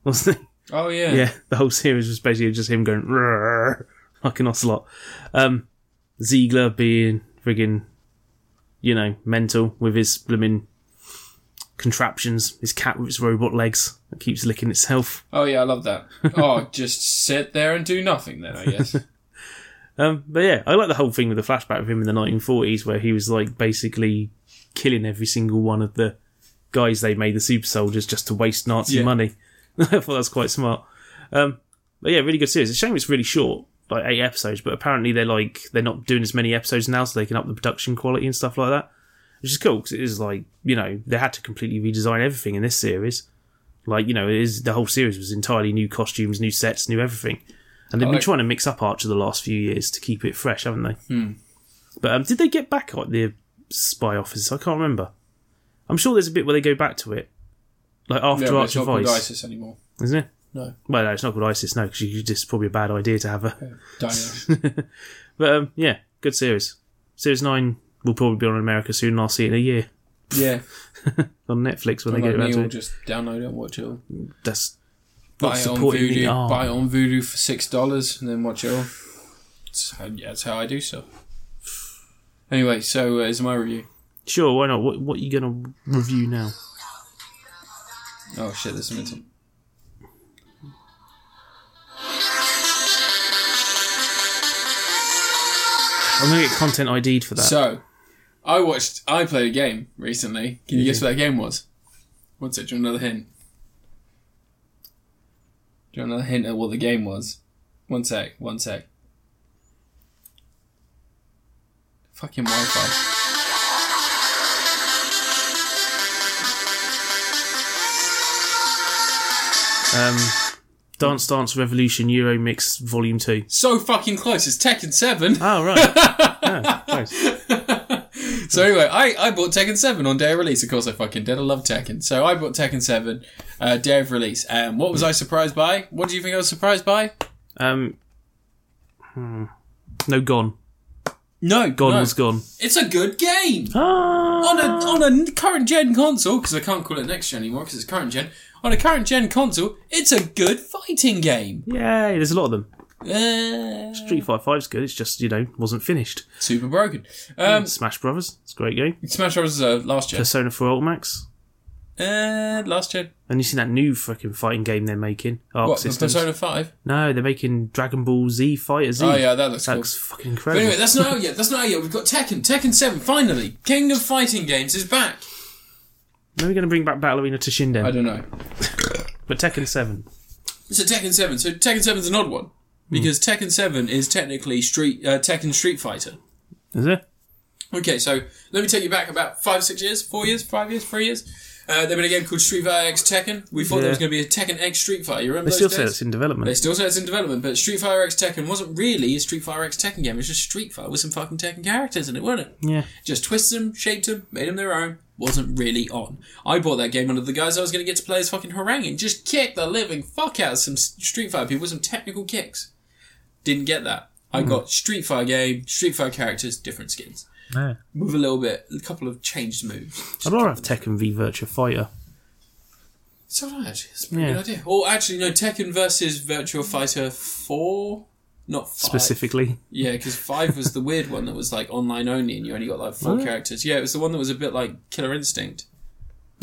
B: wasn't he
C: Oh, yeah.
B: yeah the whole series was basically just him going "Rrrr," like an ocelot um ziegler being friggin you know mental with his blooming contraptions his cat with its robot legs that keeps licking itself
C: Oh, yeah, I love that. oh, just sit there and do nothing then, I guess.
B: Um, but yeah, I like the whole thing with the flashback of him in the 1940s, where he was like basically killing every single one of the guys they made the super soldiers just to waste Nazi
C: Yeah.
B: money. I thought that was quite smart. Um, but yeah, really good series. It's a shame it's really short, like eight episodes. But apparently they're like they're not doing as many episodes now, so they can up the production quality and stuff like that, which is cool because it is like you know they had to completely redesign everything in this series. Like you know, it is the whole series was entirely new costumes, new sets, new everything. And they've
C: I
B: been
C: like-
B: trying to mix up Archer the last few years to keep it fresh, haven't they?
C: Hmm.
B: But um, did they get back at the spy office? I can't remember. I'm sure there's a bit where they go back to it, like after
C: yeah, but it's
B: Archer
C: not called
B: Vice,
C: ISIS anymore.
B: isn't it?
C: No.
B: Well, no, it's not called ISIS, no, because it's probably a bad idea to have a.
C: Dino.
B: But um, yeah, good series. Series nine will probably be on in America soon, and I'll see it in a year
C: yeah.
B: on Netflix when they
C: Like
B: get
C: me,
B: around to
C: will
B: it.
C: just download it and watch it all.
B: That's not
C: Buy it on
B: supporting the
C: Voodoo.
B: art.
C: Buy it on Voodoo for $6 and then watch it all. That's how, yeah, that's how I do so. Anyway, so uh, is my review.
B: Sure, why not? What, what are you going to review now?
A: Oh shit, there's something.
B: I'm going to get content ID'd for that.
A: So, I watched. I played a game recently. Can you guess what that game was? What's it? Do you want another hint? Do you want another hint at what the game was? One sec. One sec. Fucking Wi-Fi.
B: um, Dance Dance Revolution Euro Mix Volume 2.
A: So fucking close. It's Tekken Seven.
B: Oh, right. oh, nice.
A: So anyway, I, I bought Tekken 7 on day of release. Of course I fucking did. I love Tekken. So I bought Tekken 7 uh, day of release. And what was I surprised by? What do you think I was surprised by?
B: Um, hmm. No, Gone.
A: No,
B: Gone
A: no. Oh,
B: was gone.
A: It's a good game
B: Ah,
A: on a on a n- current gen console because I can't call it next gen anymore because it's current gen. On a current gen console, it's a good fighting game.
B: yay, there's a lot of them.
A: Uh,
B: Street Fighter 5's good, it's just, you know, wasn't finished.
A: super broken. Um,
B: Smash Brothers, it's a great game.
A: Smash Bros. Uh, last gen.
B: Persona 4 Ultimax.
A: Uh, last gen.
B: And you seen that new fucking fighting game they're making? Arc
A: What?
B: Systems.
A: Persona Five.
B: No, they're making Dragon Ball Z Fighter Z.
A: Oh yeah, that looks
B: That
A: cool.
B: looks fucking
A: But
B: incredible.
A: anyway, that's not out yet. That's not out yet. We've got Tekken. Tekken Seven. Finally, King of Fighting Games is back.
B: Now we're going to bring back Battle Arena
A: I
B: to Shinden,
A: don't know.
B: but Tekken 7.
A: So Tekken Seven. So Tekken Seven's an odd one because Tekken Seven is technically Street uh, Tekken Street Fighter.
B: Is it?
A: Okay, so let me take you back about five, six years, four years, five years, three years. Uh, there been a game called Street Fighter X Tekken. We thought
B: Yeah.
A: there was going to be a Tekken X Street Fighter. You remember those
B: They still
A: days?
B: say it's in
A: They
B: development.
A: still say it's in development, but Street Fighter X Tekken wasn't really a Street Fighter X Tekken game. It was just Street Fighter with some fucking Tekken characters in it, wasn't it?
B: Yeah.
A: Just twisted them, shaped them, made them their own. Wasn't really on. I bought that game under the guise I was going to get to play as fucking harangue and just kick the living fuck out of some S- Street Fighter people with some technical kicks. Didn't get that. I
B: Hmm.
A: got Street Fighter game, Street Fighter characters, different skins
B: yeah.
A: move a little bit, a couple of changed moves.
B: I'd rather have Tekken v Virtua Fighter.
A: It's alright, actually. It's a pretty
B: Yeah.
A: good idea. Or actually, no, Tekken versus Virtual Fighter 4, not 5.
B: specifically.
A: Yeah, because 5 was the weird one that was like online only and you only got like four
B: Really?
A: characters. Yeah, it was the one that was a bit like Killer Instinct.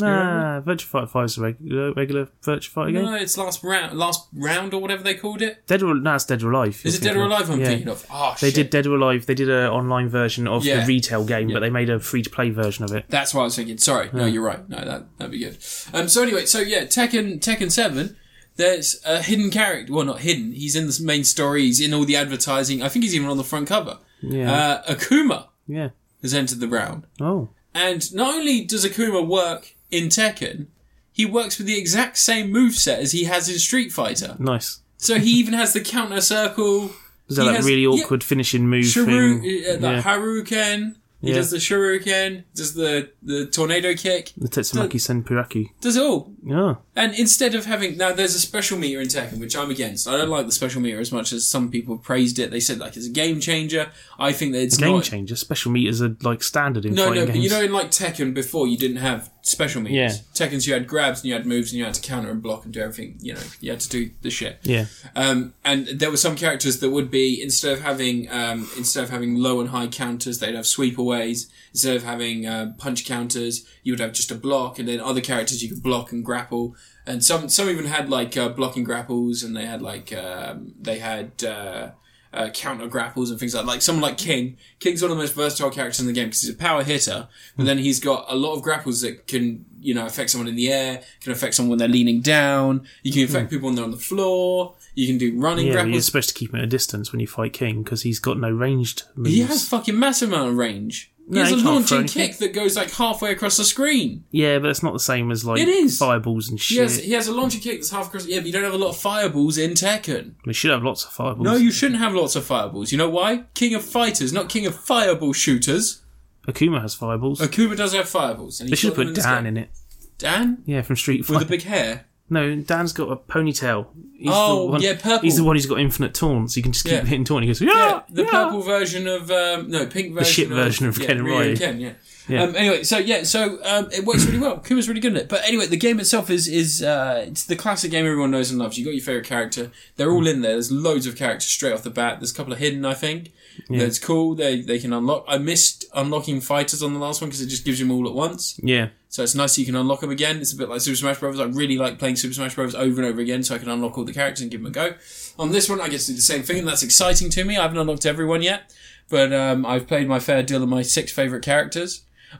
B: Nah, Virtua Fighter 5 is a regular, regular Virtua Fighter game.
A: No, it's last round, last round or whatever they called it.
B: Dead or, no, it's Dead or Alive.
A: Is
B: you're
A: it Dead or
B: thinking of.
A: Alive I'm
B: yeah.
A: thinking of? Oh,
B: They
A: shit.
B: did Dead or Alive. They did an online version of
A: Yeah.
B: the retail game, but they made a free to play version of it.
A: That's what I was thinking. Sorry, no, you're right. No, that that'd be good. Um, so anyway, so yeah, Tekken Tekken Seven. There's a hidden character. Well, not hidden. He's in the main story. He's in all the advertising. I think he's even on the front cover.
B: Yeah.
A: Uh, Akuma
B: yeah.
A: has entered the round,
B: Oh.
A: and not only does Akuma work in Tekken, he works with the exact same moveset as he has in Street Fighter.
B: Nice.
A: So he even has the counter circle.
B: Is that
A: He
B: that
A: has-
B: really
A: yeah.
B: awkward finishing move
A: Shuru,
B: thing?
A: uh, the
B: yeah.
A: Haruken. He
B: Yeah.
A: does the Shuriken. Does the the tornado kick.
B: the Oh, Tetsumaki Senpuraku.
A: Does it all.
B: Yeah.
A: And instead of having now, there's a special meter in Tekken, which I'm against. I don't like the special meter as much as some people praised it. They said like it's a game changer. I think that it's
B: Game
A: not.
B: changer. Special meters are like standard in
A: No,
B: fighting
A: no, but
B: games.
A: you know, in like Tekken before, you didn't have special meters. Tekken's you had grabs and you had moves and you had to counter and block and do everything. You know, you had to do the shit.
B: yeah.
A: Um, and there were some characters that would be instead of having um, instead of having low and high counters, they'd have sweep aways. Instead of having uh, punch counters, you would have just a block, and then other characters you could block and grapple. And some some even had like uh, blocking grapples, and they had like um, they had. Uh, uh, counter grapples and things like like someone like King. King's one of the most versatile characters in the game because he's a power hitter, but then he's got a lot of grapples that can you know affect someone in the air, can affect someone when they're leaning down. You can affect people when they're on the floor. You can do running
B: Hmm. Yeah, you're
A: grapples.
B: supposed to keep him at a distance when you fight King because he's got no ranged moves.
A: He has fucking massive amount of range. He
B: No,
A: has
B: he
A: a
B: can't throw
A: launching
B: anything.
A: kick that goes like halfway across the screen.
B: Yeah, but it's not the same as like
A: It is.
B: fireballs and
A: He
B: shit.
A: has, he has a launching kick that's half across. Yeah, but you don't have a lot of fireballs in Tekken.
B: We should have lots of fireballs.
A: No, you shouldn't have lots of fireballs. You know why? King of fighters, not king of fireball shooters.
B: Akuma has fireballs.
A: Akuma does have fireballs. And
B: They should have put Dan
A: in.
B: in it.
A: this game. Dan?
B: Yeah, from Street
A: With
B: Fighter.
A: the big hair.
B: No, Dan's got a ponytail He's
A: Oh,
B: the one,
A: yeah, purple.
B: He's the one who's got infinite taunts. You can just keep
A: Yeah.
B: hitting taunt. He goes, yeah,
A: Yeah, the
B: yeah."
A: purple version of um, no pink version,
B: shit
A: of,
B: version of
A: yeah,
B: Ken and
A: Ryu
B: Roy.
A: Ken, yeah.
B: Yeah.
A: Um, anyway, so yeah, so um, it works really well. Kuma's really good at it. But anyway, the game itself is is uh, it's the classic game everyone knows and loves. You got your favorite character. They're all in there. There's loads of characters straight off the bat. There's a couple of hidden, I think. That's cool. They they can unlock. I missed unlocking fighters on the last one because it just gives you them all at once.
B: Yeah,
A: So it's nice you can unlock them again. It's a bit like Super Smash Bros. I really like playing Super Smash Bros. over and over again, so I can unlock all the characters and give them a go. On this one, I get to do the same thing, and that's exciting to me. I haven't unlocked everyone yet, but um, I've played my fair deal of my six favorite characters.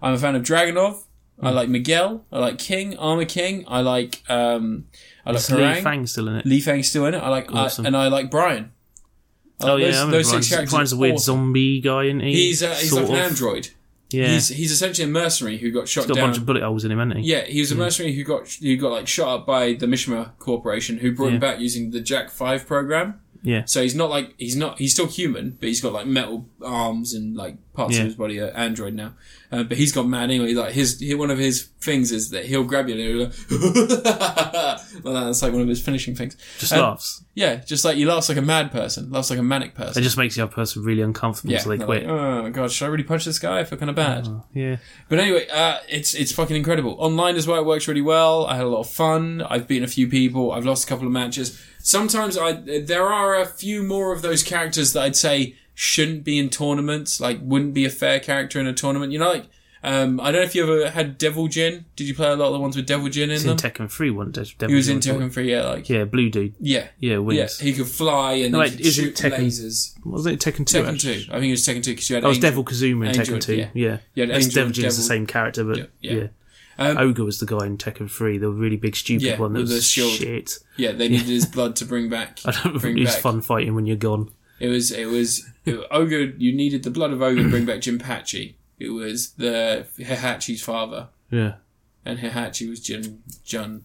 A: I'm a fan of Dragonov. I
B: Hmm.
A: like Miguel. I like King, Armor King. I like um, I like
B: Is Lee
A: Harang.
B: Fang's still in it.
A: Lee Fang's still in it. I like I-
B: Awesome.
A: and I like Brian. I
B: oh
A: like
B: yeah,
A: those-
B: I remember
A: those six
B: Brian's,
A: characters
B: Brian's a
A: are
B: weird
A: awesome.
B: zombie guy, isn't he?
A: He's uh, he's
B: Sort
A: like an
B: of.
A: android.
B: Yeah,
A: He's he's essentially a mercenary who got shot
B: got a
A: down.
B: bunch of bullet holes in him, hasn't he?
A: Yeah, he was a mercenary who got who got like shot up by the Mishima Corporation, who brought him back using the Jack Five program.
B: Yeah.
A: So he's not like he's not he's still human, but he's got like metal arms and like parts
B: Yeah.
A: of his body are android now. Uh, but he's got mad anyway. Like his he, one of his things is that he'll grab you and he'll go, well, that's like one of his finishing things.
B: Just
A: Um,
B: laughs.
A: Yeah, just like he laughs like a mad person, laughs like a manic
B: It
A: person.
B: just makes the other person really uncomfortable,
A: yeah,
B: so they
A: they're
B: quit.
A: Like, oh god, should I really punch this guy? I feel kind of bad.
B: yeah,
A: But anyway, uh, it's it's fucking incredible. Online as well, it works really well. I had a lot of fun. I've beaten a few people. I've lost a couple of matches. Sometimes I there are a few more of those characters that I'd say shouldn't be in tournaments. Like wouldn't be a fair character in a tournament. You know, like um, I don't know if you ever had Devil Jin. Did you play a lot of the ones with Devil Jin in
B: it's
A: them?
B: in Tekken Three. One Dev-
A: Um, he was in
B: Devil's One.
A: Tekken Three. Yeah, like yeah,
B: Yeah, blue dude.
A: yeah,
B: Yeah, wings.
A: he could fly and
B: No,
A: he
B: wait,
A: could
B: is it
A: shoot
B: Tekken-
A: lasers.
B: What was it Tekken Two?
A: Tekken Two. I think it was Tekken Two because you had.
B: That was
A: Angel.
B: Devil Kazuma in
A: Angel,
B: Tekken Two.
A: yeah.
B: Yeah,
A: Yeah,
B: It's
A: Angel,
B: Devil Jin's the
A: Devil.
B: same character, but yeah.
A: yeah. Um,
B: Ogre was the guy in Tekken Three, the really big stupid
A: Yeah,
B: one that
A: with the
B: was
A: shield.
B: shit.
A: Yeah, they needed his blood to bring back.
B: I don't remember.
A: bring
B: It's
A: back-
B: fun fighting when you're gone.
A: It was it was it, was Ogre. You needed the blood of Ogre to bring back Jinpachi. It was the Hihachi's father,
B: Yeah,
A: and Hihachi was Jin Jun.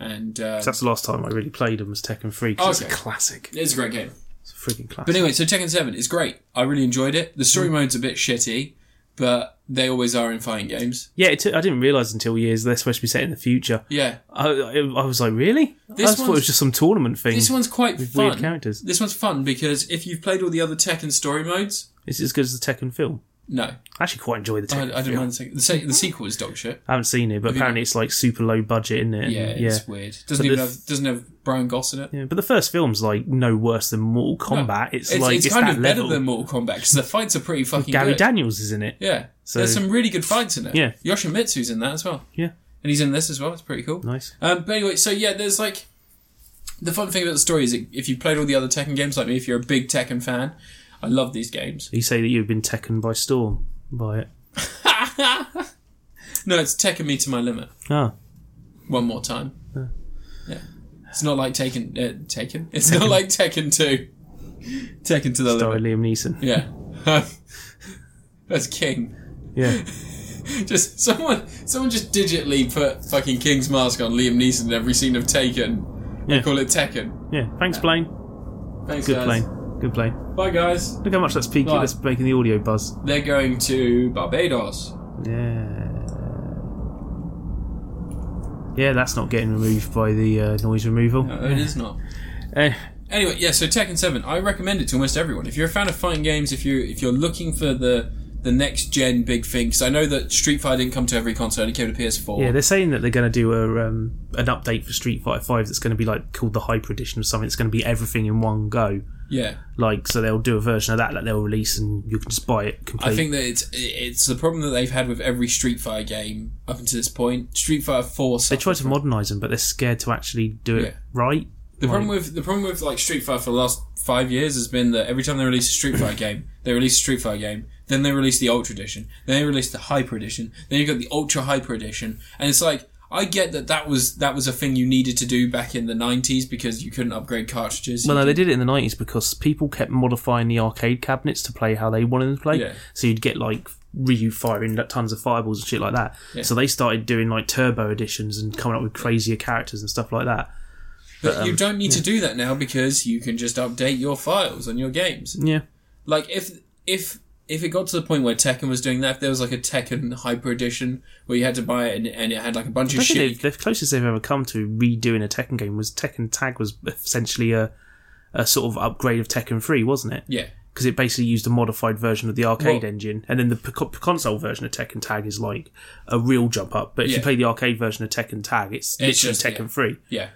A: And um,
B: so that's the last time I really played him was Tekken Three because
A: Okay.
B: it's a classic.
A: it's a great game.
B: It's a freaking classic.
A: But anyway, so Tekken Seven is great. I really enjoyed it. The
B: Mm.
A: story mode's a bit shitty, but they always are in fighting games.
B: yeah, it took, I didn't realize until years they're supposed to be set in the future.
A: Yeah,
B: I, I, I was like, really? I just thought it
A: one's-
B: was just some tournament thing.
A: this one's quite
B: weird
A: fun.
B: characters.
A: This one's fun because if you've played all the other Tekken story modes,
B: It's as good as the Tekken film.
A: no,
B: I actually quite enjoy the
A: I, I
B: Tekken
A: didn't
B: film.
A: mind the second. The, se- the sequel is dog shit.
B: I haven't seen it, but apparently it's like super low budget, isn't it?
A: Yeah,
B: And- yeah.
A: it's weird. Doesn't
B: But
A: even
B: the-
A: have doesn't have Brian Goss in it.
B: Yeah, but the first film's like no worse than Mortal Kombat. It's,
A: It's,
B: like
A: it's,
B: it's,
A: kind
B: that
A: of
B: level.
A: better than Mortal Kombat because the fights are pretty fucking
B: Gary
A: good.
B: Daniels is in it.
A: yeah,
B: So-
A: there's some really good fights in it.
B: Yeah.
A: Yoshimitsu's in that as well,
B: Yeah,
A: and he's in this as well. It's pretty cool.
B: nice.
A: Um, but anyway, so yeah, there's like the fun thing about the story is that if you played all the other Tekken games like me, if you're a big Tekken fan, I love these games.
B: You say that you've been taken by storm by it.
A: No, it's Tekken me to my limit.
B: Ah,
A: One more time. Yeah, it's not like Taken. Uh, Taken. It's not like Tekken Two. Tekken to the
B: sorry,
A: limit.
B: Liam Neeson.
A: Yeah. That's King.
B: Yeah,
A: Just someone, someone just digitally put fucking King's mask on Liam Neeson in every scene of Taken.
B: yeah,
A: Call it Tekken.
B: yeah. Thanks, Blaine.
A: Thanks,
B: Good
A: guys.
B: plane. Good plane.
A: Bye, guys.
B: Look how much that's peaking.
A: Right.
B: That's making the audio buzz.
A: They're going to Barbados.
B: Yeah. Yeah, that's not getting removed by the uh, noise removal.
A: No, it is not.
B: Eh,
A: Anyway, yeah. So Tekken Seven, I recommend it to almost everyone. If you're a fan of fighting games, if you if you're looking for the the next gen big thing, because I know that Street Fighter didn't come to every console; it came to PS4.
B: yeah, they're saying that they're going to do a um, an update for Street Fighter Five that's going to be like called the Hyper Edition or something. It's going to be everything in one go.
A: yeah.
B: Like, so they'll do a version of that that they'll release, and you can just buy it complete.
A: I think that it's it's the problem that they've had with every Street Fighter game up until this point. Street Fighter Four.
B: they try to modernise them, but they're scared to actually do it
A: Yeah.
B: right.
A: The problem with the problem with like Street Fighter for the last five years has been that every time they release a Street Fighter game, they release a Street Fighter game, then they release the Ultra Edition, then they release the Hyper Edition, then you got the Ultra Hyper Edition, and it's like I get that that was that was a thing you needed to do back in the '90s because you couldn't upgrade cartridges.
B: Well, no, they did it in the nineties because people kept modifying the arcade cabinets to play how they wanted them to play.
A: Yeah.
B: So you'd get like Ryu firing like, tons of fireballs and shit like that. So they started doing like turbo editions and coming up with crazier characters and stuff like that.
A: but
B: um,
A: you don't need to do that now because you can just update your files on your games.
B: Yeah,
A: Like if if if it got to the point where Tekken was doing that, if there was like a Tekken Hyper Edition where you had to buy it and, and it had like a bunch of
B: I think
A: shit.
B: they've- the closest they've ever come to redoing a Tekken game was Tekken Tag was essentially a a sort of upgrade of Tekken 3, wasn't it?
A: yeah,
B: Because it basically used a modified version of the arcade
A: Well-
B: engine, and then the p- co- console version of Tekken Tag is like a real jump up. But if you
A: Yeah.
B: play the arcade version of Tekken Tag, it's literally
A: It's just-
B: Tekken
A: yeah.
B: 3.
A: yeah,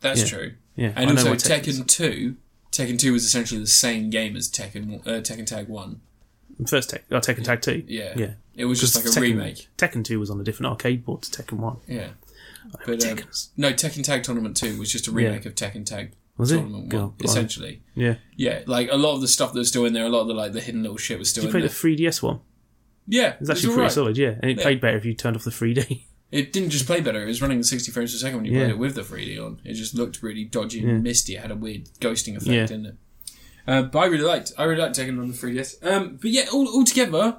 A: that's
B: Yeah.
A: true.
B: Yeah, I
A: And
B: know
A: also
B: what Tekken is.
A: Tekken Two, Tekken Two was essentially the same game as Tekken uh, Tekken Tag One.
B: First Tek- oh, Tekken Tag 2.
A: Yeah,
B: Yeah.
A: it was just like a
B: Tekken,
A: remake.
B: Tekken 2 was on a different arcade board to Tekken 1.
A: Yeah, but um,
B: Tekken's.
A: no, Tekken Tag Tournament Two was just a remake of Tekken Tag
B: Was it?
A: Tournament One,
B: God, blimey.
A: essentially.
B: Yeah.
A: Yeah, like a lot of the stuff that was still in there, a lot of the like the hidden little shit was still
B: Did you
A: in there.
B: play the 3DS one?
A: yeah, it
B: It's actually pretty
A: alright.
B: solid, yeah. And it played better if you turned off the 3D.
A: It didn't just play better; it was running at sixty frames per second when you
B: Yeah.
A: played it with the 3D on. It just looked really dodgy and misty. It had a weird ghosting effect,
B: Yeah.
A: didn't it? Uh, but I really liked. I really liked taking on the 3DS. Um, but yeah, all altogether,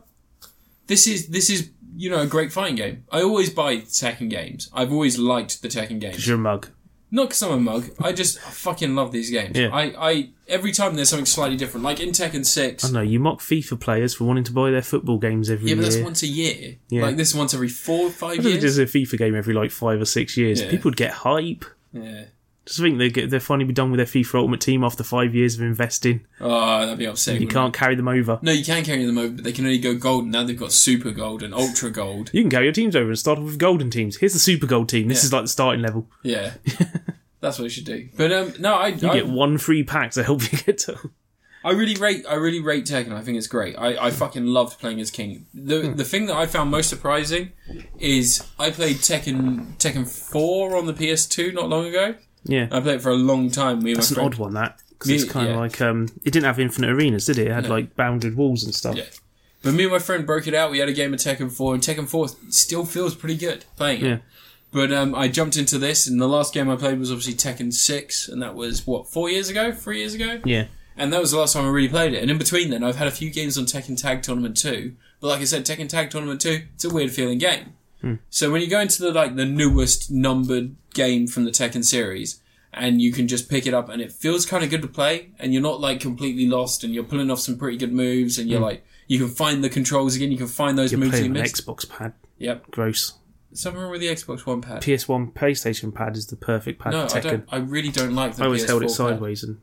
A: this is this is you know a great fighting game. I always buy Tekken games. I've always liked the Tekken games.
B: It's your mug.
A: Not because I'm a mug. I just fucking love these games.
B: Yeah.
A: I, I every time there's something slightly different. Like in Tekken Six.
B: I know, you mock FIFA players for wanting to buy their football games every
A: yeah, but
B: year.
A: that's once a year.
B: Yeah.
A: Like this once every four, five
B: If
A: years.
B: there's a FIFA game every like five or six years,
A: Yeah.
B: people would get hype.
A: Yeah.
B: Just think they get they'll finally be done with their FIFA Ultimate Team after five years of investing.
A: Oh, that'd be upsetting.
B: You can't carry them over.
A: No, you can carry them over, but they can only go gold. Now they've got super gold and ultra gold.
B: You can carry your teams over and start off with golden teams. Here's the Super Gold team. This
A: Yeah.
B: is like the starting level.
A: Yeah, that's what you should do. But um, no, I
B: You
A: I,
B: get one free pack to help you get to.
A: I really rate I really rate Tekken. I think it's great. I, I fucking loved playing as King. The
B: Hmm.
A: the thing that I found most surprising is I played Tekken Tekken Four on the PS2 not long ago.
B: Yeah,
A: I played it for a long time. Me and
B: it's
A: my
B: an
A: Uh, friend.
B: odd one that because it's
A: Yeah,
B: kind of
A: yeah.
B: like um, it didn't have infinite arenas, did it? It had like bounded walls and stuff.
A: Yeah. But me and my friend broke it out. We had a game of Tekken 4, and Tekken 4 still feels pretty good playing it.
B: Yeah.
A: But um, I jumped into this, and the last game I played was obviously Tekken 6, and that was, what, four years ago? Three years ago?
B: Yeah.
A: And that was the last time I really played it. And in between then, I've had a few games on Tekken Tag Tournament 2. But like I said, Tekken Tag Tournament 2, it's a weird feeling game.
B: Hmm.
A: So when you go into the like the newest numbered game from the Tekken series, and you can just pick it up, and it feels kind of good to play, and you're not like completely lost, and you're pulling off some pretty good moves, and you're like you can find the controls again, you can find those moves you
B: Hmm. Playing an
A: missed.
B: Xbox pad.
A: Yep,
B: Gross.
A: something wrong with the Xbox One pad.
B: PS1 PlayStation pad is the perfect pad
A: no,
B: for
A: I
B: Tekken.
A: don't. I really don't like the
B: I always
A: PS4
B: held it
A: pad.
B: sideways and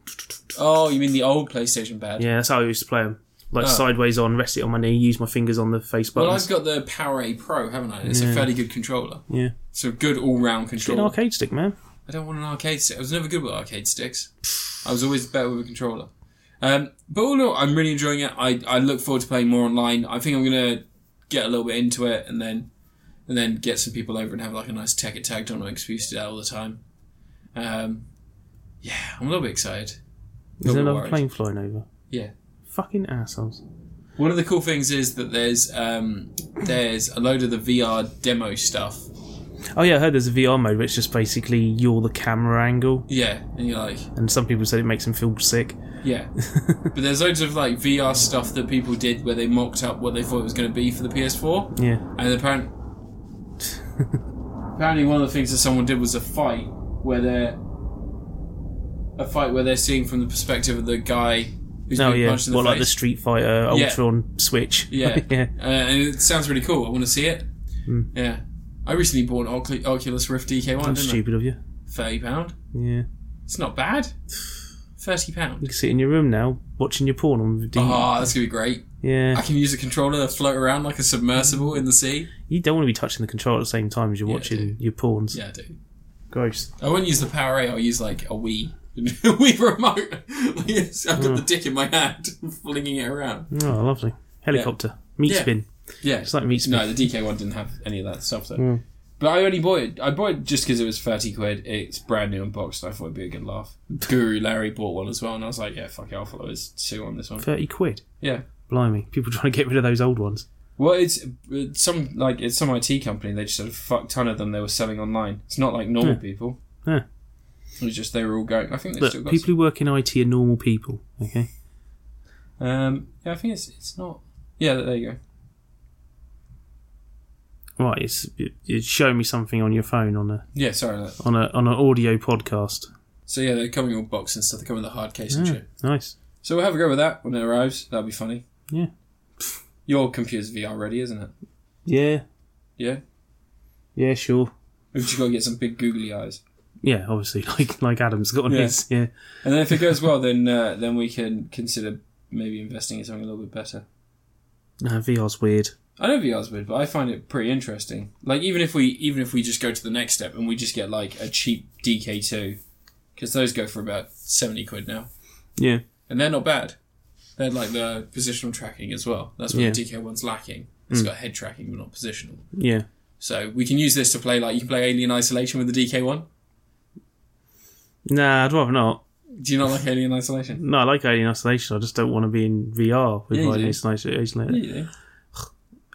A: Oh, you mean the old PlayStation pad?
B: yeah, that's how I used to play them. Like sideways on, rest it on my knee, use my fingers on the face
A: Oh. Well,
B: buttons.
A: I've got the Power A Pro, haven't I? It's a fairly good controller.
B: yeah,
A: So good all round
B: an
A: controller.
B: arcade stick, man.
A: I don't want an arcade stick. I was never good with arcade sticks. I was always better with a controller. Um, but all in all, I'm really enjoying it. I, I look forward to playing more online. I think I'm gonna get a little bit into it and then and then get some people over and have like a nice tech at tag tournament because we used to do that all the time. Um, yeah, I'm a little bit excited. A little
B: There's
A: bit
B: another
A: worried.
B: plane flying over.
A: Yeah.
B: Fucking assholes.
A: One of the cool things is that there's um, there's a load of the VR demo stuff.
B: Oh yeah, I heard there's a VR mode which just basically you're the camera angle,
A: Yeah, and you're like,
B: and some people said it makes them feel sick.
A: Yeah. but there's loads of like VR stuff that people did where they mocked up what they thought it was going to be for the PS4.
B: Yeah,
A: And apparent- apparently one of the things that someone did was a fight where they're a fight where they're seeing from the perspective of the guy who's
B: oh
A: being
B: yeah,
A: punched in the
B: well like the
A: face.
B: Street Fighter
A: Yeah.
B: Ultra on Switch.
A: yeah.
B: yeah.
A: Uh, and it sounds really cool. I want to see it. Yeah. I recently bought an Ocul- Oculus Rift DK1,
B: Hmm. That's
A: didn't
B: stupid of you.
A: I? Thirty pound.
B: Yeah,
A: It's not bad. Thirty
B: you
A: pound.
B: can sit in your room now watching your porn on the D.
A: Ah, that's gonna be great. I
B: yeah,
A: can use a controller to float around like a submersible in the sea.
B: you don't want to be touching the controller at the same time as you're watching your porns.
A: Yeah, I do.
B: Gross.
A: I wouldn't use the Power 8, I'll use like a Wii. a Wii remote. Like, yes, I've got
B: Hmm.
A: the dick in my hand, flinging it around.
B: Oh, lovely. Helicopter. Meat
A: Yeah.
B: spin.
A: Yeah.
B: It's like meat spin.
A: no, the DK1 didn't have any of that stuff though.
B: Hmm.
A: But I only bought it. I bought it just because it was 30 quid. It's brand new unboxed. I thought it'd be a good laugh. Guru Larry bought one as well, and I was like, yeah, fuck it, I'll follow his sue on this one.
B: 30 quid.
A: Yeah.
B: Blimey. People trying to get rid of those old ones.
A: Well, it's, it's some like it's some IT company. They just had a fuck ton of them they were selling online. It's not like normal people.
B: Hmm. Yeah.
A: It was just they were all going. I think they
B: Look,
A: still got
B: people who work in IT are normal people, okay?
A: some. Um, yeah, I think it's it's not. Yeah, there you go.
B: Right, it's it- it's showing me something on your phone on a
A: Yeah, sorry. About that.
B: on a on an audio podcast.
A: So yeah, they're coming all boxed and stuff. They come with a hard case and
B: Yeah,
A: shit.
B: nice.
A: So we'll have a go with that when it arrives. That'll be funny.
B: Yeah.
A: Your computer's VR ready, isn't it?
B: Yeah,
A: Yeah.
B: yeah, sure.
A: We've just got to get some big googly eyes.
B: Yeah, obviously, like like Adam's got on
A: Yeah.
B: his. Yeah,
A: And then if it goes well, then uh, then we can consider maybe investing in something a little bit better.
B: no, VR's weird.
A: I know VR's weird, but I find it pretty interesting. Like even if we even if we just go to the next step and we just get like a cheap DK two, because those go for about seventy quid now,
B: Yeah,
A: and they're not bad. They're like the positional tracking as well. That's what
B: Yeah. Mm.
A: the DK one's lacking. It's got head tracking but not positional.
B: yeah,
A: So we can use this to play like you can play Alien Isolation with the DK one.
B: nah, I'd rather not.
A: Do you not like Alien Isolation?
B: No, I like Alien Isolation. I just don't want to be in VR with
A: Yeah, you
B: Alien
A: do.
B: Isolation.
A: Yeah, you do.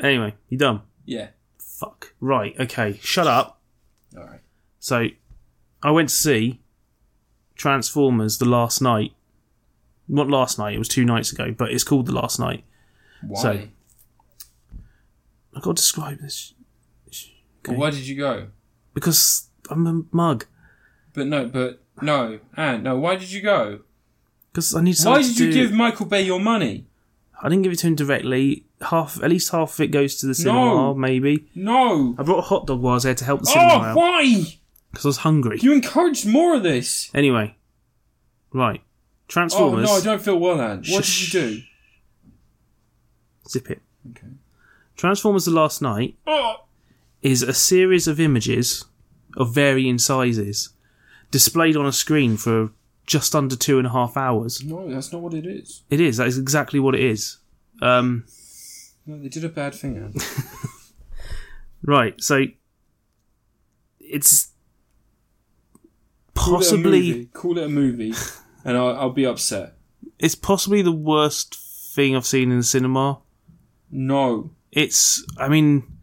B: Anyway, you done.
A: Yeah.
B: Fuck. Right. Okay. Shut up.
A: All right.
B: So, I went to see Transformers the last night. Not last night. It was two nights ago, but it's called the last night.
A: Why?
B: So- I got to describe this
A: But Why did you go?
B: because I'm a mug.
A: But no, but no, and no. Why did you go?
B: Because I need.
A: Why
B: something
A: did
B: to
A: you
B: do.
A: give Michael Bay your money?
B: I didn't give it to him directly. Half, at least half of it goes to the cinema.
A: No.
B: Maybe
A: No.
B: I brought a hot dog while I was there to help the
A: Oh,
B: cinema out
A: why?
B: because I was hungry.
A: You encouraged more of this.
B: Anyway, right,
A: Oh
B: Transformers.
A: no, I don't feel well, Anne. What
B: Shh.
A: did you do?
B: Zip it.
A: Okay.
B: Transformers: The Last Night
A: Oh,
B: is a series of images of varying sizes displayed on a screen for just under two and a half hours.
A: no, that's not what it is.
B: It is. That is exactly what it is. Um,
A: No, they did a bad thing, Anne.
B: right. So it's
A: Call it a
B: possibly.
A: movie. Call it a movie, and I'll, I'll be upset.
B: it's possibly the worst thing I've seen in the cinema.
A: No.
B: It's, I mean,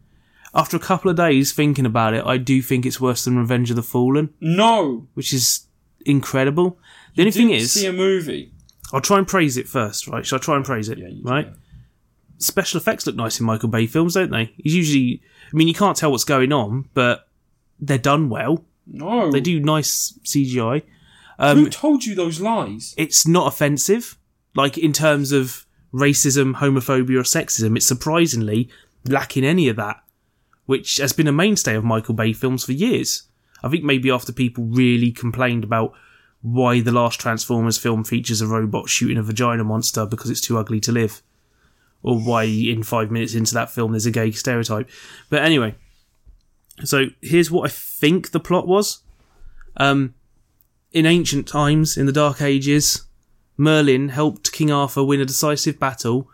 B: after a couple of days thinking about it, I do think it's worse than Revenge of the Fallen,
A: No.
B: which is incredible. The only thing
A: Didn't
B: is,
A: see a movie.
B: I'll try and praise it first, right? Shall I try and praise it?
A: Yeah, you-
B: right? Special effects look nice in Michael Bay films, don't they? He's usually, I mean, you can't tell what's going on, but they're done well.
A: No.
B: They Um, do nice CGI.
A: Who told you those lies?
B: it's not offensive. Like in terms of racism, homophobia, or sexism, it's surprisingly lacking any of that, which has been a mainstay of Michael Bay films for years. I think maybe after people really complained about why the last Transformers film features a robot shooting a vagina monster because it's too ugly to live, or why in five minutes into that film there's a gay stereotype. But anyway, so here's what I think the plot was. Um, in ancient times, in the Dark Ages, Merlin helped King Arthur win a decisive battle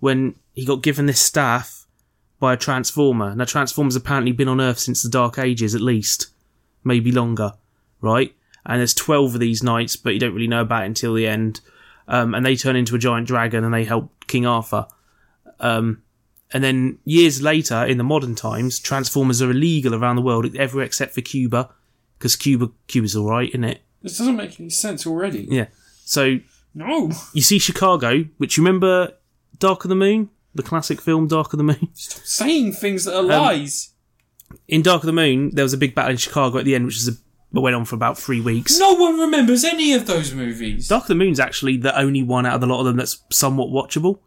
B: when he got given this staff by a Transformer. Now, Transformers apparently been on Earth since the Dark Ages, at least, maybe longer, right? And there's 12 of these knights, but you don't really know about it until the end. Um, and they turn into a giant dragon and they help King Arthur. Um, and then years later, in the modern times, Transformers are illegal around the world, everywhere except for Cuba, because Cuba, Cuba's alright, isn't it?
A: This doesn't make any sense already.
B: Yeah. So
A: No.
B: you see Chicago, which you remember Dark of the Moon, the classic film Dark of the Moon.
A: Stop saying things that are
B: Um,
A: lies.
B: In Dark of the Moon, there was a big battle in Chicago at the end, which is a, that went on for about three weeks.
A: No one remembers any of those movies.
B: Dark of the Moon's actually the only one out of the lot of them that's somewhat watchable.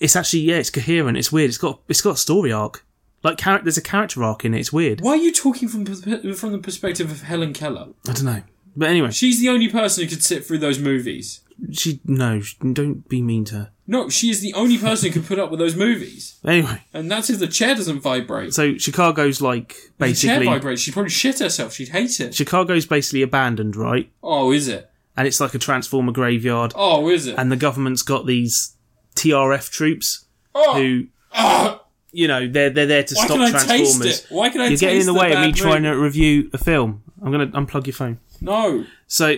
B: It's actually yeah, it's coherent. It's weird. It's got it's got a story arc. Like char- there's a character arc in it. It's weird.
A: Why are you talking from perspe- from the perspective of Helen Keller?
B: I don't know. But anyway,
A: She's the only person who could sit through those movies.
B: she no, she- don't be mean to her.
A: No, she is the only person who could put up with those movies.
B: Anyway,
A: And that's if the chair doesn't vibrate.
B: so Chicago's like
A: If the chair
B: basically
A: vibrates, she'd probably shit herself. She'd hate it.
B: Chicago's basically abandoned, right?
A: Oh, is it?
B: And it's like a transformer graveyard.
A: Oh, is it?
B: and the government's got these TRF troops
A: Oh,
B: who,
A: ah,
B: you know, they're they're there to
A: why
B: stop
A: can I
B: Transformers.
A: taste it? Why can I
B: You're
A: taste
B: getting in the, way of me
A: bad
B: trying
A: movie?
B: to review a film. I'm gonna unplug your phone.
A: No.
B: So,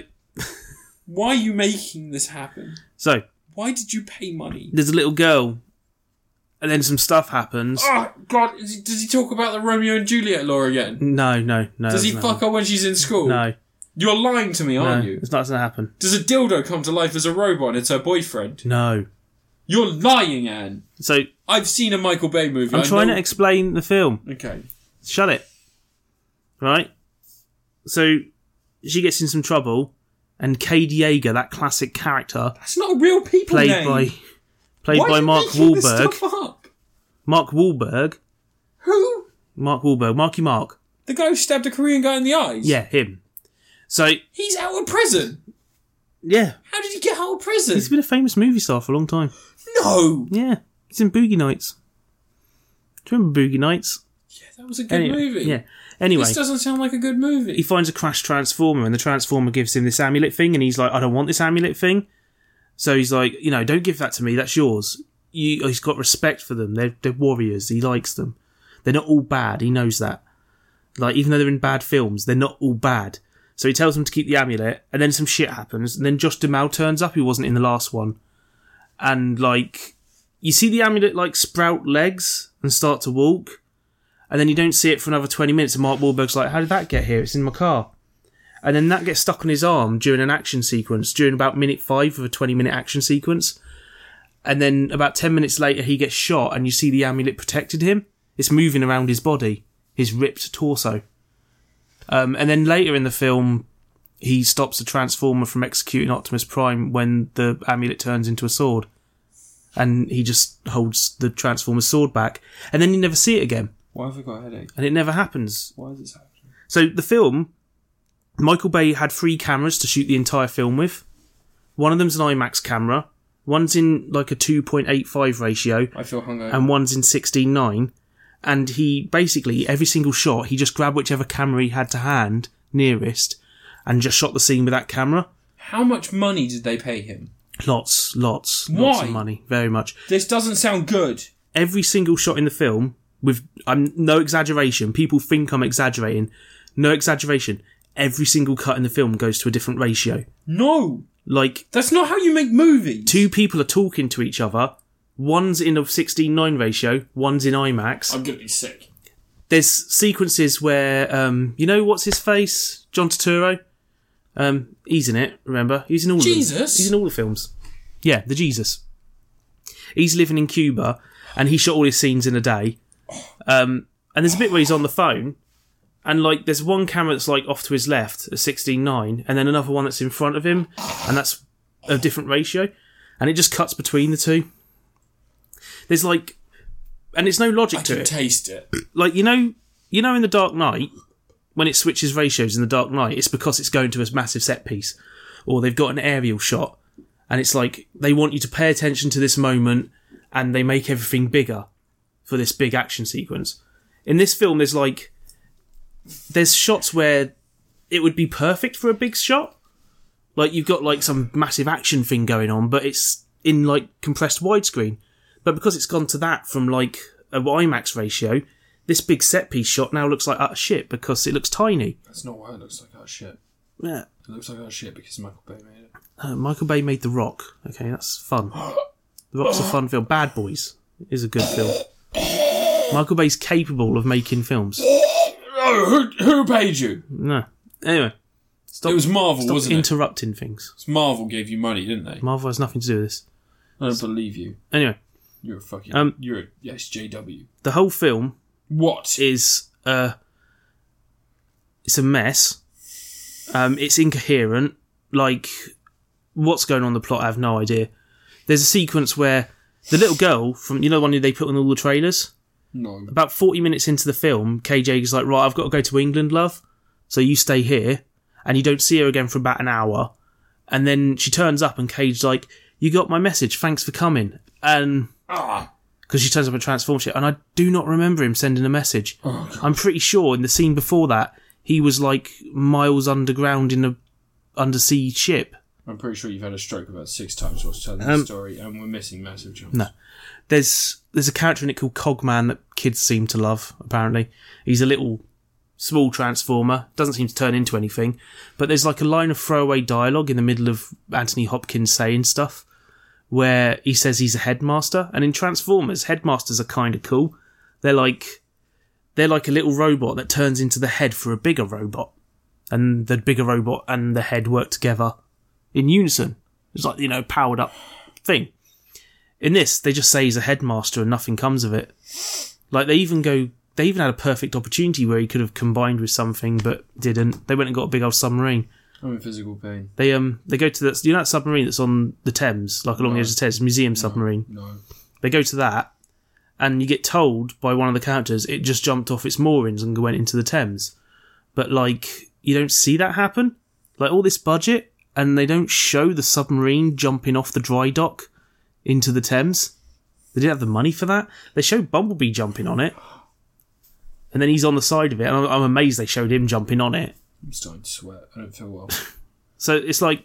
A: Why are you making this happen?
B: so
A: Why did you pay money?
B: there's a little girl, and then some stuff happens.
A: Oh, God. Is he, does he talk about the Romeo and Juliet law again?
B: No, no, no.
A: Does he
B: no,
A: fuck her when she's in school?
B: No,
A: You're lying to me,
B: no.
A: aren't you?
B: It's not gonna happen.
A: Does a dildo come to life as a robot and it's her boyfriend?
B: No.
A: You're lying, Anne.
B: So
A: I've seen a Michael Bay movie.
B: I'm
A: I
B: trying
A: know-
B: to explain the film.
A: Okay.
B: shut it. Right? So she gets in some trouble, and Cade Yeager, that classic character,
A: That's not a real people
B: played
A: name.
B: by played
C: Why are
B: by
C: you
B: Mark
C: making this
B: Wahlberg.
C: stuff up?
B: Mark Wahlberg.
C: Who?
B: Mark Wahlberg. Marky Mark.
C: The guy who stabbed a Korean guy in the eyes.
B: Yeah, him. So
C: He's out of prison.
B: yeah,
C: How did he get out of prison?
B: he's been a famous movie star for a long time.
C: No.
B: Yeah, he's in Boogie Nights. Do you remember Boogie Nights?
C: That was a good
B: Anyway,
C: movie.
B: Yeah. Anyway,
C: This doesn't sound like a good movie.
B: he finds a crashed transformer and the transformer gives him this amulet thing and he's like i don't want this amulet thing so he's like you know don't give that to me that's yours you, he's got respect for them they're, they're warriors he likes them they're not all bad he knows that like even though they're in bad films they're not all bad so he tells them to keep the amulet and then some shit happens and then josh duhamel turns up who wasn't in the last one and like you see the amulet like sprout legs and start to walk and then you don't see it for another 20 minutes. And Mark Wahlberg's like, How did that get here? It's in my car. And then that gets stuck on his arm during an action sequence, during about minute five of a 20 minute action sequence. And then about 10 minutes later, he gets shot, and you see the amulet protected him. It's moving around his body, his ripped torso. Um, and then later in the film, he stops the Transformer from executing Optimus Prime when the amulet turns into a sword. And he just holds the Transformer's sword back. And then you never see it again
C: Why have I got a headache?
B: and it never happens.
C: Why is this happening?
B: So the film, Michael Bay had three cameras to shoot the entire film with. One of them's an IMAX camera, one's in like a 2.85 ratio,
C: I feel hungover.
B: and one's in 16:9. And he basically every single shot, he just grabbed whichever camera he had to hand nearest, and just shot the scene with that camera.
C: How much money did they pay him?
B: Lots, lots, lots of
C: Why?
B: money, very much.
C: This doesn't sound good.
B: every single shot in the film with I'm no exaggeration. People think I'm exaggerating. No exaggeration. Every single cut in the film goes to a different ratio.
C: No,
B: Like
C: that's not how you make movies.
B: two people are talking to each other. One's in a 16:9 ratio. One's in IMAX.
A: gonna be sick.
B: There's sequences where um, you know what's his face, John Turturro. Um, he's in it. Remember, he's in all Of them.
C: Jesus?
B: He's in all the films. Yeah, the Jesus. He's living in Cuba, and he shot all his scenes in a day. Um, and there's a bit where he's on the phone, and like there's one camera that's like off to his left at 16:9, and then another one that's in front of him, and that's a different ratio, and it just cuts between the two. There's like, and it's no logic
A: I
B: to
A: can
B: it
A: taste it.
B: like you know you know in the dark knight when it switches ratios in the dark knight it's because it's going to a massive set piece or they've got an aerial shot and it's like they want you to pay attention to this moment and they make everything bigger for this big action sequence in this film there's like there's shots where it would be perfect for a big shot like you've got like some massive action thing going on but it's in like compressed widescreen but because it's gone to that from like a IMAX ratio, this big set piece shot now looks like utter shit because it looks tiny.
C: That's not why it looks like our shit.
B: Yeah.
C: It looks like our shit because Michael Bay made it.
B: Uh, Michael Bay made The Rock. Okay, that's fun. The Rock's a fun film. Bad Boys is a good film. Michael Bay's capable of making films.
C: Oh, who, who paid you?
B: No. Anyway,
C: It was Marvel,
B: stop
C: wasn't it?
B: interrupting things.
C: It's Marvel gave you money, didn't they?
B: Marvel has nothing to do with this.
C: I don't believe you.
B: Anyway,
C: You're a fucking.
B: Um,
C: you're a yes, JW.
B: the whole film
C: What?
B: is uh it's a mess. Um, it's incoherent. Like what's going on in the plot, I have no idea. There's a sequence where the little girl from you know the one who they put on all the trailers.
C: no.
B: About forty minutes into the film, KJ is like, "Right, I've got to go to England, love. So you stay here." And you don't see her again for about an hour. And then she turns up, and KJ's like, "You got my message. Thanks for coming." And
C: Ah.
B: because she turns up and transforms shit. And I do not remember him sending a message.
C: Oh,
B: I'm pretty sure in the scene before that he was like miles underground in a undersea ship.
C: I'm pretty sure you've had a stroke about six times whilst telling
B: Um,
C: this story, and we're missing massive chunks.
B: No. There's there's a character in it called Cogman that kids seem to love. Apparently, he's a little small transformer. Doesn't seem to turn into anything. But there's like a line of throwaway dialogue in the middle of Anthony Hopkins saying stuff where he says he's a headmaster. And in Transformers, headmasters are kind of cool. They're like they're like a little robot that turns into the head for a bigger robot, and the bigger robot and the head work together in unison. It's like you know powered up thing. In this, they just say he's a headmaster and nothing comes of it. Like they even go, they even had a perfect opportunity where he could have combined with something, but didn't. They went and got a big old submarine.
C: I'm in physical pain.
B: They um they go to that you know that submarine that's on the Thames, like along the edge of the Thames, museum submarine.
C: No.
B: They go to that, and you get told by one of the characters it just jumped off its moorings and went into the Thames. But like you don't see that happen. Like all this budget, and they don't show the submarine jumping off the dry dock into the Thames. They didn't have the money for that. They showed Bumblebee jumping on it, and then he's on the side of it, and I'm, I'm amazed they showed him jumping on it.
C: I'm starting to sweat. I don't feel well.
B: So it's like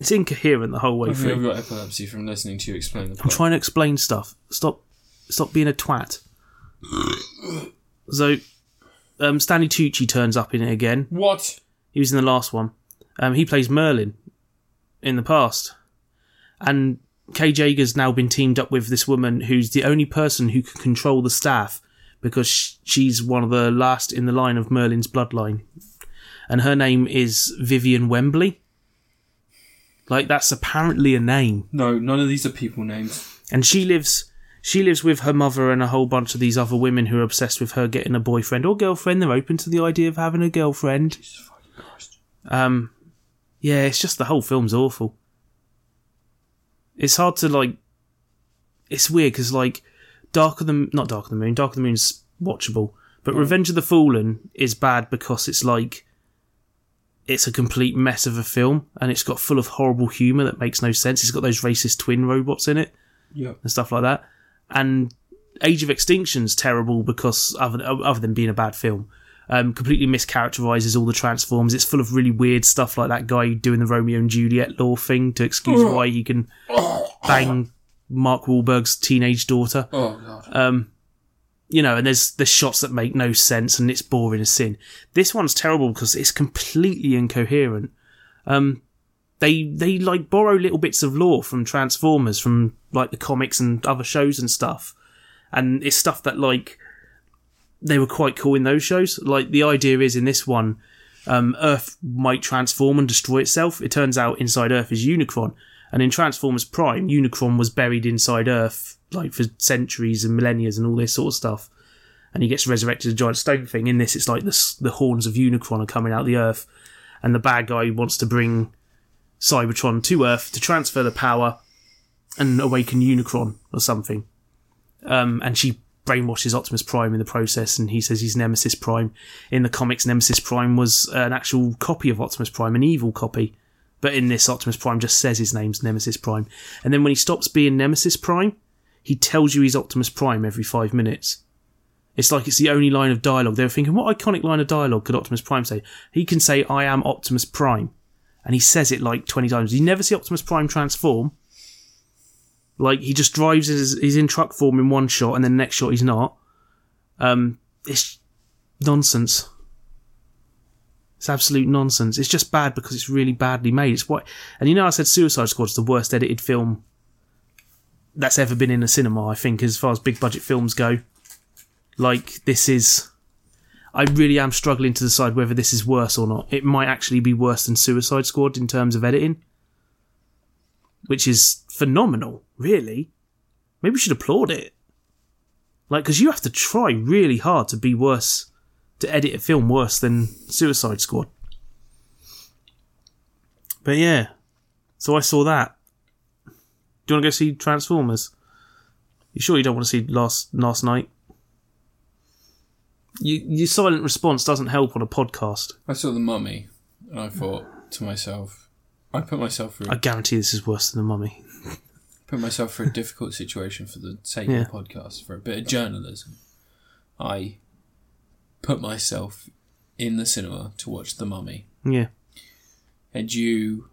B: it's incoherent the whole way
C: I think
B: through.
C: I've got epilepsy from listening to you explain the
B: I'm
C: plot.
B: trying to explain stuff. Stop, stop being a twat. so, um, Stanley Tucci turns up in it again.
C: what?
B: He was in the last one. Um, he plays Merlin in the past, and Kay Jager's now been teamed up with this woman who's the only person who can control the staff because sh- she's one of the last in the line of Merlin's bloodline, and her name is Vivian Wembley. Like that's apparently a name
C: No, none of these are people names.
B: and she lives she lives with her mother and a whole bunch of these other women who are obsessed with her getting a boyfriend or girlfriend they're open to the idea of having a girlfriend um yeah it's just the whole film's awful it's hard to like it's weird because like dark of the not dark of the moon dark of the moon's watchable but revenge of the fallen is bad because it's like it's a complete mess of a film and it's got full of horrible humor that makes no sense it's got those racist twin robots in it
C: Yeah.
B: and stuff like that. And Age of Extinction's terrible because other other than being a bad film, um, completely mischaracterizes all the transforms. It's full of really weird stuff like that guy doing the Romeo and Juliet law thing to excuse why he can bang Mark Wahlberg's teenage daughter
C: Oh god.
B: Um, you know, and there's there's shots that make no sense and it's boring as sin. This one's terrible because it's completely incoherent. Um, they they like borrow little bits of lore from Transformers, from like the comics and other shows and stuff, and it's stuff that like they were quite cool in those shows. Like the idea is in this one, um, Earth might transform and destroy itself. It turns out inside Earth is Unicron, and in Transformers Prime, Unicron was buried inside Earth like for centuries and millennia and all this sort of stuff. And he gets resurrected as a giant stone thing. In this, it's like the s- the horns of Unicron are coming out of the Earth, and the bad guy wants to bring Cybertron to Earth to transfer the power and awaken Unicron or something. Um, and she brainwashes Optimus Prime in the process, and he says he's Nemesis Prime. In the comics, Nemesis Prime was an actual copy of Optimus Prime, an evil copy. But in this, Optimus Prime just says his name's Nemesis Prime. And then when he stops being Nemesis Prime, he tells you he's Optimus Prime every five minutes. It's like it's the only line of dialogue. They were thinking, what iconic line of dialogue could Optimus Prime say? He can say, I am Optimus Prime. And he says it like 20 times. You never see Optimus Prime transform. Like, he just drives, his, he's in truck form in one shot, and then next shot he's not. Um, it's nonsense. It's absolute nonsense. It's just bad because it's really badly made. It's what, and you know, I said Suicide Squad's the worst edited film that's ever been in a cinema, I think, as far as big budget films go. Like, this is. I really am struggling to decide whether this is worse or not. It might actually be worse than Suicide Squad in terms of editing, which is phenomenal, really. Maybe we should applaud it. Like, because you have to try really hard to be worse, to edit a film worse than Suicide Squad. But yeah, so I saw that. Do you want to go see Transformers? You sure you don't want to see last last night? You, your silent response doesn't help on a podcast.
C: I saw the mummy, and I thought to myself, I put myself through
B: I guarantee this is worse than the Mummy.
C: put myself through a difficult situation for the sake
B: Yeah.
C: of the podcast, for a bit of journalism. I put myself in the cinema to watch The Mummy,
B: Yeah,
C: and you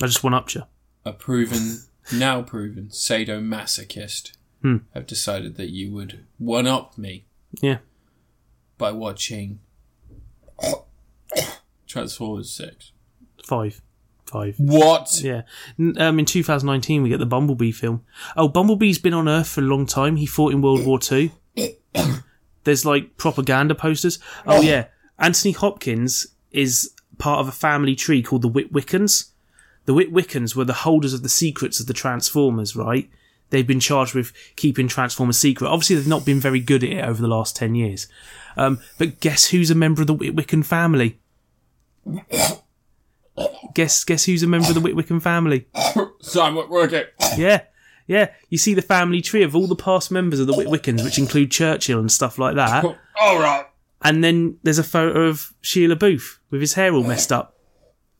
B: I just one upped you.
C: a proven, now proven sadomasochist,
B: Hmm.
C: have decided that you would one up me
B: Yeah,
C: by watching Transformers Six.
B: five, five.
C: What?
B: Yeah. N- Um, in 2019, we get the Bumblebee film. Oh, Bumblebee's been on Earth for a long time. He fought in World War Two. There's like propaganda posters. Oh yeah, Anthony Hopkins is part of a family tree called the Whitwickens. The Whitwickens were the holders of the secrets of the Transformers, right? They've been charged with keeping Transformers secret. Obviously, they've not been very good at it over the last ten years. Um, but guess who's a member of the Whitwicken family? Guess guess who's a member of the Whitwickham family?
A: Simon, work it.
B: Yeah. Yeah. You see the family tree of all the past members of the Whitwickens, which include Churchill and stuff like that.
A: All right.
B: And then there's a photo of Sheila Booth with his hair all messed up.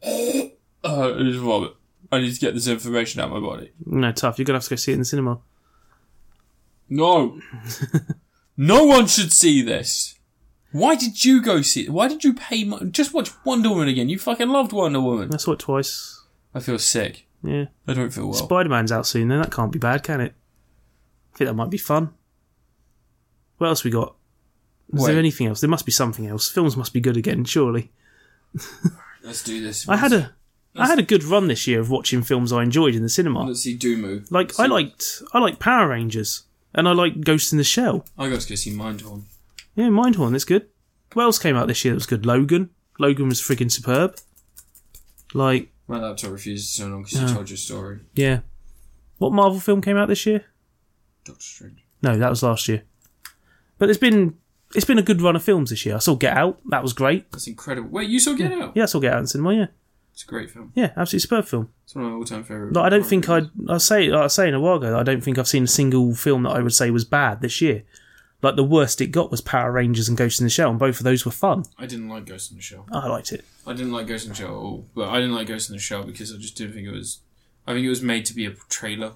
A: Uh, it is vomit. I need to get this information out of my body.
B: No, tough. You're going to have to go see it in the cinema.
A: No. no one should see this. Why did you go see it? Why did you pay money? Just watch Wonder Woman again. You fucking loved Wonder Woman.
B: I saw it twice.
A: I feel sick.
B: Yeah.
A: I don't feel well.
B: Spider Man's out soon, then. That can't be bad, can it? I think that might be fun. What else we got? Is
A: Wait.
B: there anything else? There must be something else. Films must be good again, surely.
A: Let's do this.
B: I had a. I had a good run this year of watching films I enjoyed in the cinema.
A: Let's see Doomu.
B: Like I liked, I liked Power Rangers, and I liked Ghost in the Shell.
A: I got to go see Mindhorn.
B: Yeah, Mindhorn, that's good. What else came out this year that was good? Logan. Logan was friggin' superb. Like,
A: My laptop refuses to turn on because you told your story.
B: yeah. What Marvel film came out this year?
A: Doctor Strange.
B: No, that was last year. But it's been it's been a good run of films this year. I saw Get Out. That was great.
A: That's incredible. Wait, you saw Get Out?
B: Yeah, I saw Get Out in cinema. Yeah,
A: It's a great film.
B: yeah, absolutely superb film.
A: It's one of my all-time favorite.
B: Like, I don't think I'd I say like I was saying a while ago. that I don't think I've seen a single film that I would say was bad this year. Like the worst it got was Power Rangers and Ghost in the Shell, and both of those were fun.
A: I didn't like Ghost in the Shell.
B: Oh, I liked it.
A: I didn't like Ghost in the Shell at all. But I didn't like Ghost in the Shell because I just didn't think it was. I think it was made to be a trailer.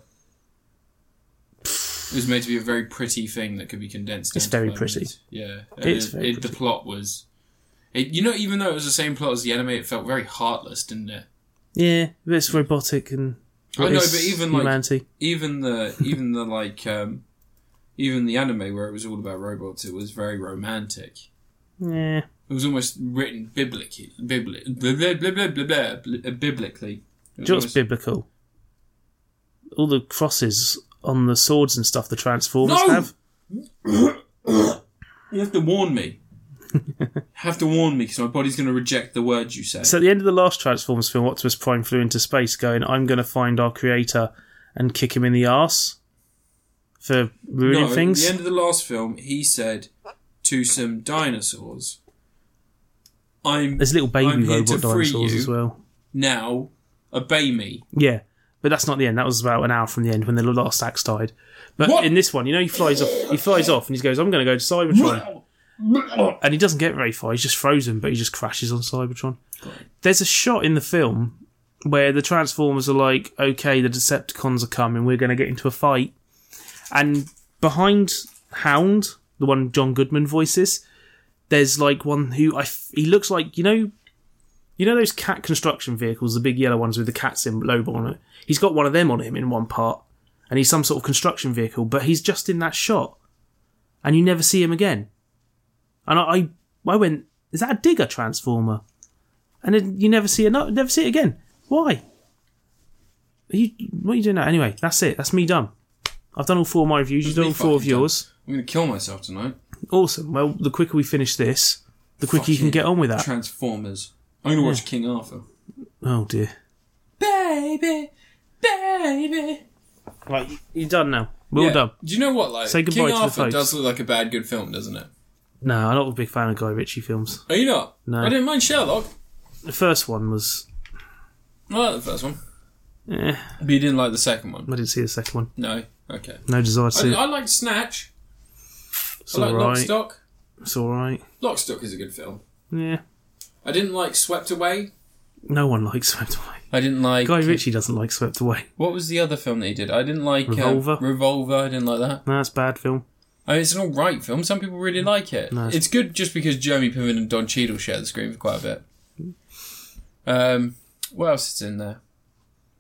A: It was made to be a very pretty thing that could be condensed.
B: It's
A: into
B: very
A: five
B: pretty.
A: minutes. Yeah,
B: It's
A: It-
B: very
A: it- The plot was, it, you know, even though it was the same plot as the anime, it felt very heartless, didn't it?
B: Yeah, but it's robotic and
A: I know,
B: it's
A: but even like
B: humanity.
A: even the even the like um even the anime where it was all about robots it was very romantic
B: yeah,
A: it was almost written biblically bibli- blah, blah, blah, blah, blah, blah, bl- uh, biblically It was
B: do you know what's
A: almost-
B: biblical? All the crosses on the swords and stuff the Transformers
A: No!
B: have.
A: you have to warn me You have to warn me because my body's going to reject the words you say
B: So at the end of the last Transformers film, Optimus Prime flew into space, going, "I'm going to find our creator and kick him in the arse for ruining
A: no, at
B: things."
A: the end of the last film he said to some dinosaurs i'm
B: There's little baby
A: I'm here to
B: robot
A: free
B: dinosaurs
A: you.
B: as well.
A: now obey me
B: Yeah, but that's not the end. That was about an hour from the end when the last axe died. But
A: What?
B: in this one, you know, he flies off. He flies off and he goes, "I'm going to go to Cybertron," and he doesn't get very far. He's just frozen, but he just crashes on Cybertron. There's a shot in the film where the Transformers are like, "Okay, the Decepticons are coming. We're going to get into a fight," and behind Hound, the one John Goodman voices, there's like one who I f- he looks like you know you know those cat construction vehicles, the big yellow ones with the cat symbol logo on it? He's got one of them on him in one part, and he's some sort of construction vehicle, but he's just in that shot, and you never see him again. And I, I, I went, is that a digger transformer? And then you never see it, never see it again. Why? Are you, what are you doing now? Anyway, that's it. That's me done. I've done all four of my reviews. You've done
A: me
B: all four of
A: fucking done.
B: yours.
A: i'm going to kill myself tonight
B: Awesome. Well, the quicker we finish this, the quicker you can
A: Fucking
B: get on with that.
A: transformers i'm going to watch king arthur
B: oh dear.
A: baby, baby.
B: Right, you're done now. Well
A: Yeah.
B: done.
A: Do you know what? Like,
B: Say goodbye
A: King
B: to the
A: Arthur
B: folks.
A: does look like a bad good film, doesn't it?
B: No, I'm not a big fan of Guy Ritchie films.
A: Are you not?
B: No.
A: I didn't mind Sherlock.
B: The first one was.
A: I like the first one,
B: Eh,
A: but you didn't like the second one.
B: I didn't see the second one.
A: No. Okay.
B: No desire to
A: I,
B: see it.
A: I liked Snatch.
B: It's
A: I like
B: alright.
A: Lockstock.
B: It's alright.
A: Lockstock is a good film.
B: Yeah.
A: I didn't like Swept Away.
B: No one likes Swept Away.
A: I didn't like.
B: Guy Ritchie doesn't like Swept Away.
A: What was the other film that he did? I didn't like uh,
B: Revolver.
A: Revolver. I didn't like that.
B: No, that's a bad film.
A: I mean, it's an alright film. Some people really like it.
B: No.
A: It's good just because Jeremy Piven and Don Cheadle share the screen for quite a bit. Um, what else is in there?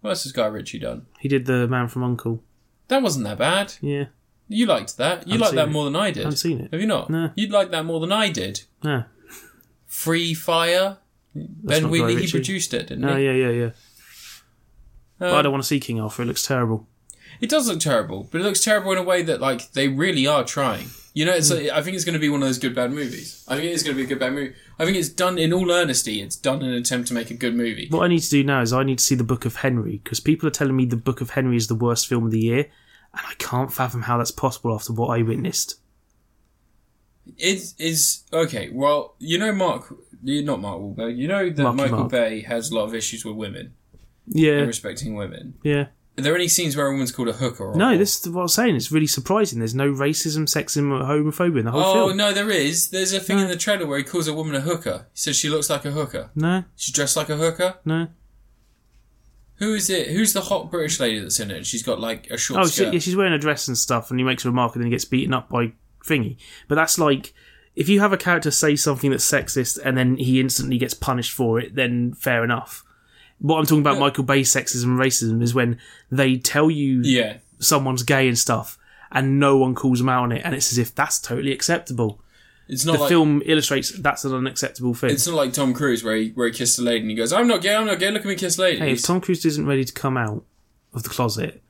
A: What else has Guy Ritchie done?
B: He did The Man from Uncle.
A: That wasn't that bad.
B: Yeah.
A: You liked that. You
B: I've
A: liked
B: seen
A: that
B: it.
A: more than I did.
B: I've seen it.
A: Have you not?
B: No.
A: You'd like that more than I did.
B: No.
A: Free Fire. ben
B: not Guy
A: Wheatley, he
B: Ritchie.
A: produced it, didn't
B: No,
A: he?
B: Ah, yeah, yeah, yeah. But
A: Um,
B: I don't want to see King Arthur. It looks terrible.
A: It does look terrible, but it looks terrible in a way that like they really are trying. You know,
B: Hmm.
A: it's like, I think it's going to be one of those good bad movies. I think it's going to be a good bad movie. I think it's done in all earnesty. It's done in an attempt to make a good movie.
B: What I need to do now is I need to see The Book of Henry because people are telling me The Book of Henry is the worst film of the year, and I can't fathom how that's possible after what I witnessed.
A: It is okay. Well, you know, Mark, you're not Mark Wahlberg. You know that
B: Marky
A: Michael
B: Mark.
A: Bay has a lot of issues with women and
B: Yeah,
A: respecting women.
B: yeah.
A: Are there any scenes where a woman's called a hooker? Or
B: No, this is what I'm saying. It's really surprising. There's no racism, sexism, or homophobia in the whole
A: Oh
B: film.
A: no, there is. There's a thing in the trailer where he calls a woman a hooker. He says she looks like a hooker.
B: No,
A: She's dressed like a hooker.
B: no.
A: Who is it? Who's the hot British lady that's in it? She's got like a short
B: Oh, she,
A: skirt.
B: yeah, she's wearing a dress and stuff, and he makes a remark, and then he gets beaten up by thingy. But that's like if you have a character say something that's sexist, and then he instantly gets punished for it, then fair enough. What I'm talking about, Michael Bay's sexism and racism, is when they tell you
A: yeah.
B: someone's gay and stuff, and no one calls them out on it, and it's as if that's totally acceptable.
A: It's not
B: The
A: like
B: film illustrates that's an unacceptable thing.
A: it's not like Tom Cruise where he where he kissed a lady and he goes, "I'm not gay. I'm not gay. Look at me kiss ladies."
B: Hey, if Tom Cruise isn't ready to come out of the closet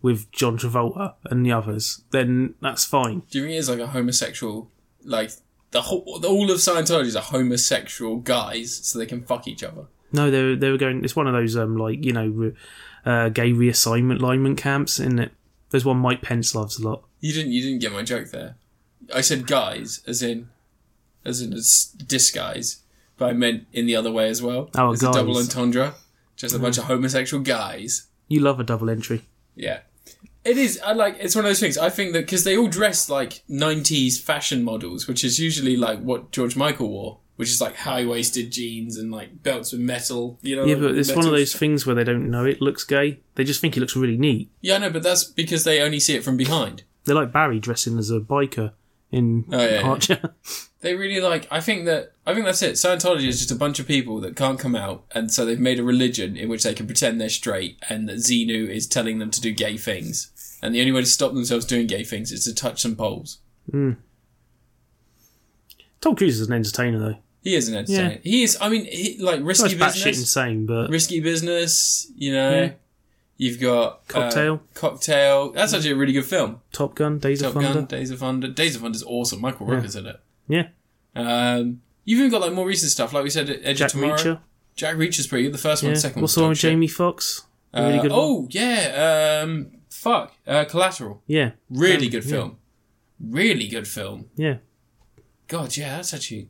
B: with John Travolta and the others, then that's fine.
A: Do you think it's like a homosexual? Like the whole the- all of Scientology are homosexual guys, so they can fuck each other.
B: No, they were, they were going. It's one of those um like you know re, uh, gay reassignment alignment camps, isn't it? There's one Mike Pence loves a lot.
A: You didn't you didn't get my joke there. I said guys as in as in a s- disguise, but I meant in the other way as well.
B: Oh,
A: it's a double
B: guys. Mm-hmm.
A: entendre. Just a bunch of homosexual guys.
B: You love a double entry.
A: Yeah. It is. I like. It's one of those things. I think that because they all dress like '90s fashion models, which is usually like what George Michael wore, which is like high-waisted jeans and like belts with metal. You know.
B: Yeah,
A: like,
B: but it's one
A: metal
B: of those things where they don't know it looks gay. They just think it looks really neat.
A: Yeah, I know, but that's because they only see it from behind.
B: They're like Barry dressing as a biker in
A: Oh, yeah, yeah.
B: Archer.
A: They really like. I think that. I think that's it. Scientology is just a bunch of people that can't come out, and so they've made a religion in which they can pretend they're straight, and that Xenu is telling them to do gay things, and the only way to stop themselves doing gay things is to touch some poles.
B: Tom Cruise is an entertainer though.
A: He is an entertainer.
B: Yeah.
A: He is. I mean, he, like risky
B: That's batshit
A: business.
B: insane, but
A: Risky business. You know.
B: Yeah.
A: You've got uh,
B: Cocktail.
A: cocktail. That's actually a really good film.
B: Top Gun, Days
A: Top
B: of Thunder.
A: Gun. Days of Thunder. Days of Thunder's awesome. Michael Rooker's in it.
B: Yeah,
A: Um, you've even got like more recent stuff, like we said, Edge
B: Jack
A: of Tomorrow.
B: Reacher.
A: Jack Reacher's pretty good. The first one,
B: Yeah.
A: the second
B: What's the
A: one.
B: one with Jamie Fox? A really good one.
A: Oh yeah. Um, fuck. Uh, Collateral.
B: Yeah,
A: Really
B: Yeah.
A: good film. Really good film.
B: yeah,
A: God, yeah. That's actually.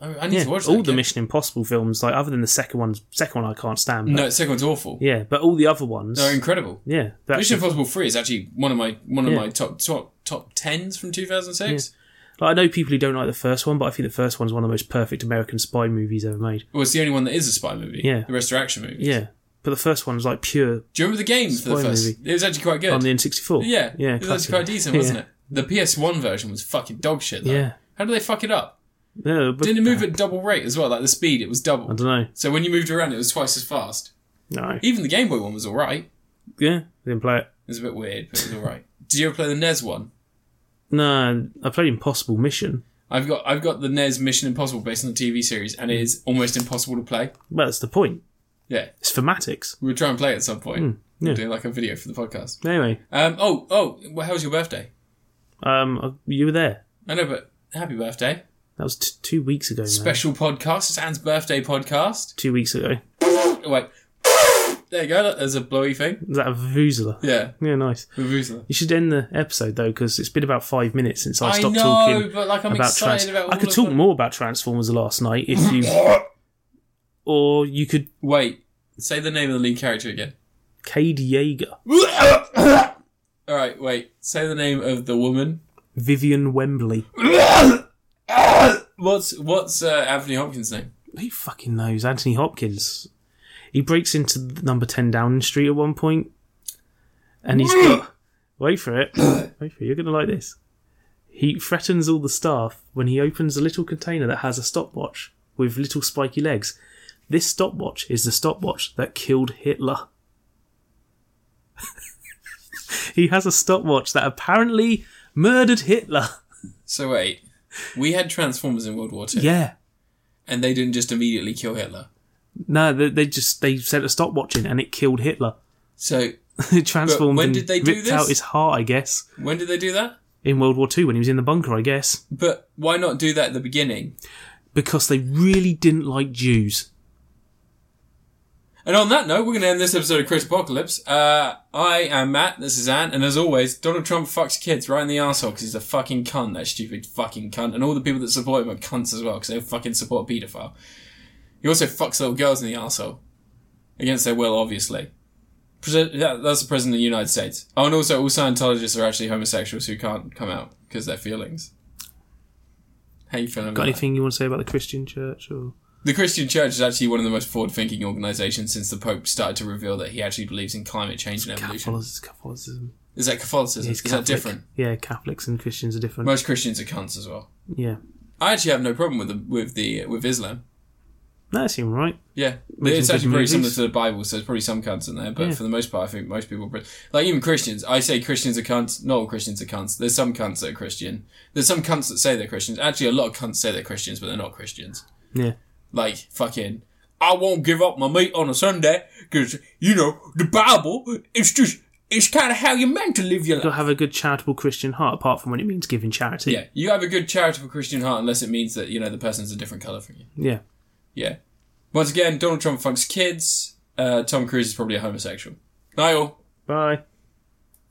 A: I, I need
B: yeah.
A: to watch that
B: All the
A: again.
B: Mission Impossible films, like other than the second one, second one I can't stand. But,
A: No, the second one's awful.
B: Yeah, but all the other ones,
A: They're incredible.
B: yeah, that's-
A: Mission Impossible Three is actually one of my one of
B: Yeah.
A: my top top top tens from two thousand six.
B: like, I know people who don't like the first one, but I think the first one's one of the most perfect American spy movies ever made.
A: Well, it's the only one that is a spy movie.
B: Yeah.
A: the rest are action movies.
B: Yeah, but the first one's like pure
A: Do you remember the game for the
B: Spy
A: first? It was actually quite good.
B: on the N64.
A: yeah,
B: yeah,
A: it was actually
B: classic.
A: quite decent, wasn't it? The PS One version was fucking dog shit. Though.
B: Yeah.
A: how did they fuck it up?
B: Yeah, no, but,
A: Didn't it move at double rate as well? Like the speed, it was
B: I
A: double.
B: don't know.
A: So when you moved around, it was twice as fast.
B: No,
A: Even the Game Boy one was all right. It
B: yeah, didn't play it.
A: was a bit weird, but it was all right. Did you ever play the NES one?
B: No, I played Impossible Mission.
A: I've got I've got the NES Mission Impossible based on the TV series, and it is almost impossible to play.
B: Well, that's the point.
A: Yeah,
B: It's thematics.
A: we'll try and play it at some point.
B: Hmm, yeah.
A: We'll do like a video for the podcast.
B: Anyway,
A: Um. Oh. Oh. Well, how was your birthday?
B: um, you were there.
A: I know, but happy birthday!
B: That was t- two weeks ago. Man.
A: Special podcast. It's Anne's birthday podcast.
B: two weeks ago.
A: Oh, wait. There you go. Look, There's a blowy thing.
B: Is that a Vuvuzela?
A: Yeah.
B: Yeah, nice.
A: Vuvuzela.
B: You should end the episode though, because it's been about five minutes since I
A: I
B: stopped
A: know,
B: talking
A: but like I'm
B: about
A: excited
B: trans.
A: about. All
B: I could
A: of
B: talk
A: them.
B: more about Transformers last night if you, or you could
A: Wait. Say the name of the lead character again.
B: Cade Yeager,
A: All right. Wait. Say the name of the woman.
B: Vivian Wembley.
A: What's What's uh, Anthony Hopkins' name?
B: Who fucking knows? Anthony Hopkins. He breaks into the number ten Downing Street at one point, and he's got. Wait for it. Wait for it. You're gonna like this. He threatens all the staff when he opens a little container that has a stopwatch with little spiky legs. This stopwatch is the stopwatch that killed Hitler. he has a stopwatch that apparently murdered Hitler.
A: So wait. We had Transformers in World War Two,
B: Yeah.
A: and they didn't just immediately kill Hitler.
B: No, they, they just they sent a stopwatch in and it killed Hitler.
A: So
B: It transformed
A: when
B: and
A: did they do
B: ripped
A: this?
B: out his heart, I guess,
A: when did they do that?
B: in World War Two when he was in the bunker, I guess,
A: But why not do that at the beginning?
B: because they really didn't like Jews.
A: And on that note, we're going to end this episode of Chris Apocalypse. Uh, I am Matt. This is Anne. And as always, Donald Trump fucks kids right in the arsehole because he's a fucking cunt, that stupid fucking cunt. And all the people that support him are cunts as well because they fucking support a paedophile. He also fucks little girls in the arsehole. Against their will, obviously. Presi- that, that's the president of the United States. Oh, and also all Scientologists are actually homosexuals who can't come out because their feelings. How you feeling?
B: Got
A: about that?
B: anything you want to say about the Christian church or
A: The Christian Church is actually one of the most forward-thinking organisations since the Pope started to reveal that he actually believes in climate change and evolution.
B: Catholicism? Catholicism.
A: Is that Catholicism?
B: It's
A: Is that different?
B: Yeah, Catholics and Christians are different.
A: Most Christians are cunts as well.
B: yeah.
A: I actually have no problem with the with the with Islam.
B: No, that seemed right.
A: Yeah,
B: Which
A: it's
B: is
A: actually
B: good
A: pretty similar
B: movies.
A: to the Bible, so there's probably some cunts in there. But
B: Yeah.
A: for the most part, I think most people, are- like even Christians, I say Christians are cunts. Not all Christians are cunts. There's some cunts that are Christian. There's some cunts that say they're Christians. Actually, a lot of cunts say they're Christians, but they're not Christians.
B: Yeah.
A: like fucking I won't give up my meat on a Sunday because you know the Bible. It's just it's kind of how you're meant to live your
B: Got
A: life.
B: to have a good charitable Christian heart, apart from when it means giving charity.
A: Yeah, you have a good charitable Christian heart unless it means that you know the person's a different color from you.
B: Yeah.
A: Yeah. Once again, Donald Trump fucks kids. Uh, Tom Cruise is probably a homosexual. Niall.
B: Bye.